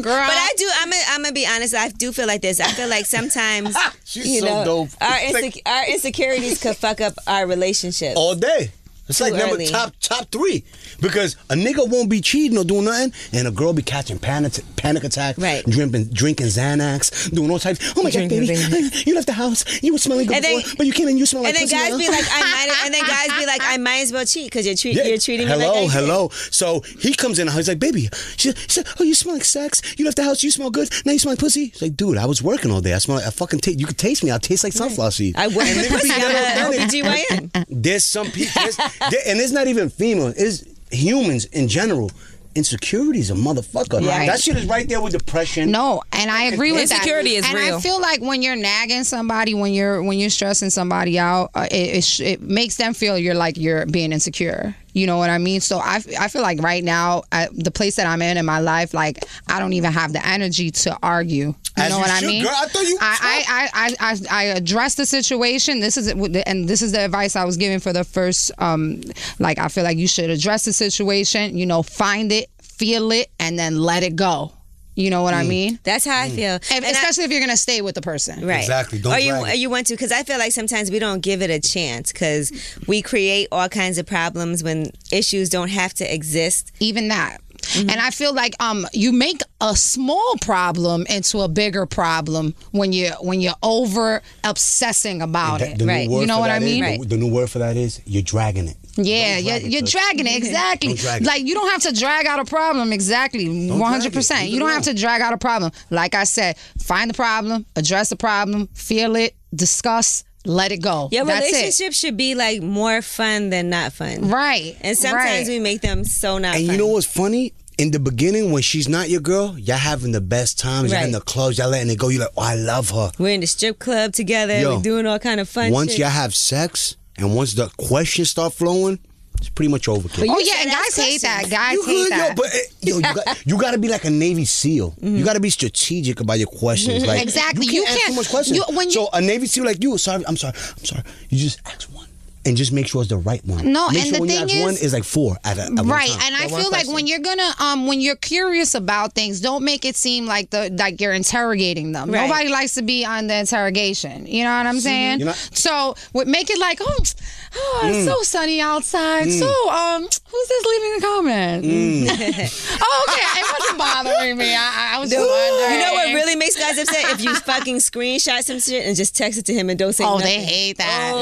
Speaker 2: Girl.
Speaker 1: But I do. I'm. i I'm gonna be honest. I do feel like this. I feel like sometimes
Speaker 4: She's
Speaker 1: you
Speaker 4: so
Speaker 1: know
Speaker 4: dope.
Speaker 1: our
Speaker 4: It's like-
Speaker 1: insec- our insecurities could fuck up our relationship.
Speaker 4: all day. It's like number
Speaker 1: early.
Speaker 4: top top three because a nigga won't be cheating or doing nothing, and a girl be catching panic panic attacks,
Speaker 1: Right.
Speaker 4: Drinking drinking Xanax, doing all types. Oh my god,
Speaker 3: Drinking
Speaker 4: baby, you left the house. You were smelling good
Speaker 1: And then-
Speaker 4: before, but you came and you smell like
Speaker 1: And then
Speaker 4: pussy
Speaker 1: guys
Speaker 4: now.
Speaker 1: be like, I might. And then guys be like, I might as well cheat because you're treat,
Speaker 4: Yeah.
Speaker 1: you're treating me
Speaker 4: hello,
Speaker 1: like I did.
Speaker 4: hello. So he comes in, the house, he's like, "Baby," she, she said, "Oh, you smell like sex. You left the house. You smell good. Now you smell like pussy." He's like, "Dude, I was working all day. I smell. Like, I fucking taste. You could taste me. I taste like sunflower seed."
Speaker 1: I work with pussy. I'm a OBGYN.
Speaker 4: there's some people, there's, there- and it's not even female. It's humans in general. Insecurity is a motherfucker.
Speaker 2: Right.
Speaker 4: That shit is right there with depression.
Speaker 2: No, and I agree with
Speaker 3: Insecurity
Speaker 2: that.
Speaker 3: is
Speaker 2: and I
Speaker 3: real.
Speaker 2: feel like when you're nagging somebody, when you're when you're stressing somebody out, uh, it it, sh- it makes them feel you're like you're being insecure. You know what I mean? So I, f- I feel like right now, I, the place that I'm in in my life, like I don't even have the energy to argue. You
Speaker 4: As
Speaker 2: know
Speaker 4: you
Speaker 2: what I
Speaker 4: should,
Speaker 2: mean?
Speaker 4: girl. I thought you-
Speaker 2: I I, I, I, I addressed the situation. This is it with the- and this is the advice I was given for the first. Um, like I feel like you should address the situation. You know, find it, feel it, and then let it go. You know what
Speaker 4: Mm.
Speaker 2: I mean?
Speaker 1: That's how I feel.
Speaker 2: If-
Speaker 1: And I-
Speaker 2: especially if you're gonna stay with the person.
Speaker 1: Right.
Speaker 4: Exactly. Don't
Speaker 1: or you
Speaker 4: drag it.
Speaker 1: or you want to because I feel like sometimes we don't give it a chance because we create all kinds of problems when issues don't have to exist.
Speaker 2: Even that.
Speaker 4: Mm-hmm.
Speaker 2: And I feel like um you make a small problem into a bigger problem when you when you're over obsessing about
Speaker 4: That-
Speaker 2: it.
Speaker 4: the new
Speaker 1: Right.
Speaker 4: word
Speaker 2: You know
Speaker 4: for
Speaker 2: what
Speaker 4: that
Speaker 2: I
Speaker 4: is-
Speaker 2: mean?
Speaker 4: the- the new word for that is you're dragging it.
Speaker 2: Yeah,
Speaker 4: Don't
Speaker 2: you're,
Speaker 4: drag it,
Speaker 2: you're
Speaker 4: cuz.
Speaker 2: dragging it exactly.
Speaker 4: Don't drag it.
Speaker 2: Like you don't have to drag out a problem exactly,
Speaker 4: drag it.
Speaker 2: one hundred percent.
Speaker 4: Leave
Speaker 2: You
Speaker 4: it
Speaker 2: don't have to
Speaker 4: alone.
Speaker 2: drag out a problem. Like I said, find the problem, address the problem, feel it, discuss, let it go.
Speaker 1: Your
Speaker 2: That's
Speaker 1: relationship should be like more fun than not
Speaker 2: it.
Speaker 1: fun.
Speaker 2: Right.
Speaker 1: And sometimes
Speaker 2: right.
Speaker 1: we make them so not
Speaker 4: And
Speaker 1: fun.
Speaker 4: you know what's funny? In the beginning, when she's not your girl, y'all having the best times. Y'all in
Speaker 1: Right.
Speaker 4: the clubs. Y'all letting it go. You're like, oh, I love her.
Speaker 1: We're in the strip club together.
Speaker 4: Yo,
Speaker 1: we're doing all kind of fun
Speaker 4: once
Speaker 1: shit.
Speaker 4: y'all have sex and once the questions start flowing, it's pretty much over.
Speaker 1: But
Speaker 2: Oh
Speaker 1: you
Speaker 2: yeah,
Speaker 1: said
Speaker 2: and
Speaker 1: ask
Speaker 2: guys hate that.
Speaker 1: questions.
Speaker 2: Guys
Speaker 4: you
Speaker 2: hate
Speaker 4: good,
Speaker 2: that.
Speaker 4: yo, but eh, yo, you got you got to be like a Navy SEAL. You got to be strategic about your questions. Like
Speaker 2: Exactly.
Speaker 4: you
Speaker 2: You
Speaker 4: can't ask
Speaker 2: can't-
Speaker 4: too much questions.
Speaker 2: you- when you-
Speaker 4: so a Navy SEAL like you, sorry, I'm sorry, I'm sorry. You just ask one and just make sure it's the right one.
Speaker 2: No,
Speaker 4: make
Speaker 2: and
Speaker 4: sure
Speaker 2: the
Speaker 4: when you
Speaker 2: thing
Speaker 4: ask one
Speaker 2: is-
Speaker 4: is like four at a at one
Speaker 2: right
Speaker 4: time.
Speaker 2: and i
Speaker 3: That one
Speaker 2: feel like
Speaker 3: person.
Speaker 2: when you're gonna um when you're curious about things don't make it seem like the like you're interrogating them
Speaker 1: Right. Mm-hmm.
Speaker 2: nobody likes to be on the interrogation you know what i'm saying
Speaker 4: You're not- Mm.
Speaker 2: so what make it like oh oh, it's so sunny outside. So, um, who's this leaving a comment?
Speaker 4: Mm.
Speaker 2: oh, okay. It wasn't bothering me. I, I- I was just wondering.
Speaker 1: You know what really makes guys upset? If you fucking screenshot some shit and just text it to him and don't say
Speaker 2: Oh,
Speaker 1: nothing.
Speaker 2: they hate that.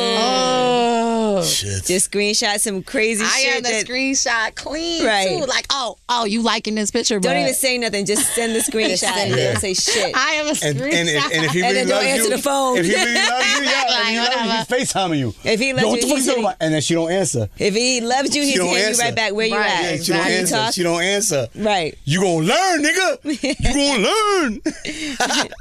Speaker 2: Oh.
Speaker 4: Shit.
Speaker 1: Just screenshot some crazy
Speaker 2: I
Speaker 1: shit.
Speaker 2: am the
Speaker 1: that-
Speaker 2: screenshot queen
Speaker 1: Right.
Speaker 2: too. Like, oh, oh, you liking this picture?
Speaker 1: don't
Speaker 2: but
Speaker 1: even say nothing. Just send the screenshot and
Speaker 4: it.
Speaker 1: don't say shit.
Speaker 2: I am a
Speaker 4: And,
Speaker 2: screenshot.
Speaker 4: and, if, and if he
Speaker 1: And
Speaker 4: really
Speaker 1: then don't
Speaker 4: loves
Speaker 1: answer
Speaker 4: you,
Speaker 1: the phone.
Speaker 4: if he really loves you, yeah, if
Speaker 2: Like,
Speaker 4: he loves you, he's FaceTiming you.
Speaker 1: If he loves
Speaker 4: Yo,
Speaker 1: you,
Speaker 4: what the fuck
Speaker 1: he's
Speaker 4: you talking
Speaker 1: hitting-
Speaker 4: about? And then she don't answer.
Speaker 1: if he loves you, he's
Speaker 4: don't
Speaker 1: hitting you
Speaker 4: answer.
Speaker 1: right back where
Speaker 2: Right.
Speaker 1: you
Speaker 2: Yeah,
Speaker 1: at.
Speaker 4: She don't
Speaker 1: You
Speaker 4: answer.
Speaker 1: talk-
Speaker 4: She don't answer.
Speaker 1: Right.
Speaker 4: You gonna learn, nigga. You gonna learn.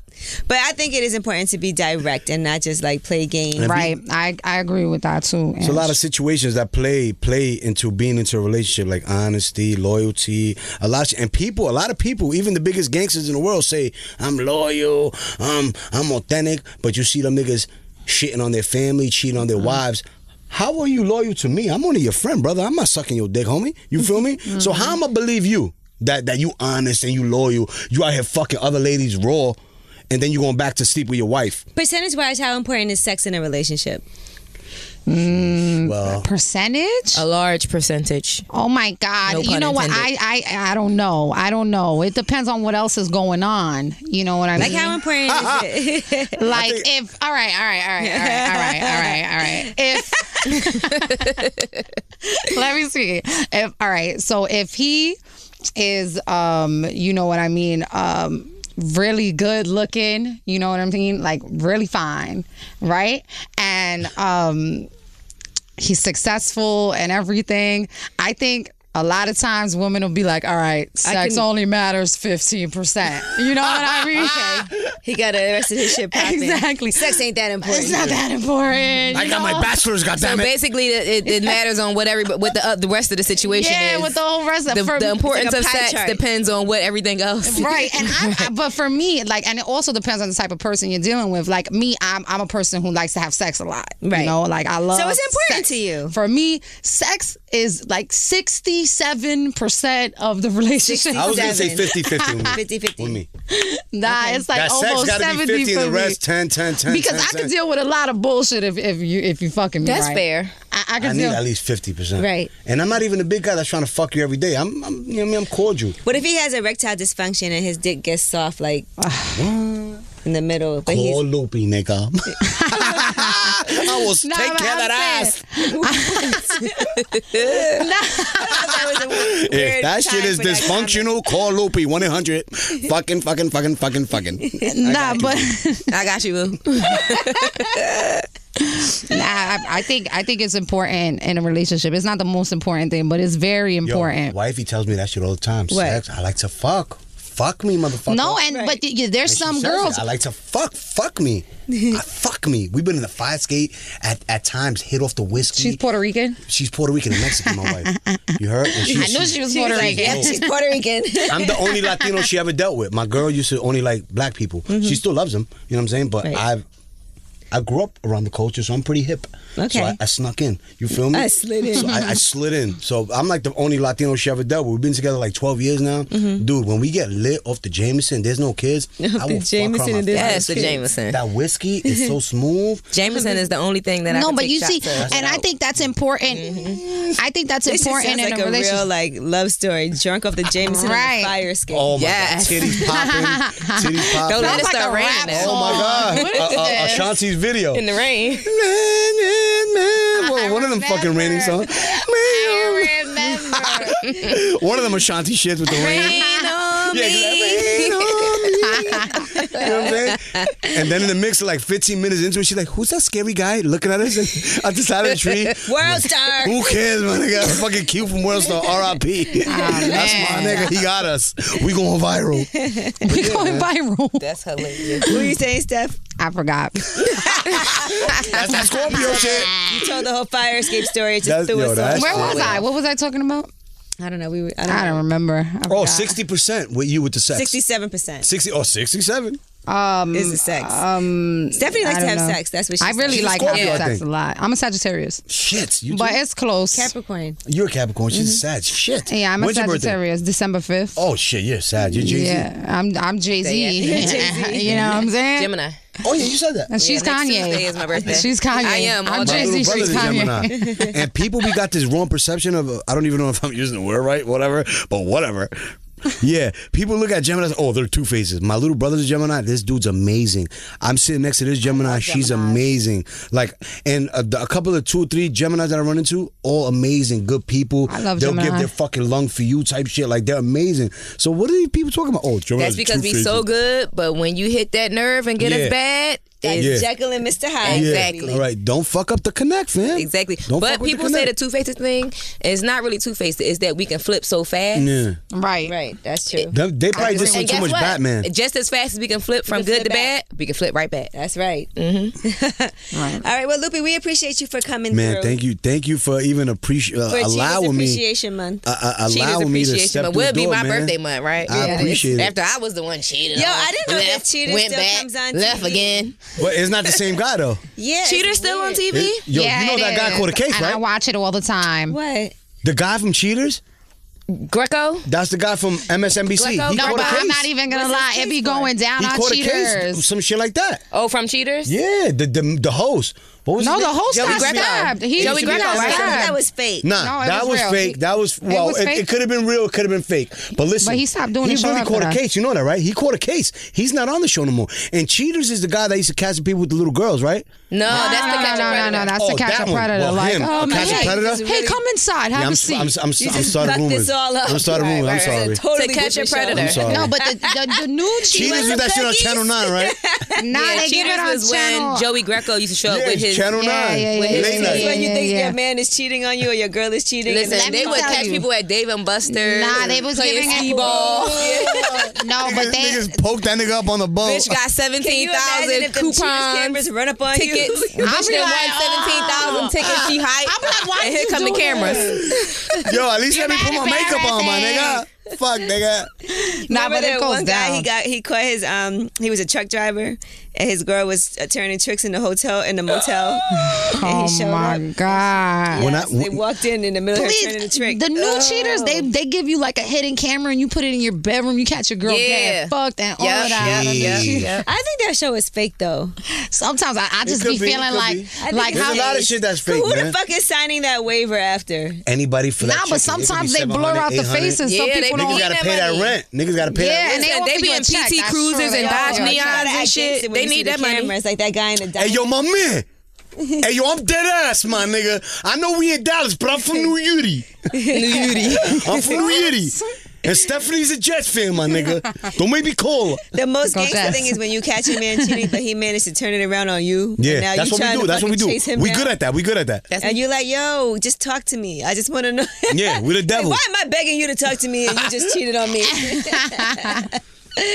Speaker 1: But I think it is important to be direct and not just like play games.
Speaker 2: right, I I agree with that too.
Speaker 4: It's a lot of situations that play play into being into a relationship, like honesty, loyalty, a lot, of, and people, a lot of people, even the biggest gangsters in the world, say I'm loyal, I'm I'm authentic, but you see them niggas shitting on their family, cheating on their
Speaker 2: Mm-hmm.
Speaker 4: wives. How are you loyal to me? I'm only your friend, brother. I'm not sucking your dick, homie. You feel me?
Speaker 2: Mm-hmm.
Speaker 4: So how am I believe you that that you honest and you loyal? You out here fucking other ladies raw, and then you going back to sleep with your wife.
Speaker 1: Percentage wise, how important is sex in a relationship?
Speaker 4: Well,
Speaker 2: percentage.
Speaker 4: Oh.
Speaker 3: A large percentage.
Speaker 2: Oh my God!
Speaker 3: No
Speaker 2: you
Speaker 3: pun
Speaker 2: know what? I,
Speaker 3: intended.
Speaker 2: I I don't know. I don't know. It depends on what else is going on. You know what I
Speaker 1: Like
Speaker 2: mean?
Speaker 1: how important is it?
Speaker 2: like if all right, all right, all right, all right, all right, all right, all right. If let me see. If all right, so if he is um, you know what I mean, um really good looking, you know what I mean? Like really fine, right? And um he's successful and everything. I think a lot of times women will be like, all right, sex
Speaker 1: can-
Speaker 2: only matters 15%. You know what I mean?
Speaker 1: he got the rest of his shit popping.
Speaker 2: Ah. Exactly.
Speaker 1: Sex ain't that important.
Speaker 2: It's not that important.
Speaker 4: I
Speaker 2: you
Speaker 4: got my
Speaker 2: know?
Speaker 4: bachelor's.
Speaker 3: So
Speaker 4: Goddamn it.
Speaker 3: basically, it, it, it matters on what every what the uh, the rest of the situation
Speaker 2: Yeah,
Speaker 3: is.
Speaker 2: with the whole rest of
Speaker 3: the,
Speaker 2: for-
Speaker 3: the importance
Speaker 1: it's like
Speaker 3: of
Speaker 1: a pie
Speaker 3: sex
Speaker 1: chart.
Speaker 3: depends on what everything else.
Speaker 2: Right, and I, I, but for me, like, and it also depends on the type of person you're dealing with. Like me, I'm I'm a person who likes to have sex a lot.
Speaker 1: Right.
Speaker 2: you know, like I love.
Speaker 1: it's important
Speaker 2: sex.
Speaker 1: to you.
Speaker 2: For me, sex is like sixty-seven percent of the relationship.
Speaker 4: I was gonna say 50
Speaker 1: Seven.
Speaker 4: 50 with me.
Speaker 1: 50-50.
Speaker 4: With me.
Speaker 2: Nah, it's like
Speaker 4: That sex
Speaker 2: almost
Speaker 4: gotta be
Speaker 2: seventy
Speaker 4: 50
Speaker 2: for
Speaker 4: and the
Speaker 2: me.
Speaker 4: rest 10 10 10.
Speaker 2: because
Speaker 4: 10,
Speaker 2: I can
Speaker 4: 10.
Speaker 2: deal with a lot of bullshit if, if you if you fucking me.
Speaker 3: That's
Speaker 2: right.
Speaker 3: fair.
Speaker 2: I, I can
Speaker 4: I need
Speaker 2: deal.
Speaker 4: at least 50%.
Speaker 1: Right.
Speaker 4: And I'm not even the big guy that's trying to fuck you every day. I'm, I'm you know what I mean? I'm cordial.
Speaker 1: What if he has erectile dysfunction and his dick gets soft like in the middle? But
Speaker 4: Call
Speaker 1: he's
Speaker 4: loopy, nigga. I was
Speaker 2: Nah,
Speaker 4: taking
Speaker 2: but I'm
Speaker 4: that
Speaker 2: saying-
Speaker 4: ass.
Speaker 1: that was a weird
Speaker 4: If that shit
Speaker 1: time
Speaker 4: is
Speaker 1: for that comment.
Speaker 4: dysfunctional, call loopy 1 800. Fucking, fucking, fucking, fucking, fucking.
Speaker 2: Nah, but.
Speaker 3: I got you, boo.
Speaker 2: Nah, I, I think I think it's important in a relationship. It's not the most important thing, but it's very important.
Speaker 4: wifey tells me that shit all the time. Sex, I like to fuck. Fuck me, motherfucker.
Speaker 2: no, and but y- y- there's
Speaker 4: And she
Speaker 2: some
Speaker 4: says
Speaker 2: girls.
Speaker 4: it. I like to fuck, fuck me, I fuck me. We've been in the fire skate at at times, hit off the whiskey.
Speaker 2: She's Puerto Rican.
Speaker 4: She's Puerto Rican and Mexican, my wife. You heard? And she-
Speaker 2: I knew she was Puerto Rican.
Speaker 1: Yep, she's Puerto Rican.
Speaker 4: I'm the only Latino she ever dealt with. My girl used to only like black people.
Speaker 1: Mm-hmm.
Speaker 4: She still loves them. You know what I'm saying? But I've I grew up around the culture, so I'm pretty hip.
Speaker 1: Okay.
Speaker 4: So I, I snuck in. You feel me?
Speaker 1: I slid in.
Speaker 4: So I, I slid in. So I'm like the only Latino she ever dealt with. We've been together like 12 years now. Dude, when we get lit off the Jameson, there's no kids. I will
Speaker 1: Mm-hmm. the Jameson
Speaker 4: fuck her on my
Speaker 1: and there's
Speaker 4: face.
Speaker 3: Yes, the Jameson.
Speaker 4: That whiskey is so smooth.
Speaker 3: Jameson is the only thing that I
Speaker 2: No,
Speaker 3: can
Speaker 2: but
Speaker 3: take
Speaker 2: you
Speaker 3: shots
Speaker 2: see,
Speaker 3: at.
Speaker 2: and I think that's important.
Speaker 4: Mm-hmm.
Speaker 2: I think that's
Speaker 1: This just
Speaker 2: important
Speaker 1: sounds
Speaker 2: in
Speaker 1: like
Speaker 2: a
Speaker 1: a,
Speaker 2: relationship.
Speaker 1: real like love story. Drunk off the Jameson on
Speaker 2: Right.
Speaker 1: the fire escape.
Speaker 4: Oh my
Speaker 3: Yes.
Speaker 4: god, titties popping, titties popping.
Speaker 3: Don't let
Speaker 2: Sounds
Speaker 3: it
Speaker 2: like a
Speaker 3: start raining.
Speaker 2: rap
Speaker 3: now.
Speaker 2: song.
Speaker 4: Oh my God!
Speaker 2: What is
Speaker 4: uh, uh,
Speaker 2: this?
Speaker 4: Ashanti's video.
Speaker 3: In the rain.
Speaker 4: Man, man, man. Well, one of them fucking raining songs.
Speaker 2: remember.
Speaker 4: Man.
Speaker 2: I remember.
Speaker 4: One of them Ashanti shits with the rain. Yeah, it's like, rain on me. you know what I'm saying? And then in the mix, like 15 minutes into it, she's like, "Who's that scary guy looking at us like, at the side of the tree?"
Speaker 1: World star.
Speaker 4: Who cares, my nigga? Fucking Q from World Star, R.I.P. That's my nigga. He got us. We going viral.
Speaker 2: We're going viral.
Speaker 3: That's hilarious.
Speaker 1: Who you saying, Steph?
Speaker 2: I forgot.
Speaker 4: That's that Scorpio shit.
Speaker 1: You told the whole fire escape story. Just
Speaker 4: That's-
Speaker 1: threw
Speaker 4: yo,
Speaker 1: us
Speaker 4: that's-
Speaker 1: off.
Speaker 2: Where was
Speaker 4: Wow.
Speaker 2: I? What was I talking about?
Speaker 1: I don't know. We were, I don't
Speaker 2: I
Speaker 1: know.
Speaker 2: don't remember. I
Speaker 4: Oh,
Speaker 2: forgot.
Speaker 4: 60% with you with the sex. oh,
Speaker 1: Sixty-seven percent.
Speaker 4: 60 or 67.
Speaker 2: Um,
Speaker 1: Is it sex?
Speaker 2: Um,
Speaker 1: Stephanie likes
Speaker 2: I
Speaker 1: to
Speaker 2: don't
Speaker 1: have
Speaker 2: know.
Speaker 1: sex. That's what she
Speaker 2: I really
Speaker 4: She's
Speaker 2: like
Speaker 4: Scorpio,
Speaker 2: having
Speaker 4: I
Speaker 2: sex
Speaker 4: think.
Speaker 2: a lot. I'm a Sagittarius,
Speaker 4: Shit, you
Speaker 2: but
Speaker 4: too?
Speaker 2: it's close.
Speaker 1: Capricorn.
Speaker 4: you're a Capricorn. She's a Sag. Shit.
Speaker 2: Mm-hmm. yeah, I'm a
Speaker 4: When's your birthday?
Speaker 2: Sagittarius, December fifth.
Speaker 4: Oh shit, you're Sag. You're Jay Z.
Speaker 2: yeah, I'm I'm Jay Z. you know what I'm saying?
Speaker 3: Gemini.
Speaker 4: Oh yeah, you said that.
Speaker 2: And she's
Speaker 3: next
Speaker 2: Kanye.
Speaker 3: Tuesday is my birthday.
Speaker 2: She's Kanye.
Speaker 3: I am all
Speaker 2: I'm
Speaker 3: day.
Speaker 4: My
Speaker 2: Jay Z.
Speaker 4: little
Speaker 2: She's
Speaker 4: brother's a
Speaker 2: Kanye.
Speaker 4: Gemini. and people, we got this wrong perception of, uh, I don't even know if I'm using the word right, whatever, but whatever. Yeah, people look at Gemini. Oh, they're two faces. My little brother's a Gemini. This dude's amazing. I'm sitting next to this Gemini. She's amazing. Like, and uh, a, a couple of two, three Geminis that I run into, all amazing, good people.
Speaker 2: I love
Speaker 4: They'll give
Speaker 2: Gemini.
Speaker 4: their fucking lung for you type shit. Like they're amazing. So what are these people talking about? Oh, Gemini's
Speaker 3: That's because we
Speaker 4: two-faced.
Speaker 3: so good, but when you hit that nerve and get
Speaker 4: Yeah.
Speaker 3: us bad,
Speaker 1: That's
Speaker 4: Yeah.
Speaker 3: it's
Speaker 1: Jekyll and Mr. Hyde.
Speaker 4: Yeah.
Speaker 3: Exactly.
Speaker 4: All right. Don't fuck up the connect, fam.
Speaker 3: Exactly.
Speaker 4: Don't fuck
Speaker 3: but
Speaker 4: with the
Speaker 3: people say the
Speaker 4: connect.
Speaker 3: two faced thing is not really two faced. It's that we can flip so fast.
Speaker 4: Yeah.
Speaker 2: Right.
Speaker 1: Right. That's true.
Speaker 4: Them- They probably just see
Speaker 3: And
Speaker 4: too
Speaker 3: guess
Speaker 4: much
Speaker 3: what?
Speaker 4: Batman.
Speaker 3: Just as fast as we can flip from
Speaker 1: can
Speaker 3: good
Speaker 1: flip
Speaker 3: to bad, we can flip right back.
Speaker 1: That's right. Mm-hmm.
Speaker 2: Right.
Speaker 1: All right. Well, Lupe, we appreciate you for coming
Speaker 4: Man,
Speaker 1: through.
Speaker 4: thank you, thank you for even appreciate uh,
Speaker 1: For Cheetah's
Speaker 4: allowing me,
Speaker 1: Appreciation Month.
Speaker 4: uh, uh, allowing me to step
Speaker 3: month
Speaker 4: through
Speaker 3: will
Speaker 4: the
Speaker 3: be
Speaker 4: door,
Speaker 3: my
Speaker 4: man.
Speaker 3: birthday month, right?
Speaker 4: I appreciate it.
Speaker 3: After I was the one cheated.
Speaker 1: Yo,
Speaker 3: on,
Speaker 1: I didn't know that
Speaker 3: left,
Speaker 1: cheated
Speaker 3: went
Speaker 1: still
Speaker 3: back,
Speaker 1: comes on
Speaker 3: left
Speaker 1: TV.
Speaker 3: again.
Speaker 4: But it's not the same guy though.
Speaker 1: yeah. it's
Speaker 3: Cheater's still on
Speaker 1: weird.
Speaker 3: TV.
Speaker 4: It- yo,
Speaker 2: yeah,
Speaker 4: you know
Speaker 2: it
Speaker 4: that guy
Speaker 2: is.
Speaker 4: caught a case,
Speaker 2: and I
Speaker 4: right?
Speaker 2: watch it all the time.
Speaker 1: What?
Speaker 4: the guy from Cheaters.
Speaker 3: Greco.
Speaker 4: That's the guy from MSNBC.
Speaker 3: Greco-
Speaker 4: he
Speaker 3: No,
Speaker 2: No,
Speaker 4: caught
Speaker 2: but
Speaker 4: a case.
Speaker 2: I'm not even gonna
Speaker 1: What's
Speaker 2: lie.
Speaker 1: his
Speaker 2: It
Speaker 1: case
Speaker 2: be
Speaker 1: for?
Speaker 2: going down
Speaker 4: He
Speaker 2: on
Speaker 4: caught a
Speaker 2: cheaters.
Speaker 4: case, some shit like that.
Speaker 3: Oh, from Cheaters.
Speaker 4: Yeah, the the, the host. What was
Speaker 2: No,
Speaker 4: his
Speaker 2: the
Speaker 4: name?
Speaker 2: host
Speaker 3: Joey
Speaker 2: got
Speaker 3: Greco.
Speaker 2: stabbed. He
Speaker 3: Joey
Speaker 2: he
Speaker 3: Greco,
Speaker 2: got
Speaker 3: right?
Speaker 2: stabbed.
Speaker 1: That was fake.
Speaker 4: Nah,
Speaker 2: No, it
Speaker 4: that
Speaker 2: was
Speaker 4: was,
Speaker 2: real.
Speaker 4: fake. That was
Speaker 2: It
Speaker 4: well,
Speaker 2: was
Speaker 4: it,
Speaker 2: fake.
Speaker 4: could have been real. It could have been fake. But listen,
Speaker 2: But he stopped doing
Speaker 4: He
Speaker 2: the show
Speaker 4: really
Speaker 2: after
Speaker 4: caught a
Speaker 2: that.
Speaker 4: case. You know that, right? He caught a case. He's not on the show no more. And Cheaters is the guy that used to catch the people with the little girls, right?
Speaker 2: no,
Speaker 3: No, Oh, that's
Speaker 2: no,
Speaker 3: the
Speaker 2: no,
Speaker 3: Catch a
Speaker 2: no, no,
Speaker 3: Predator.
Speaker 2: no, That's
Speaker 4: Oh,
Speaker 2: the catch
Speaker 4: that
Speaker 2: a
Speaker 4: one.
Speaker 2: predator.
Speaker 4: Well,
Speaker 2: like,
Speaker 4: him,
Speaker 2: oh,
Speaker 4: a
Speaker 2: man,
Speaker 4: catch a
Speaker 2: hey,
Speaker 4: predator?
Speaker 2: Hey, come inside. Have
Speaker 4: I'm,
Speaker 2: a
Speaker 4: s-
Speaker 2: seat.
Speaker 4: I'm, s- I'm, s-
Speaker 1: You
Speaker 4: I'm
Speaker 1: just
Speaker 4: starting
Speaker 1: fucked
Speaker 4: rumors.
Speaker 1: this all up.
Speaker 4: I'm starting
Speaker 1: Right,
Speaker 4: rumors.
Speaker 1: right, right.
Speaker 4: I'm sorry.
Speaker 1: Totally
Speaker 3: To Catch a
Speaker 1: different show.
Speaker 3: Predator.
Speaker 4: I'm sorry.
Speaker 2: no, but the, the, the new
Speaker 4: Cheaters
Speaker 2: cheaters.
Speaker 4: was that shit on Channel 9, right?
Speaker 2: Nah,
Speaker 3: Yeah,
Speaker 2: they give
Speaker 3: Cheaters
Speaker 2: it on
Speaker 3: was
Speaker 2: channel.
Speaker 3: when Joey Greco used to show up
Speaker 4: yeah,
Speaker 3: with his.
Speaker 4: Channel 9.
Speaker 2: Yeah, yeah, yeah,
Speaker 3: his-
Speaker 4: Late
Speaker 1: This is
Speaker 4: night.
Speaker 1: when you
Speaker 2: Yeah,
Speaker 1: think
Speaker 2: yeah.
Speaker 1: your man is cheating on you or your girl is cheating.
Speaker 3: Listen,
Speaker 2: Let
Speaker 3: they
Speaker 2: me
Speaker 3: would
Speaker 2: tell
Speaker 3: catch
Speaker 2: you.
Speaker 3: people at Dave and Buster's.
Speaker 2: Nah, they was
Speaker 3: playing
Speaker 2: giving it-
Speaker 3: skee-ball.
Speaker 2: no, but they
Speaker 4: Niggas poked that nigga up on the boat.
Speaker 3: Bitch got
Speaker 1: Can you
Speaker 3: seventeen
Speaker 1: imagine
Speaker 3: thousand
Speaker 1: if them cheaters
Speaker 3: coupons,
Speaker 1: cameras run up on
Speaker 3: tickets.
Speaker 1: you?
Speaker 3: Bitch
Speaker 2: be
Speaker 3: that
Speaker 2: like,
Speaker 3: won seventeen thousand tickets. She hype.
Speaker 2: I'm like, why
Speaker 3: And
Speaker 2: you
Speaker 3: here come the
Speaker 2: do
Speaker 3: cameras.
Speaker 4: Yo, at least let me
Speaker 2: You're
Speaker 4: put my makeup on, my
Speaker 2: embarrassing.
Speaker 4: nigga. Fuck, nigga.
Speaker 2: nah,
Speaker 1: Remember
Speaker 2: but it
Speaker 1: that
Speaker 2: goes
Speaker 1: one guy? He
Speaker 2: down.
Speaker 1: got he caught his um he was a truck driver and his girl was uh, turning tricks in the hotel in the motel. and he
Speaker 2: Oh
Speaker 1: showed up.
Speaker 2: my god.
Speaker 4: When I-
Speaker 1: Yes, they walked in in the middle
Speaker 2: Please,
Speaker 1: of her turning the trick. Oh.
Speaker 2: the new
Speaker 1: Ugh.
Speaker 2: cheaters, they they give you like a hidden camera and you put it in your bedroom. You catch your girl
Speaker 3: Yeah.
Speaker 2: getting fucked and all
Speaker 3: Yep,
Speaker 2: of that.
Speaker 3: yep, yep,
Speaker 4: Jeez.
Speaker 3: yep.
Speaker 1: I think that show is fake though.
Speaker 2: Sometimes I, I just
Speaker 4: could
Speaker 2: be,
Speaker 4: be, it
Speaker 2: feeling
Speaker 4: could
Speaker 2: like
Speaker 4: be.
Speaker 1: I
Speaker 2: like
Speaker 1: think
Speaker 4: There's
Speaker 2: how
Speaker 4: a
Speaker 1: it's
Speaker 4: lot
Speaker 1: fake.
Speaker 4: of shit that's
Speaker 1: But
Speaker 4: fake,
Speaker 1: Who
Speaker 4: man.
Speaker 1: the fuck is signing that waiver after?
Speaker 4: Anybody for
Speaker 2: nah,
Speaker 4: that
Speaker 2: but
Speaker 4: chicken, it could be
Speaker 2: sometimes they blur out the
Speaker 4: 700,
Speaker 2: faces. Some
Speaker 3: 800. Yeah, they
Speaker 2: people
Speaker 4: $800.
Speaker 2: don't.
Speaker 4: Niggas
Speaker 3: be-
Speaker 4: gotta
Speaker 3: that
Speaker 4: pay that
Speaker 3: money.
Speaker 4: rent. Niggas gotta pay
Speaker 2: Yeah,
Speaker 4: that
Speaker 2: and
Speaker 4: rent.
Speaker 2: they
Speaker 3: Listen,
Speaker 2: won't
Speaker 3: they
Speaker 2: give
Speaker 3: be
Speaker 2: you a
Speaker 3: in
Speaker 2: check.
Speaker 3: PT
Speaker 2: That's
Speaker 3: cruises
Speaker 2: true. They
Speaker 3: and
Speaker 2: won't give
Speaker 3: Dodge
Speaker 2: you a
Speaker 3: Neons
Speaker 2: check.
Speaker 3: and shit. They need that money.
Speaker 1: Cameras, like that guy in the
Speaker 4: Hey, yo, my man. Hey, yo, I'm dead ass, my nigga. I know we in Dallas, but I'm from New York. I'm from New York. And Stephanie's a Jets fan, my nigga. Don't make me call her.
Speaker 1: The most
Speaker 2: Go
Speaker 1: gangster
Speaker 2: Jets.
Speaker 1: thing is when you catch a man cheating, but he managed to turn it around on you.
Speaker 4: Yeah,
Speaker 1: and now
Speaker 4: that's
Speaker 1: you
Speaker 4: what we
Speaker 1: trying
Speaker 4: do.
Speaker 1: to
Speaker 4: That's what we
Speaker 1: fucking
Speaker 4: do.
Speaker 1: chase him
Speaker 4: We
Speaker 1: down.
Speaker 4: good at that. We good at that.
Speaker 1: And you're like, yo, just talk to me. I just want to know.
Speaker 4: Yeah, we're the devil.
Speaker 1: Why am I begging you to talk to me and you just cheated on me?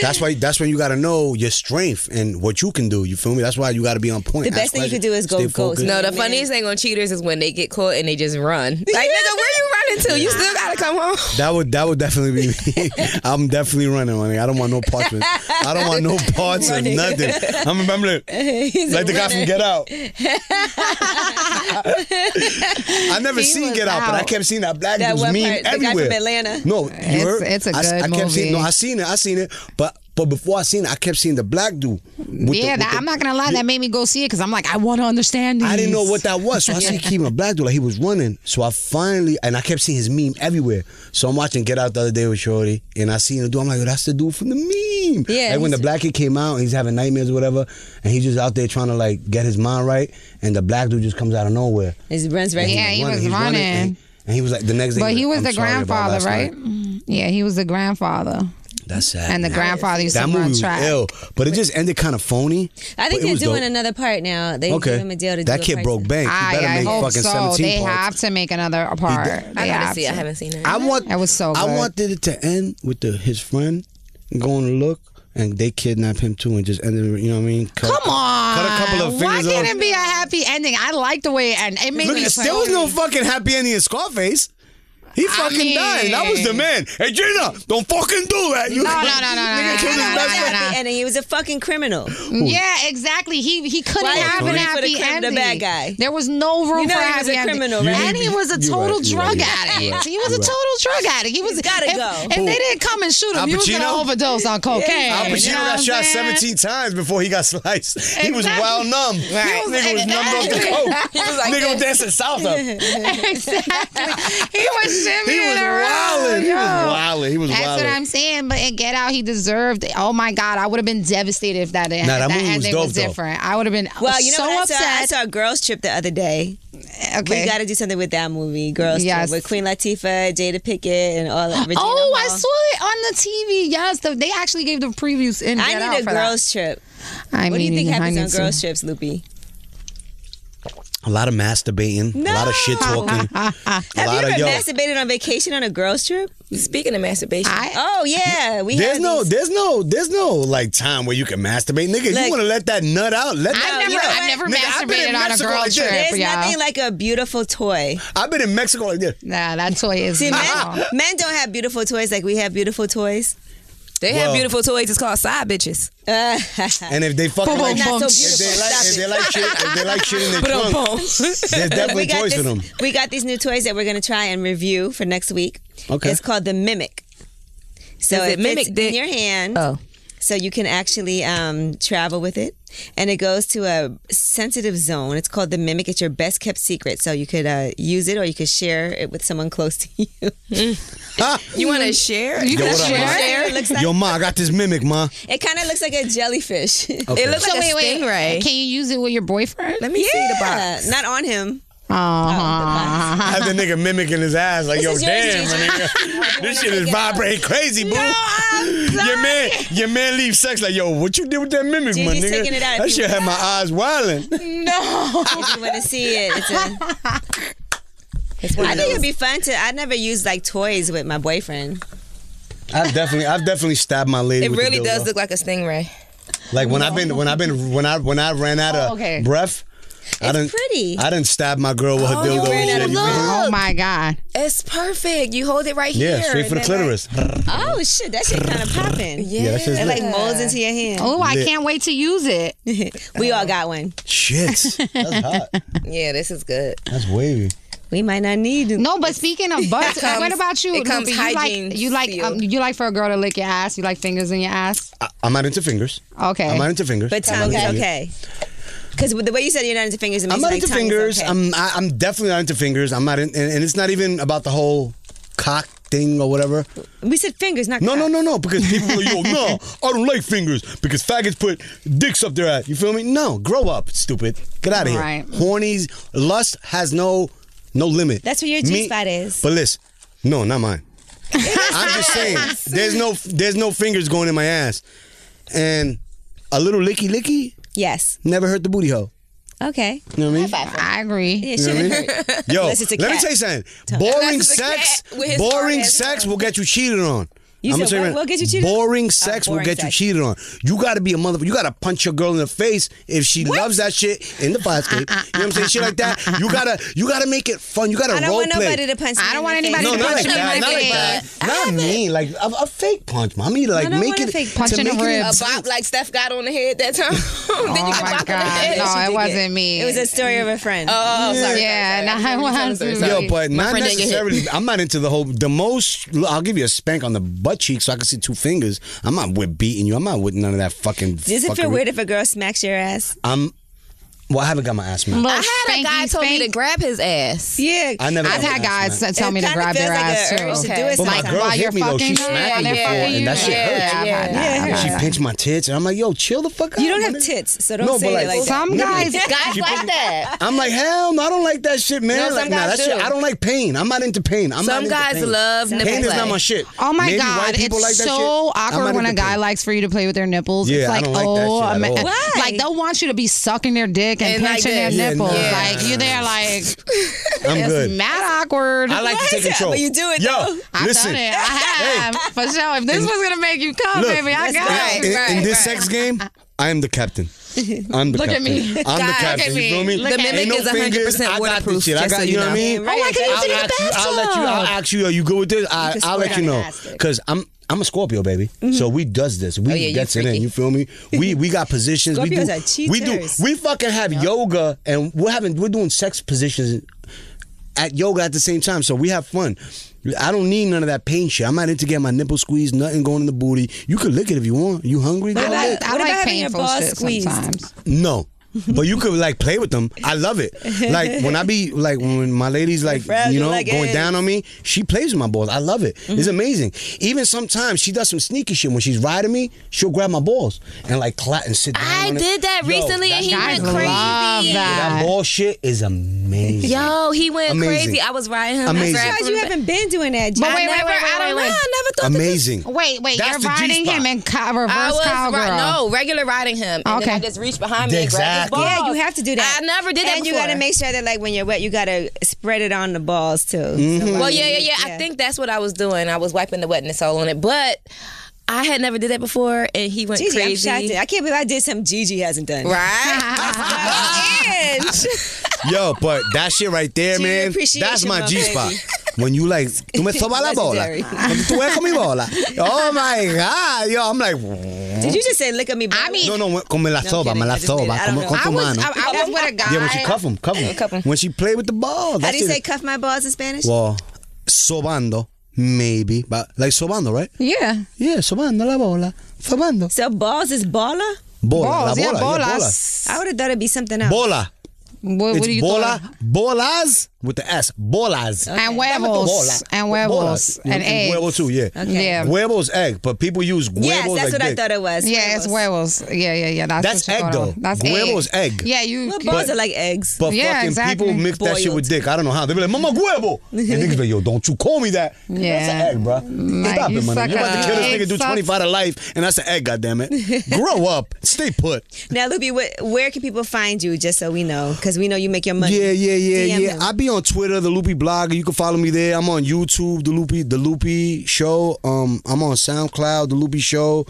Speaker 4: That's why. That's when you got to know your strength and what you can do. You feel me? That's why you got to be on point.
Speaker 1: The best
Speaker 4: Ask
Speaker 1: thing you can do is
Speaker 4: questions,
Speaker 1: go
Speaker 4: stay
Speaker 1: ghost.
Speaker 4: focused.
Speaker 3: No, the
Speaker 1: Man.
Speaker 3: funniest thing on cheaters is when they get caught and they just run. Like, nigga, where you running to? You still gotta come home.
Speaker 4: That would that would definitely be me. I'm definitely running, my nigga. I don't want no parts. Of, I don't want no parts of nothing. I'm remembering
Speaker 1: He's
Speaker 4: like
Speaker 1: a
Speaker 4: the guy
Speaker 1: runner.
Speaker 4: from Get Out. I never
Speaker 2: He
Speaker 4: seen
Speaker 2: was
Speaker 4: Get Out, but I
Speaker 2: out.
Speaker 4: kept seeing that black
Speaker 1: That
Speaker 4: dude's
Speaker 1: one
Speaker 4: meme
Speaker 1: part, the guy from
Speaker 4: everywhere.
Speaker 1: Atlanta.
Speaker 4: No, you
Speaker 2: It's-
Speaker 4: heard?
Speaker 2: it's a
Speaker 4: I s-
Speaker 2: good
Speaker 4: I, kept seeing. No,
Speaker 2: movie.
Speaker 4: I seen it. I seen it. But but before I seen it, I kept seeing the black dude. with the-
Speaker 2: Yeah,
Speaker 4: with
Speaker 2: that,
Speaker 4: the-
Speaker 2: I'm not gonna lie. That made me go see it because I'm like, I want to understand these.
Speaker 4: I didn't know what that was. So I see Keem a black dude, like he was running. So I finally, and I kept seeing his meme everywhere. So I'm watching Get Out the other day with Shorty, and I seen the dude. I'm like, "Yo, that's the dude from the meme.
Speaker 1: Yeah,
Speaker 4: Like when the
Speaker 1: he's-
Speaker 4: black kid came out, and he's having nightmares or whatever, and he's just out there trying to like get his mind right, and the black dude just comes out of nowhere.
Speaker 1: His runs right here.
Speaker 2: Yeah, he
Speaker 4: He's
Speaker 2: was
Speaker 4: he's
Speaker 2: running.
Speaker 4: and, and he was like the next day.
Speaker 2: But he
Speaker 4: like,
Speaker 2: was
Speaker 4: "I'm
Speaker 2: the
Speaker 4: sorry about
Speaker 2: grandfather,
Speaker 4: last
Speaker 2: right? Mm-hmm.
Speaker 4: night."
Speaker 2: Yeah, he was the grandfather,
Speaker 4: That's sad.
Speaker 2: and the
Speaker 4: man.
Speaker 2: grandfather used
Speaker 4: That
Speaker 2: to
Speaker 4: movie
Speaker 2: run
Speaker 4: was
Speaker 2: track.
Speaker 4: ill, but it just ended kind of phony.
Speaker 1: I think
Speaker 4: but it
Speaker 1: they're
Speaker 4: was
Speaker 1: doing
Speaker 4: dope.
Speaker 1: another part now. They
Speaker 4: Okay,
Speaker 1: give him a deal to do
Speaker 4: that
Speaker 1: a
Speaker 4: kid
Speaker 1: part
Speaker 4: broke
Speaker 1: two.
Speaker 4: bank. He better
Speaker 2: I, I
Speaker 4: make
Speaker 2: hope
Speaker 4: fucking
Speaker 2: so.
Speaker 4: 17
Speaker 2: They
Speaker 4: parts.
Speaker 2: have to make another part.
Speaker 3: I
Speaker 2: They
Speaker 3: gotta
Speaker 2: have
Speaker 3: see. it. I
Speaker 2: to.
Speaker 3: haven't seen it.
Speaker 4: I want.
Speaker 2: It was so
Speaker 4: I
Speaker 2: good.
Speaker 4: wanted it to end with the his friend going to look and they kidnap him too and just ended. You know what I mean? Cut,
Speaker 2: Come on.
Speaker 4: Cut a couple of
Speaker 2: Why
Speaker 4: fingers
Speaker 2: can't
Speaker 4: off.
Speaker 2: it be a happy ending? I like the way it ended. It made
Speaker 4: Look,
Speaker 2: me
Speaker 4: there was
Speaker 2: excited.
Speaker 4: no fucking happy ending in Scarface. He
Speaker 2: I
Speaker 4: fucking died. That was the
Speaker 2: mean-
Speaker 4: man. Hey Gina, don't fucking do that. You
Speaker 2: No, no, no, no, no,
Speaker 4: Nigga
Speaker 2: no,
Speaker 4: killed
Speaker 2: no,
Speaker 4: his
Speaker 2: no,
Speaker 4: best
Speaker 2: no,
Speaker 4: friend.
Speaker 2: no, no.
Speaker 1: And he was a fucking criminal. Uh,
Speaker 2: Yeah, exactly. He he couldn't
Speaker 1: Why
Speaker 2: have
Speaker 1: Tony? For
Speaker 2: an
Speaker 1: the
Speaker 2: happy
Speaker 1: crim- the
Speaker 2: ending.
Speaker 1: bad guy.
Speaker 2: There was no room
Speaker 1: You know
Speaker 2: for a
Speaker 1: he was
Speaker 2: happy
Speaker 1: a
Speaker 2: ending.
Speaker 1: criminal, right?
Speaker 2: And he was a
Speaker 4: You're
Speaker 2: total
Speaker 4: right, you're
Speaker 2: drug
Speaker 4: right,
Speaker 2: addict. He was a total drug addict. He was
Speaker 1: gotta
Speaker 2: if,
Speaker 1: go.
Speaker 2: If they didn't come and shoot him,
Speaker 4: Al
Speaker 2: he was gonna
Speaker 4: Pacino?
Speaker 2: overdose on cocaine.
Speaker 4: Al Pacino
Speaker 2: you know what
Speaker 4: got
Speaker 2: I'm
Speaker 4: shot
Speaker 2: saying?
Speaker 4: 17 times before he got sliced. He was
Speaker 2: Exactly.
Speaker 4: well numb.
Speaker 2: Right.
Speaker 4: Nigga was numbed off the coke.
Speaker 3: He was like
Speaker 4: Nigga was
Speaker 3: this.
Speaker 4: dancing south up. He
Speaker 2: exactly. He was shimmying
Speaker 4: was
Speaker 2: around.
Speaker 4: wilding. He was
Speaker 2: yo.
Speaker 4: wilding. He was
Speaker 2: That's what
Speaker 4: wilding.
Speaker 2: I'm saying. But in Get Out, he deserved. It. Oh my God, I would have been devastated if that, if
Speaker 4: that
Speaker 2: that
Speaker 4: movie was
Speaker 2: ending
Speaker 4: dope,
Speaker 2: was
Speaker 4: though.
Speaker 2: different. I would have been
Speaker 1: Well, you know
Speaker 2: so
Speaker 1: what I saw? I
Speaker 2: upset.
Speaker 1: saw a girls trip the other day.
Speaker 2: okay.
Speaker 1: We got to do something with that movie, girls
Speaker 2: Yes.
Speaker 1: trip with Queen Latifah, Jada Pickett, and all that. Regina
Speaker 2: Oh, I
Speaker 1: Hall.
Speaker 2: saw it on the TV. Yes, the, they actually gave the previews in.
Speaker 1: I
Speaker 2: Get
Speaker 1: need
Speaker 2: Out
Speaker 1: a
Speaker 2: for that.
Speaker 1: girls trip.
Speaker 2: I
Speaker 1: What do you
Speaker 2: mean,
Speaker 1: think
Speaker 2: I
Speaker 1: happens
Speaker 2: need
Speaker 1: on
Speaker 2: to-
Speaker 1: girls trips, Loopy?
Speaker 4: A lot of masturbating, a lot of shit talking, a
Speaker 1: Have
Speaker 4: lot
Speaker 1: you
Speaker 4: of
Speaker 1: ever
Speaker 4: yo.
Speaker 1: masturbated on vacation on a girls trip?
Speaker 3: Speaking of masturbation,
Speaker 2: I,
Speaker 1: Oh yeah, we.
Speaker 4: There's
Speaker 1: had
Speaker 4: no,
Speaker 1: these-
Speaker 4: there's no, there's no like time where you can masturbate, nigga. if you
Speaker 1: Like-
Speaker 4: want to let that nut out? Let
Speaker 2: I've
Speaker 4: that
Speaker 2: never,
Speaker 4: nut out.
Speaker 2: I've never
Speaker 4: Nigga, I've been
Speaker 2: masturbated
Speaker 4: in
Speaker 2: on a
Speaker 4: Mexico
Speaker 2: girl
Speaker 4: like
Speaker 2: trip.
Speaker 4: that.
Speaker 1: There's
Speaker 2: y'all.
Speaker 1: nothing like a beautiful toy.
Speaker 4: I've been in Mexico like this.
Speaker 2: nah, that toy is.
Speaker 1: See,
Speaker 2: no.
Speaker 1: men, men don't have beautiful toys like we have beautiful toys.
Speaker 3: they
Speaker 4: Well-
Speaker 3: have beautiful toys. It's called side bitches.
Speaker 1: Uh,
Speaker 4: And if they fucking like,
Speaker 1: not so
Speaker 4: if
Speaker 1: beautiful.
Speaker 4: they like,
Speaker 1: Stop
Speaker 4: if they
Speaker 1: it.
Speaker 4: like shit, if they like shit in their trunk, there's
Speaker 1: we
Speaker 4: definitely
Speaker 1: got
Speaker 4: toys
Speaker 1: this,
Speaker 4: for them.
Speaker 1: We got these new toys that we're gonna try and review for next week.
Speaker 4: Okay.
Speaker 1: It's called the Mimic. So
Speaker 3: Does it
Speaker 1: it, mimics
Speaker 3: mimic dick?
Speaker 1: in your hand.
Speaker 3: Oh.
Speaker 1: So you can actually um, travel with it, and it goes to a sensitive zone. It's called the mimic. It's your best kept secret. So you could uh, use it, or you could share it with someone close to you.
Speaker 4: Ha!
Speaker 3: You want to share?
Speaker 2: You
Speaker 4: Yo,
Speaker 2: can
Speaker 4: what up,
Speaker 2: share.
Speaker 4: man?
Speaker 1: Share. It looks like
Speaker 4: Yo, ma, I got this mimic, ma.
Speaker 1: it kind of looks like a jellyfish.
Speaker 3: It looks
Speaker 2: So
Speaker 3: like
Speaker 2: wait,
Speaker 3: a
Speaker 2: wait.
Speaker 3: stingray.
Speaker 2: Can you use it with your boyfriend?
Speaker 3: Let me see the box.
Speaker 1: Not on him. Oh,
Speaker 2: Uh-huh.
Speaker 4: I had the nigga mimicking his ass like, yo,
Speaker 1: is yours,
Speaker 4: damn, my
Speaker 1: Gigi.
Speaker 4: nigga.
Speaker 1: wanna
Speaker 4: this shit is
Speaker 1: take it out?
Speaker 4: vibrating crazy, boo. your man, your man leave sex like, yo, what you did with that mimic, my
Speaker 1: Gigi's
Speaker 4: nigga?
Speaker 1: taking it out if
Speaker 4: that
Speaker 1: you
Speaker 4: shit
Speaker 1: want.
Speaker 4: had my eyes wilding.
Speaker 1: if you want to see it. It's a, I think it'd be fun to. I never used like toys with my boyfriend.
Speaker 4: I've definitely, I've definitely stabbed my lady.
Speaker 3: It
Speaker 4: with the
Speaker 3: really does
Speaker 4: dildo.
Speaker 3: look like a stingray.
Speaker 4: Like when I've been, when I've been, when I, when I ran out of
Speaker 2: Oh, okay.
Speaker 4: breath. I
Speaker 1: It's
Speaker 4: didn't,
Speaker 1: pretty.
Speaker 4: I didn't stab my girl with her
Speaker 3: you
Speaker 4: dildo.
Speaker 3: ran
Speaker 4: and
Speaker 3: out
Speaker 4: shit. You
Speaker 3: of
Speaker 4: feel me?
Speaker 3: love.
Speaker 2: Oh my God.
Speaker 3: It's perfect. You hold it right here.
Speaker 4: Yeah, straight for the
Speaker 3: and then, like,
Speaker 4: clitoris.
Speaker 1: Oh shit, that shit kind of popping.
Speaker 3: Yeah,
Speaker 4: that shit's
Speaker 1: It like
Speaker 4: Yeah.
Speaker 1: molds into your hand.
Speaker 2: Oh, I
Speaker 4: Lit.
Speaker 2: can't wait to use it.
Speaker 1: We all got one.
Speaker 4: Shit, that's hot.
Speaker 3: yeah, this is good.
Speaker 4: That's wavy.
Speaker 1: We might not need. it.
Speaker 2: No, but speaking of butts, uh,
Speaker 3: comes-
Speaker 2: what about you?
Speaker 3: it comes
Speaker 2: Lupe? you
Speaker 3: hygiene
Speaker 2: like you like um,
Speaker 3: sealed.
Speaker 2: you like for a girl to lick your ass. You like fingers in your ass.
Speaker 4: I, I'm not into fingers.
Speaker 2: Eh. Okay.
Speaker 4: I'm not into fingers.
Speaker 1: But
Speaker 4: I'm
Speaker 1: Tom,
Speaker 4: not
Speaker 1: okay,
Speaker 4: into-
Speaker 1: okay. Because the way you said you're not into fingers, it makes
Speaker 4: I'm not
Speaker 1: like
Speaker 4: into
Speaker 1: tongues,
Speaker 4: fingers.
Speaker 1: okay.
Speaker 4: I'm I, I'm definitely not into fingers. I'm not in, and, and it's not even about the whole cock thing or whatever.
Speaker 1: we said fingers, not
Speaker 4: No,
Speaker 1: cock.
Speaker 4: no, no, no. Because people are yo, no, I don't like fingers because faggots put dicks up their ass. You feel me? No, grow up, stupid. Get out of here.
Speaker 2: Right.
Speaker 4: Horny lust has no no limit.
Speaker 1: That's where your
Speaker 4: Me-
Speaker 1: G-spot is.
Speaker 4: But listen, no, not mine. I'm just saying, there's no there's no fingers going in my ass, and a little licky licky
Speaker 1: Yes.
Speaker 4: never hurt the booty hole.
Speaker 1: Okay.
Speaker 4: You know what I mean?
Speaker 2: I agree.
Speaker 1: It shouldn't
Speaker 4: what I
Speaker 1: hurt.
Speaker 4: Yo,
Speaker 1: Unless it's a
Speaker 4: let me
Speaker 1: cat.
Speaker 4: tell you something.
Speaker 3: Unless
Speaker 4: Boring
Speaker 3: it's a
Speaker 4: sex,
Speaker 3: cat with his
Speaker 4: boring
Speaker 3: hard ass
Speaker 4: sex will get you cheated on.
Speaker 1: You
Speaker 4: I'ma
Speaker 1: said
Speaker 4: tell
Speaker 1: what
Speaker 4: right-
Speaker 1: will get you cheated on? Oh,
Speaker 4: Boring sex will
Speaker 1: boring
Speaker 4: get you
Speaker 1: sex.
Speaker 4: cheated on. You got to be a motherfucker. You got to punch your girl in the face if she loves that shit in the firescape.
Speaker 1: Uh,
Speaker 4: you know what I'm saying? Shit like that. You gotta, you gotta make it fun. You gotta
Speaker 1: I don't
Speaker 4: role
Speaker 1: want
Speaker 4: play.
Speaker 1: nobody to punch. me
Speaker 2: I don't
Speaker 1: in
Speaker 2: want
Speaker 1: the face.
Speaker 2: anybody
Speaker 4: no,
Speaker 2: to
Speaker 4: not
Speaker 2: punch
Speaker 4: like
Speaker 2: me in my
Speaker 4: that. Not like
Speaker 2: face.
Speaker 4: that. Not me. Like a, a fake punch, mom. I mean, like
Speaker 1: don't
Speaker 4: make
Speaker 1: want a
Speaker 4: it
Speaker 1: fake
Speaker 2: punch
Speaker 4: to
Speaker 2: in the
Speaker 4: make it
Speaker 2: ribs.
Speaker 3: A bop like Steph got on the head that time. then
Speaker 2: Oh
Speaker 3: you can
Speaker 2: my
Speaker 3: bop on the
Speaker 2: God.
Speaker 3: head.
Speaker 2: No,
Speaker 1: She
Speaker 2: it
Speaker 1: did
Speaker 2: wasn't me.
Speaker 1: It was a story of a friend.
Speaker 3: Oh, sorry.
Speaker 2: Yeah,
Speaker 3: sorry, sorry.
Speaker 2: no, I
Speaker 3: Sorry,
Speaker 2: wasn't.
Speaker 3: sorry, sorry.
Speaker 4: Yo,
Speaker 2: Sorry.
Speaker 4: but
Speaker 3: My
Speaker 4: not
Speaker 3: friend didn't get hit.
Speaker 4: necessarily. I'm not into the whole. The most I'll give you a spank on the butt cheek so I can see two fingers. I'm not with beating you. I'm not with none of that fucking.
Speaker 1: Does it feel
Speaker 4: fuckery.
Speaker 1: weird if a girl smacks your ass?
Speaker 4: I'm. Well, I haven't got my ass smacked.
Speaker 2: Little
Speaker 3: I had a
Speaker 2: spanky
Speaker 3: guy told me to
Speaker 2: spank.
Speaker 3: grab his ass.
Speaker 1: Yeah.
Speaker 4: I never.
Speaker 2: I've
Speaker 4: got my
Speaker 2: had
Speaker 4: ass
Speaker 2: guys
Speaker 4: smacked.
Speaker 2: that tell
Speaker 1: It
Speaker 2: me to
Speaker 1: kinda
Speaker 2: grab
Speaker 1: feels
Speaker 2: their
Speaker 1: like
Speaker 2: ass
Speaker 1: a
Speaker 2: too.
Speaker 1: urge to do
Speaker 3: Okay.
Speaker 1: it
Speaker 4: But my
Speaker 1: sometimes.
Speaker 4: girl
Speaker 2: While
Speaker 4: hit
Speaker 2: you're
Speaker 4: me though.
Speaker 2: fucking-
Speaker 4: She smacked me before,
Speaker 3: Yeah, yeah,
Speaker 4: and that shit
Speaker 2: yeah,
Speaker 4: hurt.
Speaker 2: I've had that,
Speaker 1: Yeah,
Speaker 2: I've
Speaker 1: it
Speaker 2: had
Speaker 4: She
Speaker 2: that.
Speaker 4: pinched my tits, and I'm like, "Yo, chill the fuck out."
Speaker 1: You don't
Speaker 4: my
Speaker 1: have
Speaker 4: nigga.
Speaker 1: tits, so don't
Speaker 4: No, but
Speaker 1: say
Speaker 4: like-
Speaker 1: it like that.
Speaker 2: Some guys,
Speaker 3: Guys like that.
Speaker 4: I'm like, hell no, I don't like that shit, man.
Speaker 3: No,
Speaker 4: like,
Speaker 3: some
Speaker 4: nah,
Speaker 3: guys
Speaker 4: that shit,
Speaker 3: do.
Speaker 4: I don't like pain. I'm not into pain. I'm not
Speaker 3: Some
Speaker 4: into
Speaker 3: guys
Speaker 4: pain.
Speaker 3: love nipple
Speaker 4: Pain is
Speaker 3: play.
Speaker 4: not my shit.
Speaker 2: Oh my
Speaker 4: Maybe
Speaker 2: god,
Speaker 4: white people
Speaker 2: it's
Speaker 4: like that shit.
Speaker 2: so
Speaker 4: I'm
Speaker 2: awkward
Speaker 4: not
Speaker 2: when a
Speaker 4: into
Speaker 2: guy
Speaker 4: pain.
Speaker 2: likes for you to play with their nipples.
Speaker 4: Yeah,
Speaker 2: it's
Speaker 4: I
Speaker 2: like,
Speaker 4: don't like that
Speaker 2: oh,
Speaker 4: shit at
Speaker 2: I'm-
Speaker 4: all.
Speaker 1: Why?
Speaker 2: like they'll want you to be sucking their dick and,
Speaker 3: And like
Speaker 2: pinching their
Speaker 3: this.
Speaker 4: Yeah,
Speaker 2: nipples.
Speaker 4: nah.
Speaker 2: Like you there, like
Speaker 4: I'm
Speaker 2: it's
Speaker 4: good.
Speaker 2: mad awkward.
Speaker 4: I like
Speaker 1: Why
Speaker 4: to
Speaker 1: is
Speaker 4: take
Speaker 1: that?
Speaker 4: control.
Speaker 1: But you do it,
Speaker 4: Yo,
Speaker 1: though.
Speaker 2: I've
Speaker 4: listen.
Speaker 2: done it. I have for sure. If this was gonna make you come,
Speaker 4: Look,
Speaker 2: baby, I
Speaker 4: that's
Speaker 2: got
Speaker 3: right.
Speaker 2: it.
Speaker 4: in, in
Speaker 3: right,
Speaker 4: this
Speaker 3: right.
Speaker 4: sex game, I am the captain. I'm the
Speaker 2: Look at
Speaker 4: captain.
Speaker 2: me.
Speaker 4: I'm the
Speaker 2: Look
Speaker 4: captain.
Speaker 2: at
Speaker 4: You
Speaker 2: me.
Speaker 4: feel me?
Speaker 2: Look
Speaker 3: The at mimic
Speaker 4: Ain't
Speaker 3: is 100%
Speaker 4: fingers. I got
Speaker 3: waterproof,
Speaker 4: this shit. I
Speaker 3: just
Speaker 4: got
Speaker 3: so
Speaker 4: you
Speaker 3: you
Speaker 4: know what I
Speaker 3: know.
Speaker 4: mean?
Speaker 1: Right,
Speaker 2: I can
Speaker 1: that's-
Speaker 2: use it in
Speaker 4: I'll ask, you, I'll let you. I'll ask you. Are you good with this? I,
Speaker 1: can
Speaker 4: I'll
Speaker 1: swear
Speaker 4: let you know.
Speaker 1: fantastic.
Speaker 4: Cause I'm I'm a Scorpio baby. So we does this. We
Speaker 3: Oh, yeah, you
Speaker 4: gets it in.
Speaker 3: freaky.
Speaker 4: You feel me? We we got positions. we do.
Speaker 1: Scorpios are
Speaker 4: we do.
Speaker 1: cheaters.
Speaker 4: We fucking have yoga and we're having we're doing sex positions at yoga at the same time. So we have fun. I don't need none of that pain shit. I'm not into getting my nipple squeezed. Nothing going in the booty. You could lick it if you want. You hungry? Go
Speaker 2: I
Speaker 4: lick.
Speaker 2: like, I
Speaker 1: What about
Speaker 2: like
Speaker 1: having your
Speaker 2: painful
Speaker 1: balls
Speaker 2: shit
Speaker 1: squeezed?
Speaker 2: sometimes.
Speaker 4: No. but you could like play with them. I love it. Like when I be like when my lady's like
Speaker 1: fragile
Speaker 4: you know
Speaker 1: like
Speaker 4: going
Speaker 1: eggs.
Speaker 4: down on me, she plays with my balls. I love it. It's amazing. Even sometimes she does some sneaky shit when she's riding me. She'll grab my balls and like clap and sit down.
Speaker 3: I
Speaker 4: on it.
Speaker 3: did that
Speaker 4: Yo,
Speaker 3: recently and he
Speaker 2: Guys
Speaker 3: went
Speaker 2: love
Speaker 3: crazy.
Speaker 2: that.
Speaker 4: that ball shit is amazing.
Speaker 3: Yo, he went
Speaker 4: Amazing.
Speaker 3: crazy. I was riding him.
Speaker 4: Amazing.
Speaker 3: I
Speaker 1: Guys,
Speaker 3: grabbed
Speaker 1: you
Speaker 3: him.
Speaker 1: haven't been doing that.
Speaker 2: But
Speaker 1: Jack.
Speaker 2: wait,
Speaker 3: I
Speaker 2: wait,
Speaker 3: never-
Speaker 2: wait, wait, wait.
Speaker 3: I never thought that this-
Speaker 4: Amazing.
Speaker 2: Wait, wait,
Speaker 4: That's the
Speaker 2: you're riding
Speaker 4: G-spot.
Speaker 2: him in co- reverse
Speaker 3: I was
Speaker 2: cowgirl.
Speaker 3: ri- no regular riding him, and
Speaker 2: Okay.
Speaker 3: then I just reached behind me and
Speaker 4: Exactly.
Speaker 3: grabbed his
Speaker 1: Yeah,
Speaker 3: balls.
Speaker 1: you have to do that.
Speaker 3: I never did that
Speaker 1: And you
Speaker 3: before.
Speaker 1: gotta make sure that, like, when you're wet, you gotta spread it on the balls too.
Speaker 4: Mm-hmm.
Speaker 1: So,
Speaker 3: Well,
Speaker 1: like,
Speaker 3: yeah, yeah, yeah, I think that's what I was doing. I was wiping the wetness all on it, but I had never did that before, and he went
Speaker 1: Gigi, I'm
Speaker 3: crazy.
Speaker 1: shocked. I can't believe I did something Gigi hasn't done.
Speaker 3: Right?
Speaker 1: Oh, and-
Speaker 4: Yo, but that shit right there,
Speaker 1: Gee,
Speaker 4: man.
Speaker 1: appreciation,
Speaker 4: That's my
Speaker 1: my
Speaker 4: G spot.
Speaker 1: baby.
Speaker 4: When you like, tú me sobas la bola.
Speaker 1: Legendary.
Speaker 4: Tú eres mi bola. Oh my god, yo, I'm like,
Speaker 1: Did you just say look at me? I
Speaker 2: mean-
Speaker 4: No, no, come me la soba,
Speaker 1: kidding.
Speaker 4: me la
Speaker 1: I just made it.
Speaker 4: soba,
Speaker 1: I
Speaker 4: come,
Speaker 1: don't
Speaker 4: con
Speaker 1: know.
Speaker 2: I
Speaker 4: tu
Speaker 2: was,
Speaker 4: mano.
Speaker 2: I, I was with a guy.
Speaker 4: yeah, when she cuff him, cuff him.
Speaker 3: Cuff 'em.
Speaker 4: When she play with the ball,
Speaker 1: how
Speaker 4: that
Speaker 1: do you
Speaker 4: shit.
Speaker 1: say cuff my balls in Spanish?
Speaker 4: well, sobando, maybe, but like sobando, right?
Speaker 2: Yeah.
Speaker 4: Yeah, sobando la bola, sobando.
Speaker 1: so balls is baller.
Speaker 4: Bola,
Speaker 2: Balls,
Speaker 4: la
Speaker 2: yeah,
Speaker 4: bola, yeah,
Speaker 2: bolas.
Speaker 1: I would have thought it'd be something else.
Speaker 4: bola. Bola.
Speaker 2: What, what
Speaker 4: It's
Speaker 2: do you
Speaker 4: bola,
Speaker 2: thought?
Speaker 4: bolas with the S, bolas.
Speaker 1: Uh,
Speaker 2: And
Speaker 4: Bola.
Speaker 2: huevos. And
Speaker 4: Bolas.
Speaker 2: huevos. And
Speaker 4: Yeah,
Speaker 2: eggs.
Speaker 4: Huevos too, yeah.
Speaker 1: Okay.
Speaker 2: Yeah.
Speaker 4: Huevos egg, but people use huevos
Speaker 1: Yes, that's
Speaker 4: like
Speaker 1: what I
Speaker 4: dick.
Speaker 1: thought it was.
Speaker 2: Yeah, it's huevos. Yeah, yeah, yeah. That's, what
Speaker 4: That's
Speaker 2: you
Speaker 4: egg,
Speaker 2: call
Speaker 4: though.
Speaker 2: it. That's
Speaker 4: Huevo's
Speaker 2: egg.
Speaker 4: egg.
Speaker 2: Yeah, you.
Speaker 1: Well,
Speaker 2: you-
Speaker 1: balls are like eggs.
Speaker 4: But
Speaker 2: Yeah,
Speaker 4: fucking
Speaker 2: exactly.
Speaker 4: people mix that shit
Speaker 1: Boiled.
Speaker 4: with dick. I don't know how. They be like, Mama huevo. And niggas be like, yo, don't you call me that. That's
Speaker 2: Yeah.
Speaker 4: an egg, bro.
Speaker 2: Like,
Speaker 4: Stop
Speaker 2: you
Speaker 4: it, man.
Speaker 2: suck
Speaker 4: You're about to kill
Speaker 2: a-
Speaker 4: this nigga, do
Speaker 2: egg sucks.
Speaker 4: 25 to life, and that's an egg, goddammit. Grow up. Stay put.
Speaker 1: now, Luby, wh- where can people find you? Just so we know, because we know you make your money.
Speaker 4: Yeah, yeah, yeah,
Speaker 1: DM
Speaker 4: yeah.
Speaker 1: him.
Speaker 4: I be on Twitter, the Loopy Blogger. You can follow me there. I'm on YouTube, the Loopy, the Loopy Show. Um, I'm on SoundCloud, the Loopy Show.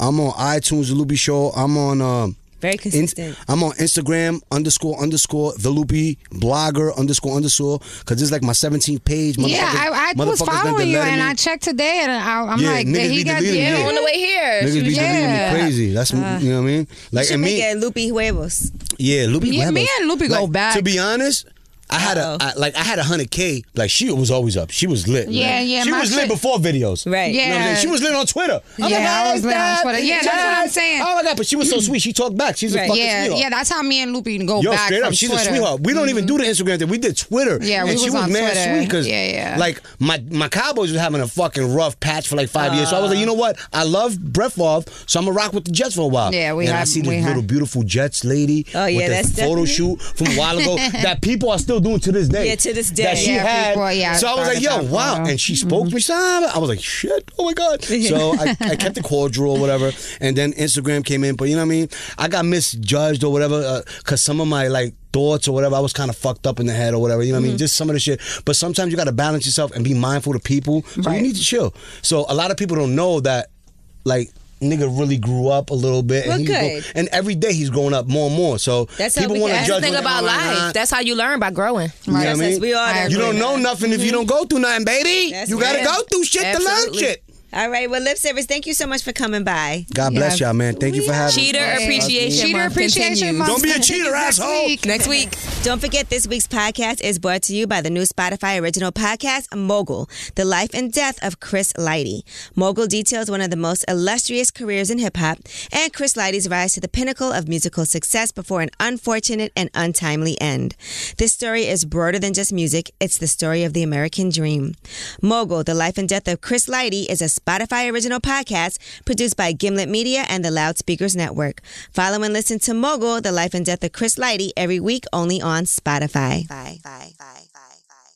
Speaker 4: I'm on iTunes, the Loopy Show. I'm on um
Speaker 1: Very
Speaker 4: In-
Speaker 1: consistent.
Speaker 4: I'm on Instagram underscore underscore the loopy blogger underscore underscore because this is like my 17th page.
Speaker 2: Yeah, I, I was
Speaker 4: motherfuckers done
Speaker 2: following you
Speaker 4: deleted
Speaker 2: and
Speaker 4: me.
Speaker 2: I checked today and I, I'm
Speaker 4: Yeah,
Speaker 2: like,
Speaker 4: niggas
Speaker 2: did
Speaker 4: be
Speaker 2: he got
Speaker 4: deleting
Speaker 2: yeah.
Speaker 4: you.
Speaker 3: On the way here,
Speaker 4: Niggas be
Speaker 2: Yeah. Uh,
Speaker 4: deleting me crazy. That's you know what I mean. Like
Speaker 1: Should
Speaker 4: and
Speaker 1: make
Speaker 4: me,
Speaker 1: it loopy huevos.
Speaker 4: yeah, loopy.
Speaker 2: Yeah,
Speaker 4: Webber.
Speaker 2: me and Loopy go
Speaker 4: Like,
Speaker 2: back.
Speaker 4: To be honest. I had a
Speaker 1: Uh-oh.
Speaker 4: I, like I had a hundred k like she was always up she was lit
Speaker 2: Yeah,
Speaker 4: man.
Speaker 2: yeah,
Speaker 4: she
Speaker 2: my
Speaker 4: was lit
Speaker 2: shit-
Speaker 4: before videos
Speaker 1: Right.
Speaker 4: You know what I'm
Speaker 2: Yeah.
Speaker 4: saying? she was lit on Twitter I'm
Speaker 2: Yeah, I
Speaker 4: "Hey,
Speaker 2: was lit on
Speaker 4: Dad,
Speaker 2: Twitter." Yeah, that's what I'm
Speaker 4: Dad."
Speaker 2: saying.
Speaker 4: oh my god but she was so sweet she talked back she's a
Speaker 1: Right.
Speaker 4: fucking
Speaker 2: Yeah,
Speaker 4: sweetheart.
Speaker 2: yeah, that's how me and Loopy go
Speaker 4: Yo,
Speaker 2: back
Speaker 4: straight
Speaker 2: from
Speaker 4: up, she's
Speaker 2: Twitter. Mm-hmm.
Speaker 4: a sweetheart. We don't even do the Instagram thing. We did Twitter.
Speaker 2: Yeah, we
Speaker 4: and she
Speaker 2: was
Speaker 4: was
Speaker 2: on
Speaker 4: mad
Speaker 2: Twitter.
Speaker 4: sweet because,
Speaker 2: Yeah, yeah.
Speaker 4: like, my my Cowboys was having a fucking rough patch for like five years. So I was like, you know what? I love Brett Favre, so I'm gonna rock with the Jets for a while.
Speaker 2: Yeah, we
Speaker 4: And I
Speaker 2: have-
Speaker 4: see this
Speaker 2: we have-
Speaker 4: little beautiful Jets lady.
Speaker 1: Oh, yeah,
Speaker 4: with
Speaker 1: that's
Speaker 4: the photo
Speaker 1: definitely-
Speaker 4: shoot from a while ago that people are still doing to this day.
Speaker 1: Yeah, to this day.
Speaker 4: That she
Speaker 2: Yeah,
Speaker 4: had.
Speaker 2: people- yeah,
Speaker 4: so I was
Speaker 2: thought
Speaker 4: like, yo,
Speaker 2: about
Speaker 4: wow.
Speaker 2: photo.
Speaker 4: And she spoke
Speaker 1: Mm-hmm.
Speaker 4: to me. She said, "Ah," I was like, shit. Oh my god. So I, I kept it cordial or whatever. And then Instagram came in, but you know what I mean. I got misjudged or whatever because some of my like thoughts or whatever. I was kind of fucked up in the head or whatever. You know what I
Speaker 1: Mm-hmm.
Speaker 4: mean? Just some of the shit. But sometimes you got to balance yourself and be mindful to people. So you need to chill. So a lot of people don't know that, like. Nigga really grew up a little bit,
Speaker 1: Well,
Speaker 4: and, he's grow-
Speaker 1: good.
Speaker 4: and every day he's growing up more and more. So
Speaker 1: That's how
Speaker 4: people
Speaker 1: we
Speaker 4: want to
Speaker 1: can-
Speaker 4: judge.
Speaker 1: That's the
Speaker 3: that's the thing
Speaker 4: him,
Speaker 3: about
Speaker 4: "Oh, nah, nah."
Speaker 3: life. That's how you learn by growing.
Speaker 4: You know what I
Speaker 1: Yes, yes,
Speaker 4: mean?
Speaker 1: we all
Speaker 2: I
Speaker 1: there.
Speaker 4: You
Speaker 2: agree.
Speaker 4: don't know nothing if you don't go through nothing, baby.
Speaker 1: That's
Speaker 4: you gotta
Speaker 1: real.
Speaker 4: go through shit
Speaker 3: Absolutely.
Speaker 4: to learn shit.
Speaker 1: All right. Well, lip service. Thank you so much for coming by.
Speaker 4: God
Speaker 2: Yeah.
Speaker 4: bless y'all, man. Thank you for having
Speaker 3: Cheater
Speaker 4: me.
Speaker 3: appreciation.
Speaker 2: Cheater
Speaker 3: month
Speaker 2: appreciation
Speaker 3: continues.
Speaker 2: month.
Speaker 4: Don't be a cheater,
Speaker 2: Next
Speaker 4: asshole.
Speaker 2: week.
Speaker 3: Next week.
Speaker 1: Don't forget, this week's podcast is brought to you by the new Spotify original podcast, Mogul The Life and Death of Chris Lighty. Mogul details one of the most illustrious careers in hip hop and Chris Lighty's rise to the pinnacle of musical success before an unfortunate and untimely end. This story is broader than just music, it's the story of the American dream. Mogul The Life and Death of Chris Lighty is a Spotify original podcast produced by Gimlet Media and the Loudspeakers Network. Follow and listen to Mogul The Life and Death of Chris Lighty every week only on Spotify.